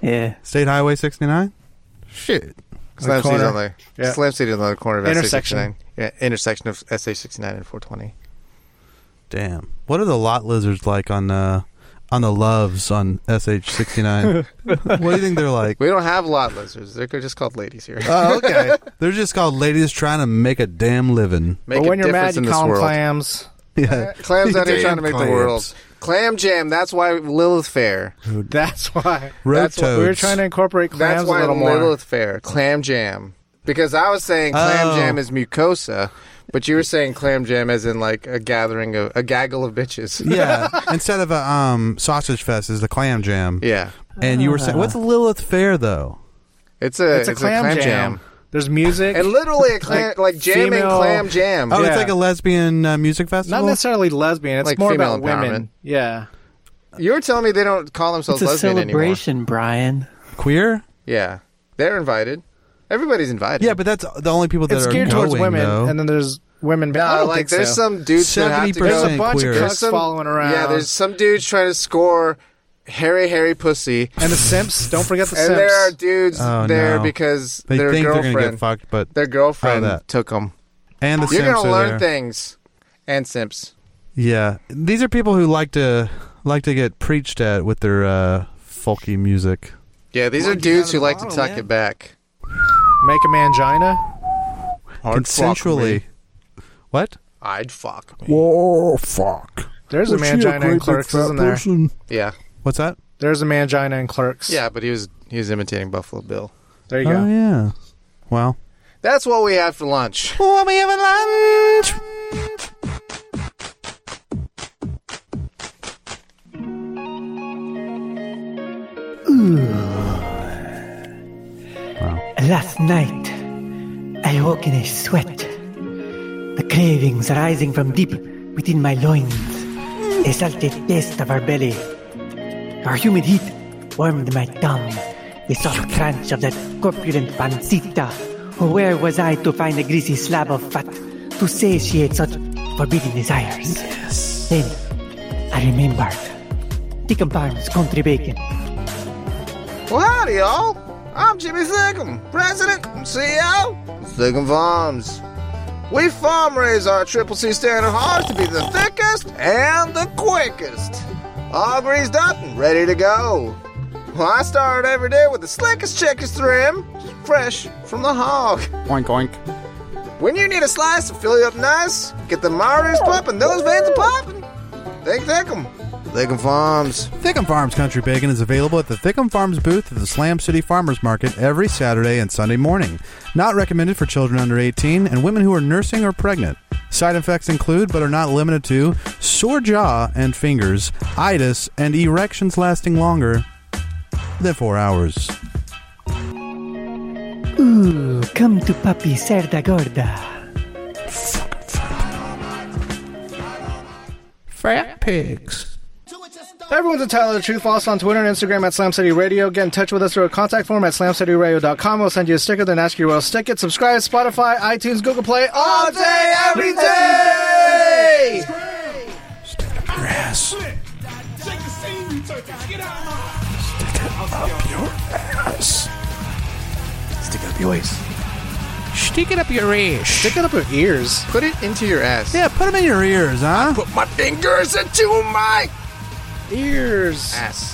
[SPEAKER 4] Yeah.
[SPEAKER 2] State Highway 69? Shit.
[SPEAKER 1] Slam City is
[SPEAKER 3] corner.
[SPEAKER 1] on the
[SPEAKER 3] Yeah.
[SPEAKER 1] Slam City is on the corner of
[SPEAKER 3] Intersection.
[SPEAKER 1] SA69. Yeah, intersection of SA69 and 420.
[SPEAKER 2] Damn. What are the lot lizards like on uh on the loves on SH69? what do you think they're like?
[SPEAKER 1] We don't have lot lizards. They're just called ladies here.
[SPEAKER 3] Uh,
[SPEAKER 2] Oh, okay. They're just called ladies trying to make a damn living.
[SPEAKER 1] Make
[SPEAKER 3] but when
[SPEAKER 1] a
[SPEAKER 3] you're
[SPEAKER 1] difference
[SPEAKER 3] mad,
[SPEAKER 1] in
[SPEAKER 3] you
[SPEAKER 1] this
[SPEAKER 3] call them
[SPEAKER 1] world. Uh,
[SPEAKER 3] clams.
[SPEAKER 2] Yeah.
[SPEAKER 1] Clams out here trying to
[SPEAKER 2] Damn
[SPEAKER 1] make
[SPEAKER 2] clams.
[SPEAKER 1] the world. Clam jam. That's why Lilith Fair.
[SPEAKER 3] That's why.
[SPEAKER 2] Road
[SPEAKER 1] That's
[SPEAKER 3] We were
[SPEAKER 2] toads.
[SPEAKER 3] trying to incorporate clams
[SPEAKER 1] That's
[SPEAKER 3] a
[SPEAKER 1] why
[SPEAKER 3] little more.
[SPEAKER 1] Lilith Fair. Clam jam. Because I was saying clam
[SPEAKER 2] Oh.
[SPEAKER 1] jam is mucosa, but you were saying clam jam as in like a gathering of a gaggle of bitches.
[SPEAKER 2] yeah. Instead of a um sausage fest is the clam jam.
[SPEAKER 1] Yeah.
[SPEAKER 2] And you were saying what's Lilith Fair though?
[SPEAKER 1] It's a
[SPEAKER 3] it's a clam, jam.
[SPEAKER 1] jam.
[SPEAKER 3] There's music.
[SPEAKER 1] And literally a clam like, jam and
[SPEAKER 3] female-
[SPEAKER 1] clam jam.
[SPEAKER 2] Oh,
[SPEAKER 3] Yeah.
[SPEAKER 2] it's like a lesbian uh, music festival.
[SPEAKER 3] not necessarily lesbian. It's
[SPEAKER 1] Like
[SPEAKER 3] more
[SPEAKER 1] female
[SPEAKER 3] about women.
[SPEAKER 1] empowerment.
[SPEAKER 3] Yeah.
[SPEAKER 1] You were telling me they don't call
[SPEAKER 4] It's
[SPEAKER 1] themselves
[SPEAKER 4] a
[SPEAKER 1] lesbian anymore.
[SPEAKER 4] celebration, Brian.
[SPEAKER 2] queer.
[SPEAKER 1] Yeah. They're invited. Everybody's invited.
[SPEAKER 2] Yeah, but that's the only people that
[SPEAKER 3] It's
[SPEAKER 2] are
[SPEAKER 3] geared
[SPEAKER 2] going,
[SPEAKER 3] towards women,
[SPEAKER 2] though.
[SPEAKER 3] and then there's women. but I
[SPEAKER 1] No,
[SPEAKER 3] don't
[SPEAKER 1] like
[SPEAKER 3] think
[SPEAKER 1] there's
[SPEAKER 3] so.
[SPEAKER 1] some dudes who have to go.
[SPEAKER 2] 70%
[SPEAKER 3] There's a bunch
[SPEAKER 2] queer.
[SPEAKER 3] of
[SPEAKER 1] There's
[SPEAKER 3] cucks following around.
[SPEAKER 1] Yeah, there's some dudes trying to score hairy, hairy pussy.
[SPEAKER 3] and the simps. Don't forget the
[SPEAKER 1] And
[SPEAKER 3] simps.
[SPEAKER 1] there are dudes
[SPEAKER 2] Oh,
[SPEAKER 1] there
[SPEAKER 2] no.
[SPEAKER 1] because
[SPEAKER 2] they
[SPEAKER 1] their
[SPEAKER 2] think they're gonna
[SPEAKER 1] girlfriend,
[SPEAKER 2] get fucked, but
[SPEAKER 1] their girlfriend
[SPEAKER 2] Oh, that.
[SPEAKER 1] took them.
[SPEAKER 2] and the
[SPEAKER 1] You're
[SPEAKER 2] simps
[SPEAKER 1] gonna
[SPEAKER 2] are
[SPEAKER 1] learn
[SPEAKER 2] there.
[SPEAKER 1] things, and simps.
[SPEAKER 2] Yeah, these are people who like to like to get preached at with their uh, folky music.
[SPEAKER 1] Yeah, these are dudes who like to tuck it back.
[SPEAKER 3] Make a mangina.
[SPEAKER 1] Hard
[SPEAKER 2] Consensually. What?
[SPEAKER 1] I'd fuck me.
[SPEAKER 2] Oh fuck!
[SPEAKER 3] There's a mangina in Clerks, isn't there?
[SPEAKER 1] Yeah,
[SPEAKER 2] What's that?
[SPEAKER 3] There's a mangina in Clerks.
[SPEAKER 1] yeah, but he was he was imitating Buffalo Bill.
[SPEAKER 3] There you go.
[SPEAKER 2] Oh yeah. Wow.
[SPEAKER 1] That's what we had for lunch.
[SPEAKER 2] What we have at lunch?
[SPEAKER 6] Last night, I woke in a sweat, the cravings rising from deep within my loins, a salty taste of our belly. Our humid heat warmed my tongue, the soft crunch of that corpulent pancita. Where was I to find a greasy slab of fat to satiate such forbidden desires? Then I remembered Deacon Barnes' country bacon.
[SPEAKER 1] Well, howdy, y'all. I'm Jimmy Thickum, President and CEO of Thickum Farms. We farm raise our Triple C standard hogs to be the thickest and the quickest. All greased up and ready to go. Well, I start every day with the slickest, chickest trim, fresh from the hog.
[SPEAKER 2] Oink oink.
[SPEAKER 1] When you need a slice to fill you up nice, get the arteries pumping, those veins are popping. Think Thickum. Thickum Farms.
[SPEAKER 2] Thickum Farms Country Bacon is available at the Thickum Farms booth at the Slam City Farmers Market every Saturday and Sunday morning. Not recommended for children under 18 and women who are nursing or pregnant. Side effects include, but are not limited to, sore jaw and fingers, itis, and erections lasting longer than four hours.
[SPEAKER 6] Ooh, come to Papi Cerda Gorda.
[SPEAKER 2] Fat pigs.
[SPEAKER 3] Everyone's entitled to the truth. Follow us on Twitter and Instagram at Slam City Radio. Get in touch with us through a contact form at slamcityradio.com. We'll send you a sticker, then ask you where else to stick it. Subscribe, Spotify, iTunes, Google Play, all day, every day.
[SPEAKER 2] Grass.
[SPEAKER 7] Shake the scenery, turkey. Get out of my
[SPEAKER 5] Stick it up your waist.
[SPEAKER 3] Stick it up your ears.
[SPEAKER 1] Put it into your ass.
[SPEAKER 2] Yeah, put them in your ears, huh?
[SPEAKER 8] Put my fingers into my
[SPEAKER 3] Ears.
[SPEAKER 1] Ass.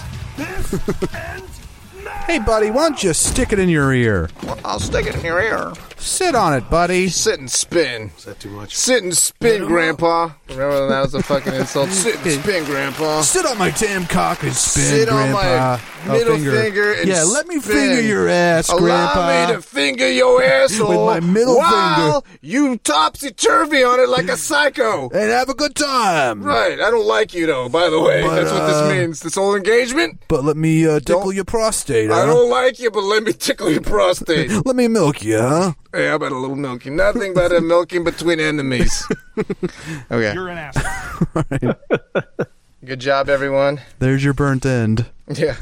[SPEAKER 2] Hey, buddy, why don't you stick it in your ear?
[SPEAKER 1] I'll stick it in your ear.
[SPEAKER 2] Sit on it, buddy.
[SPEAKER 1] Sit and spin. Is that too much? Sit and spin, Grandpa. Remember when that was a fucking insult? Sit and spin, Grandpa.
[SPEAKER 2] Sit on my damn cock and spin,
[SPEAKER 1] Sit on my
[SPEAKER 2] Grandpa.
[SPEAKER 1] middle finger and
[SPEAKER 2] yeah, let me
[SPEAKER 1] spin.
[SPEAKER 2] finger your ass,
[SPEAKER 1] Allow
[SPEAKER 2] Grandpa.
[SPEAKER 1] me to finger your asshole
[SPEAKER 2] With my middle
[SPEAKER 1] while you topsy turvy on it like a psycho.
[SPEAKER 2] and have a good time.
[SPEAKER 1] Right, I don't like you though. By the way,
[SPEAKER 2] But,
[SPEAKER 1] that's what
[SPEAKER 2] uh,
[SPEAKER 1] this means. This whole engagement.
[SPEAKER 2] But let me uh, tickle
[SPEAKER 1] Don't-
[SPEAKER 2] your prostate.
[SPEAKER 1] I
[SPEAKER 2] huh?
[SPEAKER 1] don't like you, but let me tickle your prostate.
[SPEAKER 2] Let me milk you, huh?
[SPEAKER 1] hey, how about a little milking? Nothing but a milking between enemies. okay.
[SPEAKER 7] You're an asshole.
[SPEAKER 1] Good job, everyone.
[SPEAKER 2] There's your burnt end.
[SPEAKER 1] Yeah.